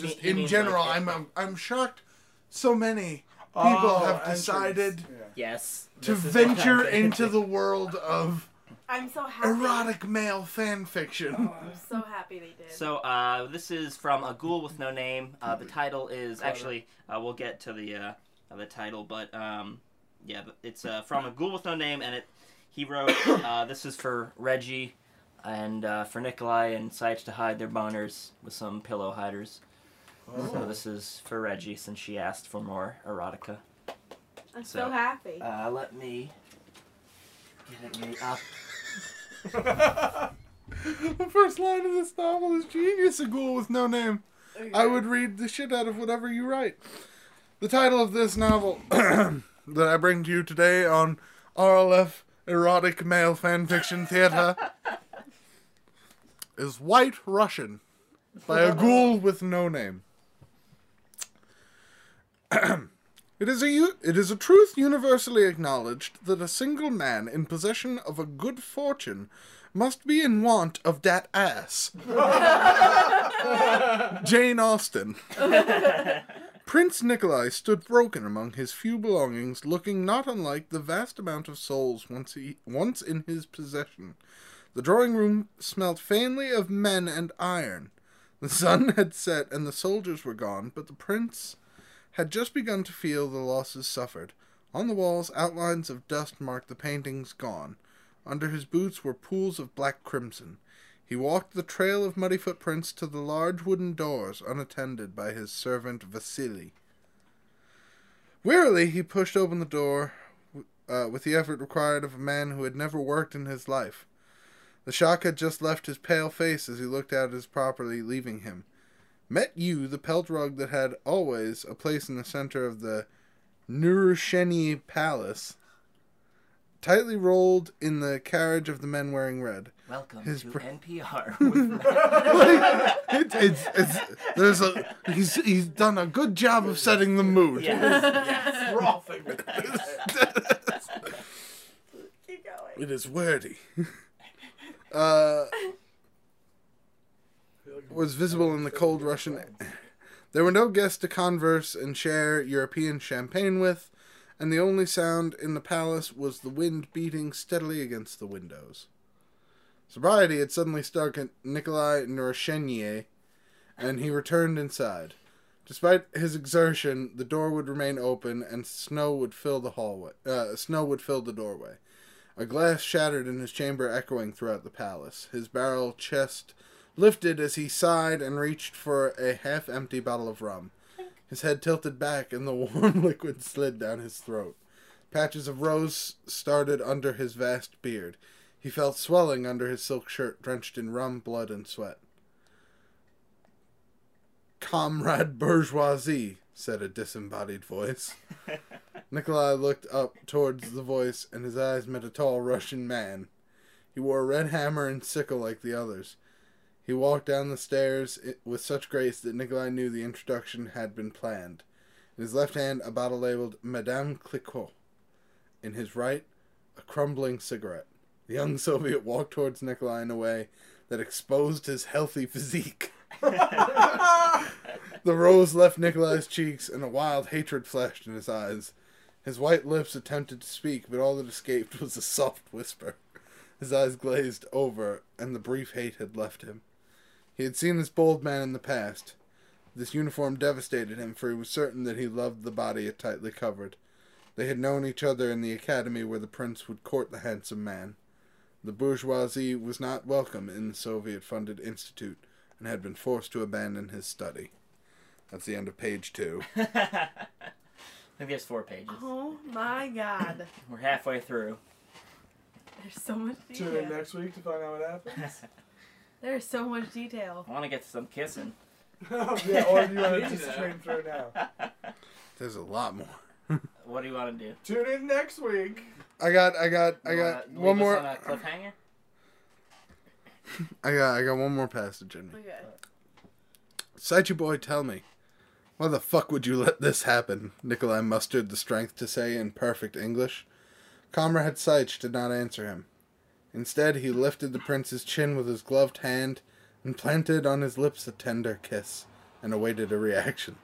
Speaker 2: just
Speaker 4: mean- you mean
Speaker 2: in general,
Speaker 4: like-
Speaker 2: I'm, I'm, I'm shocked. So many people
Speaker 6: Oh,
Speaker 2: have
Speaker 6: entrance.
Speaker 2: decided <laughs>
Speaker 6: Yeah.
Speaker 4: yes.
Speaker 2: to
Speaker 4: this is what
Speaker 2: venture
Speaker 4: I'm thinking. <laughs>
Speaker 2: into the world of
Speaker 5: I'm so happy.
Speaker 2: erotic male fan fiction.
Speaker 5: I'm so happy they did.
Speaker 4: So uh, this is from a ghoul with no name. Uh, the title is actually uh, we'll get to the uh, uh, the title, but um, yeah, but it's uh, from a ghoul with no name, and it he wrote <coughs> uh, this is for Reggie and uh, for Nikolai and Sites to hide their boners with some pillow hiders.
Speaker 2: Oh.
Speaker 4: So this is for Reggie since she asked for more erotica.
Speaker 5: I'm
Speaker 4: so-
Speaker 5: so, happy.
Speaker 4: Uh, let me get it me up.
Speaker 2: <laughs> the first line of this novel is genius. A ghoul with no name. I would read the shit out of whatever you write. The title of this novel <clears throat> that I bring to you today on RLF Erotic Male Fanfiction Theater is White Russian by a ghoul with no name. <clears throat> It is a u- it is a truth universally acknowledged that a single man in possession of a good fortune must be in want of dat ass. Jane Austen. <laughs> Prince Nikolai stood broken among his few belongings, looking not unlike the vast amount of souls once he once in his possession. The drawing room smelt faintly of men and iron. The sun had set and the soldiers were gone, but the prince had just begun to feel the losses suffered. On the walls, outlines of dust marked the paintings gone. Under his boots were pools of black crimson. He walked the trail of muddy footprints to the large wooden doors unattended by his servant Vasily. Wearily, he pushed open the door uh, with the effort required of a man who had never worked in his life. The shock had just left his pale face as he looked out at his property, leaving him. Met you, the pelt rug that had always a place in the center of the Nurusheni Palace, tightly rolled in the carriage of the men wearing red.
Speaker 4: Welcome
Speaker 2: His
Speaker 4: to
Speaker 2: br-
Speaker 4: <laughs> NPR. with Matt.
Speaker 2: It- it's, it's, there's a he's he's done a good job of setting the mood. <laughs>
Speaker 4: yes.
Speaker 6: Frothing.
Speaker 5: Keep going.
Speaker 2: It is wordy. Uh, was visible in the cold Russian. There were no guests to converse and share European champagne with, and the only sound in the palace was the wind beating steadily against the windows. Sobriety had suddenly struck at Nikolai Noroshenye, and he returned inside. Despite his exertion, the door would remain open, and snow would fill the hallway. Uh, snow would fill the doorway. A glass shattered in his chamber, echoing throughout the palace. His barrel chest lifted as he sighed and reached for a half-empty bottle of rum. His head tilted back, and the <laughs> warm liquid slid down his throat. Patches of rose started under his vast beard. He felt swelling under his silk shirt, drenched in rum, blood, and sweat. Comrade bourgeoisie, said a disembodied voice. Nikolai looked up towards the voice, and his eyes met a tall Russian man. He wore a red hammer and sickle like the others. He walked down the stairs i- with such grace that Nikolai knew the introduction had been planned. In his left hand, a bottle labeled Madame Clicquot. In his right, a crumbling cigarette. The young Soviet walked towards Nikolai in a way that exposed his healthy physique. The rose left Nikolai's cheeks, and a wild hatred flashed in his eyes. His white lips attempted to speak, but all that escaped <laughs> was a soft whisper. His eyes glazed over, and the brief hate had left him. He had seen this bold man in the past. This uniform devastated him, for he was certain that he loved the body it tightly covered. They had known each other in the academy where the prince would court the handsome man. The bourgeoisie was not welcome in the Soviet funded institute and had been forced to abandon his study. That's the end of page two.
Speaker 4: <laughs> I think there's four pages.
Speaker 5: Oh my god.
Speaker 4: We're halfway through.
Speaker 5: There's so much
Speaker 6: Tune in
Speaker 5: detail.
Speaker 6: next week to find out what happened.
Speaker 2: <laughs>
Speaker 6: <laughs>
Speaker 4: I
Speaker 5: There's so much detail.
Speaker 4: want to get to some kissing.
Speaker 6: yeah, or do you want to
Speaker 3: Need
Speaker 6: just
Speaker 3: that.
Speaker 6: stream through now?
Speaker 2: There's a lot more.
Speaker 4: What do you want to do?
Speaker 6: Tune in next week. <laughs>
Speaker 2: I got, I got, I
Speaker 4: You
Speaker 2: got
Speaker 4: wanna
Speaker 2: one
Speaker 4: leave
Speaker 2: more.
Speaker 4: Us on a cliffhanger.
Speaker 2: I got, I got one more passage in me.
Speaker 5: Okay.
Speaker 2: Saichi boy, tell me, why the fuck would you let this happen? Nikolai mustered the strength to say in perfect English. Comrade Seich did not answer him. Instead, he lifted the prince's chin with his gloved hand and planted on his lips a tender kiss and awaited a reaction.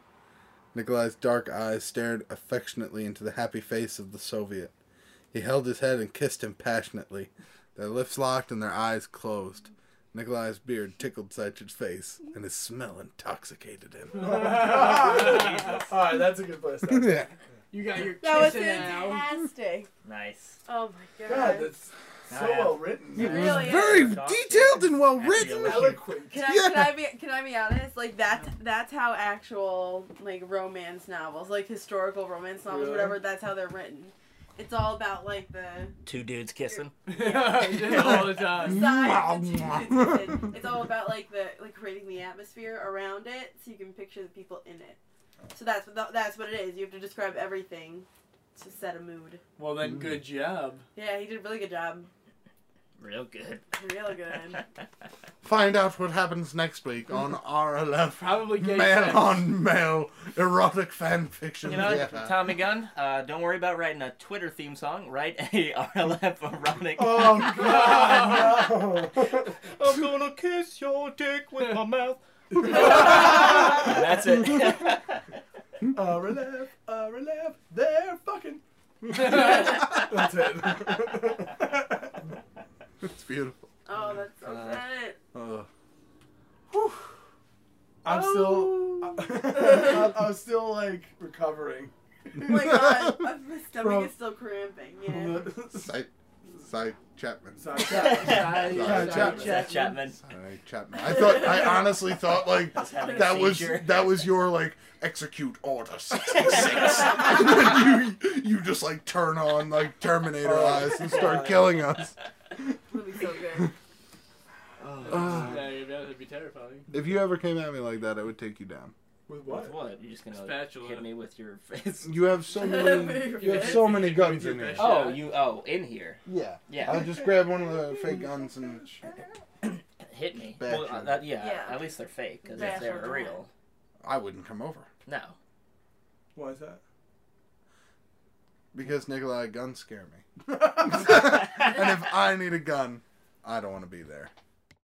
Speaker 2: Nikolai's dark eyes stared affectionately into the happy face of the Soviet. He held his head and kissed him passionately. Their lips locked and their eyes closed. Nikolai's beard tickled Seich's face, and his smell intoxicated him. <laughs>
Speaker 6: All right, that's a good place. to end.
Speaker 2: yeah.
Speaker 3: You got your
Speaker 5: That was
Speaker 3: kissing
Speaker 5: <laughs>
Speaker 3: now.
Speaker 5: fantastic.
Speaker 4: Nice.
Speaker 5: Oh my
Speaker 6: God,
Speaker 5: god.
Speaker 6: that's so
Speaker 4: Oh, yeah.
Speaker 6: well written.
Speaker 5: It
Speaker 6: man.
Speaker 5: really is.
Speaker 2: Very detailed and well written.
Speaker 4: <laughs>
Speaker 6: Eloquent.
Speaker 5: Can I, can I be can I be honest? Like that's that's how actual like romance novels, like historical romance novels,
Speaker 6: Really?
Speaker 5: whatever. That's how they're written. It's all about like the
Speaker 4: Two dudes kissing.
Speaker 3: I did it <laughs> all the time.
Speaker 5: size. and- it's all about like the like creating the atmosphere around it, so you can picture the people in it. So that's what that's what it is. You have to describe everything to set a mood.
Speaker 3: Well then, good job.
Speaker 5: Yeah, he did a really good job.
Speaker 4: Real <laughs> good.
Speaker 5: Real good.
Speaker 2: Find out what happens next week on RLF
Speaker 3: Probably gay sex.
Speaker 2: Mail on Mail Erotic Fan Fiction
Speaker 4: You know,
Speaker 2: Theater.
Speaker 4: Tommy Gunn, uh, don't worry about writing a Twitter theme song. Write a <laughs> RLF erotic.
Speaker 6: Oh God, no.
Speaker 4: Uh, I'm gonna kiss your dick with my mouth.
Speaker 6: uh,
Speaker 4: <laughs> That's <laughs> it.
Speaker 6: relief, uh, relief. They're fucking. <laughs> That's it.
Speaker 2: It's beautiful. Oh,
Speaker 5: Oh, that's so
Speaker 6: Uh. <laughs>
Speaker 5: sad.
Speaker 2: Ugh.
Speaker 6: I'm
Speaker 5: Oh.
Speaker 6: still. I, <laughs> I'm still like recovering. <laughs>
Speaker 5: Oh my god, my stomach
Speaker 6: Bro.
Speaker 5: is still cramping. Yeah.
Speaker 6: from the-
Speaker 2: Side, side Chapman.
Speaker 3: <laughs> <laughs>
Speaker 6: Sorry,
Speaker 3: Sorry,
Speaker 2: Sorry,
Speaker 3: sorry,
Speaker 2: Chapman.
Speaker 4: Seth Chapman.
Speaker 2: Side Chapman. I thought. I honestly thought like
Speaker 4: having a
Speaker 2: that was
Speaker 4: seizure.
Speaker 2: that was your like execute order sixty six. <laughs> and then you you just like turn on like Terminator
Speaker 6: Oh,
Speaker 2: eyes and start
Speaker 6: God.
Speaker 2: killing us.
Speaker 5: It'll be so
Speaker 6: <laughs>
Speaker 5: good.
Speaker 2: Ugh.
Speaker 3: Yeah, that'd be terrifying.
Speaker 2: If you ever came at me like that, I would take you down.
Speaker 6: With
Speaker 4: With
Speaker 6: what?
Speaker 4: what? You're just gonna
Speaker 3: Spatula.
Speaker 4: hit me with your face.
Speaker 2: You have so
Speaker 5: <laughs>
Speaker 2: many. You have so many guns in there.
Speaker 4: Oh, you. Oh, in here.
Speaker 2: Yeah.
Speaker 4: Yeah.
Speaker 2: I'll just grab one of the fake guns and.
Speaker 4: hit me.
Speaker 2: Bad
Speaker 4: Well, uh,
Speaker 2: shit.
Speaker 4: that, yeah,
Speaker 5: Yeah.
Speaker 4: At least they're fake. Because if
Speaker 5: Bad
Speaker 4: they were
Speaker 5: shit.
Speaker 4: real,
Speaker 2: I wouldn't come over
Speaker 4: no.
Speaker 6: Why is that?
Speaker 2: because <laughs> Nikolai guns scare me. and if I need a gun, I don't want to be there.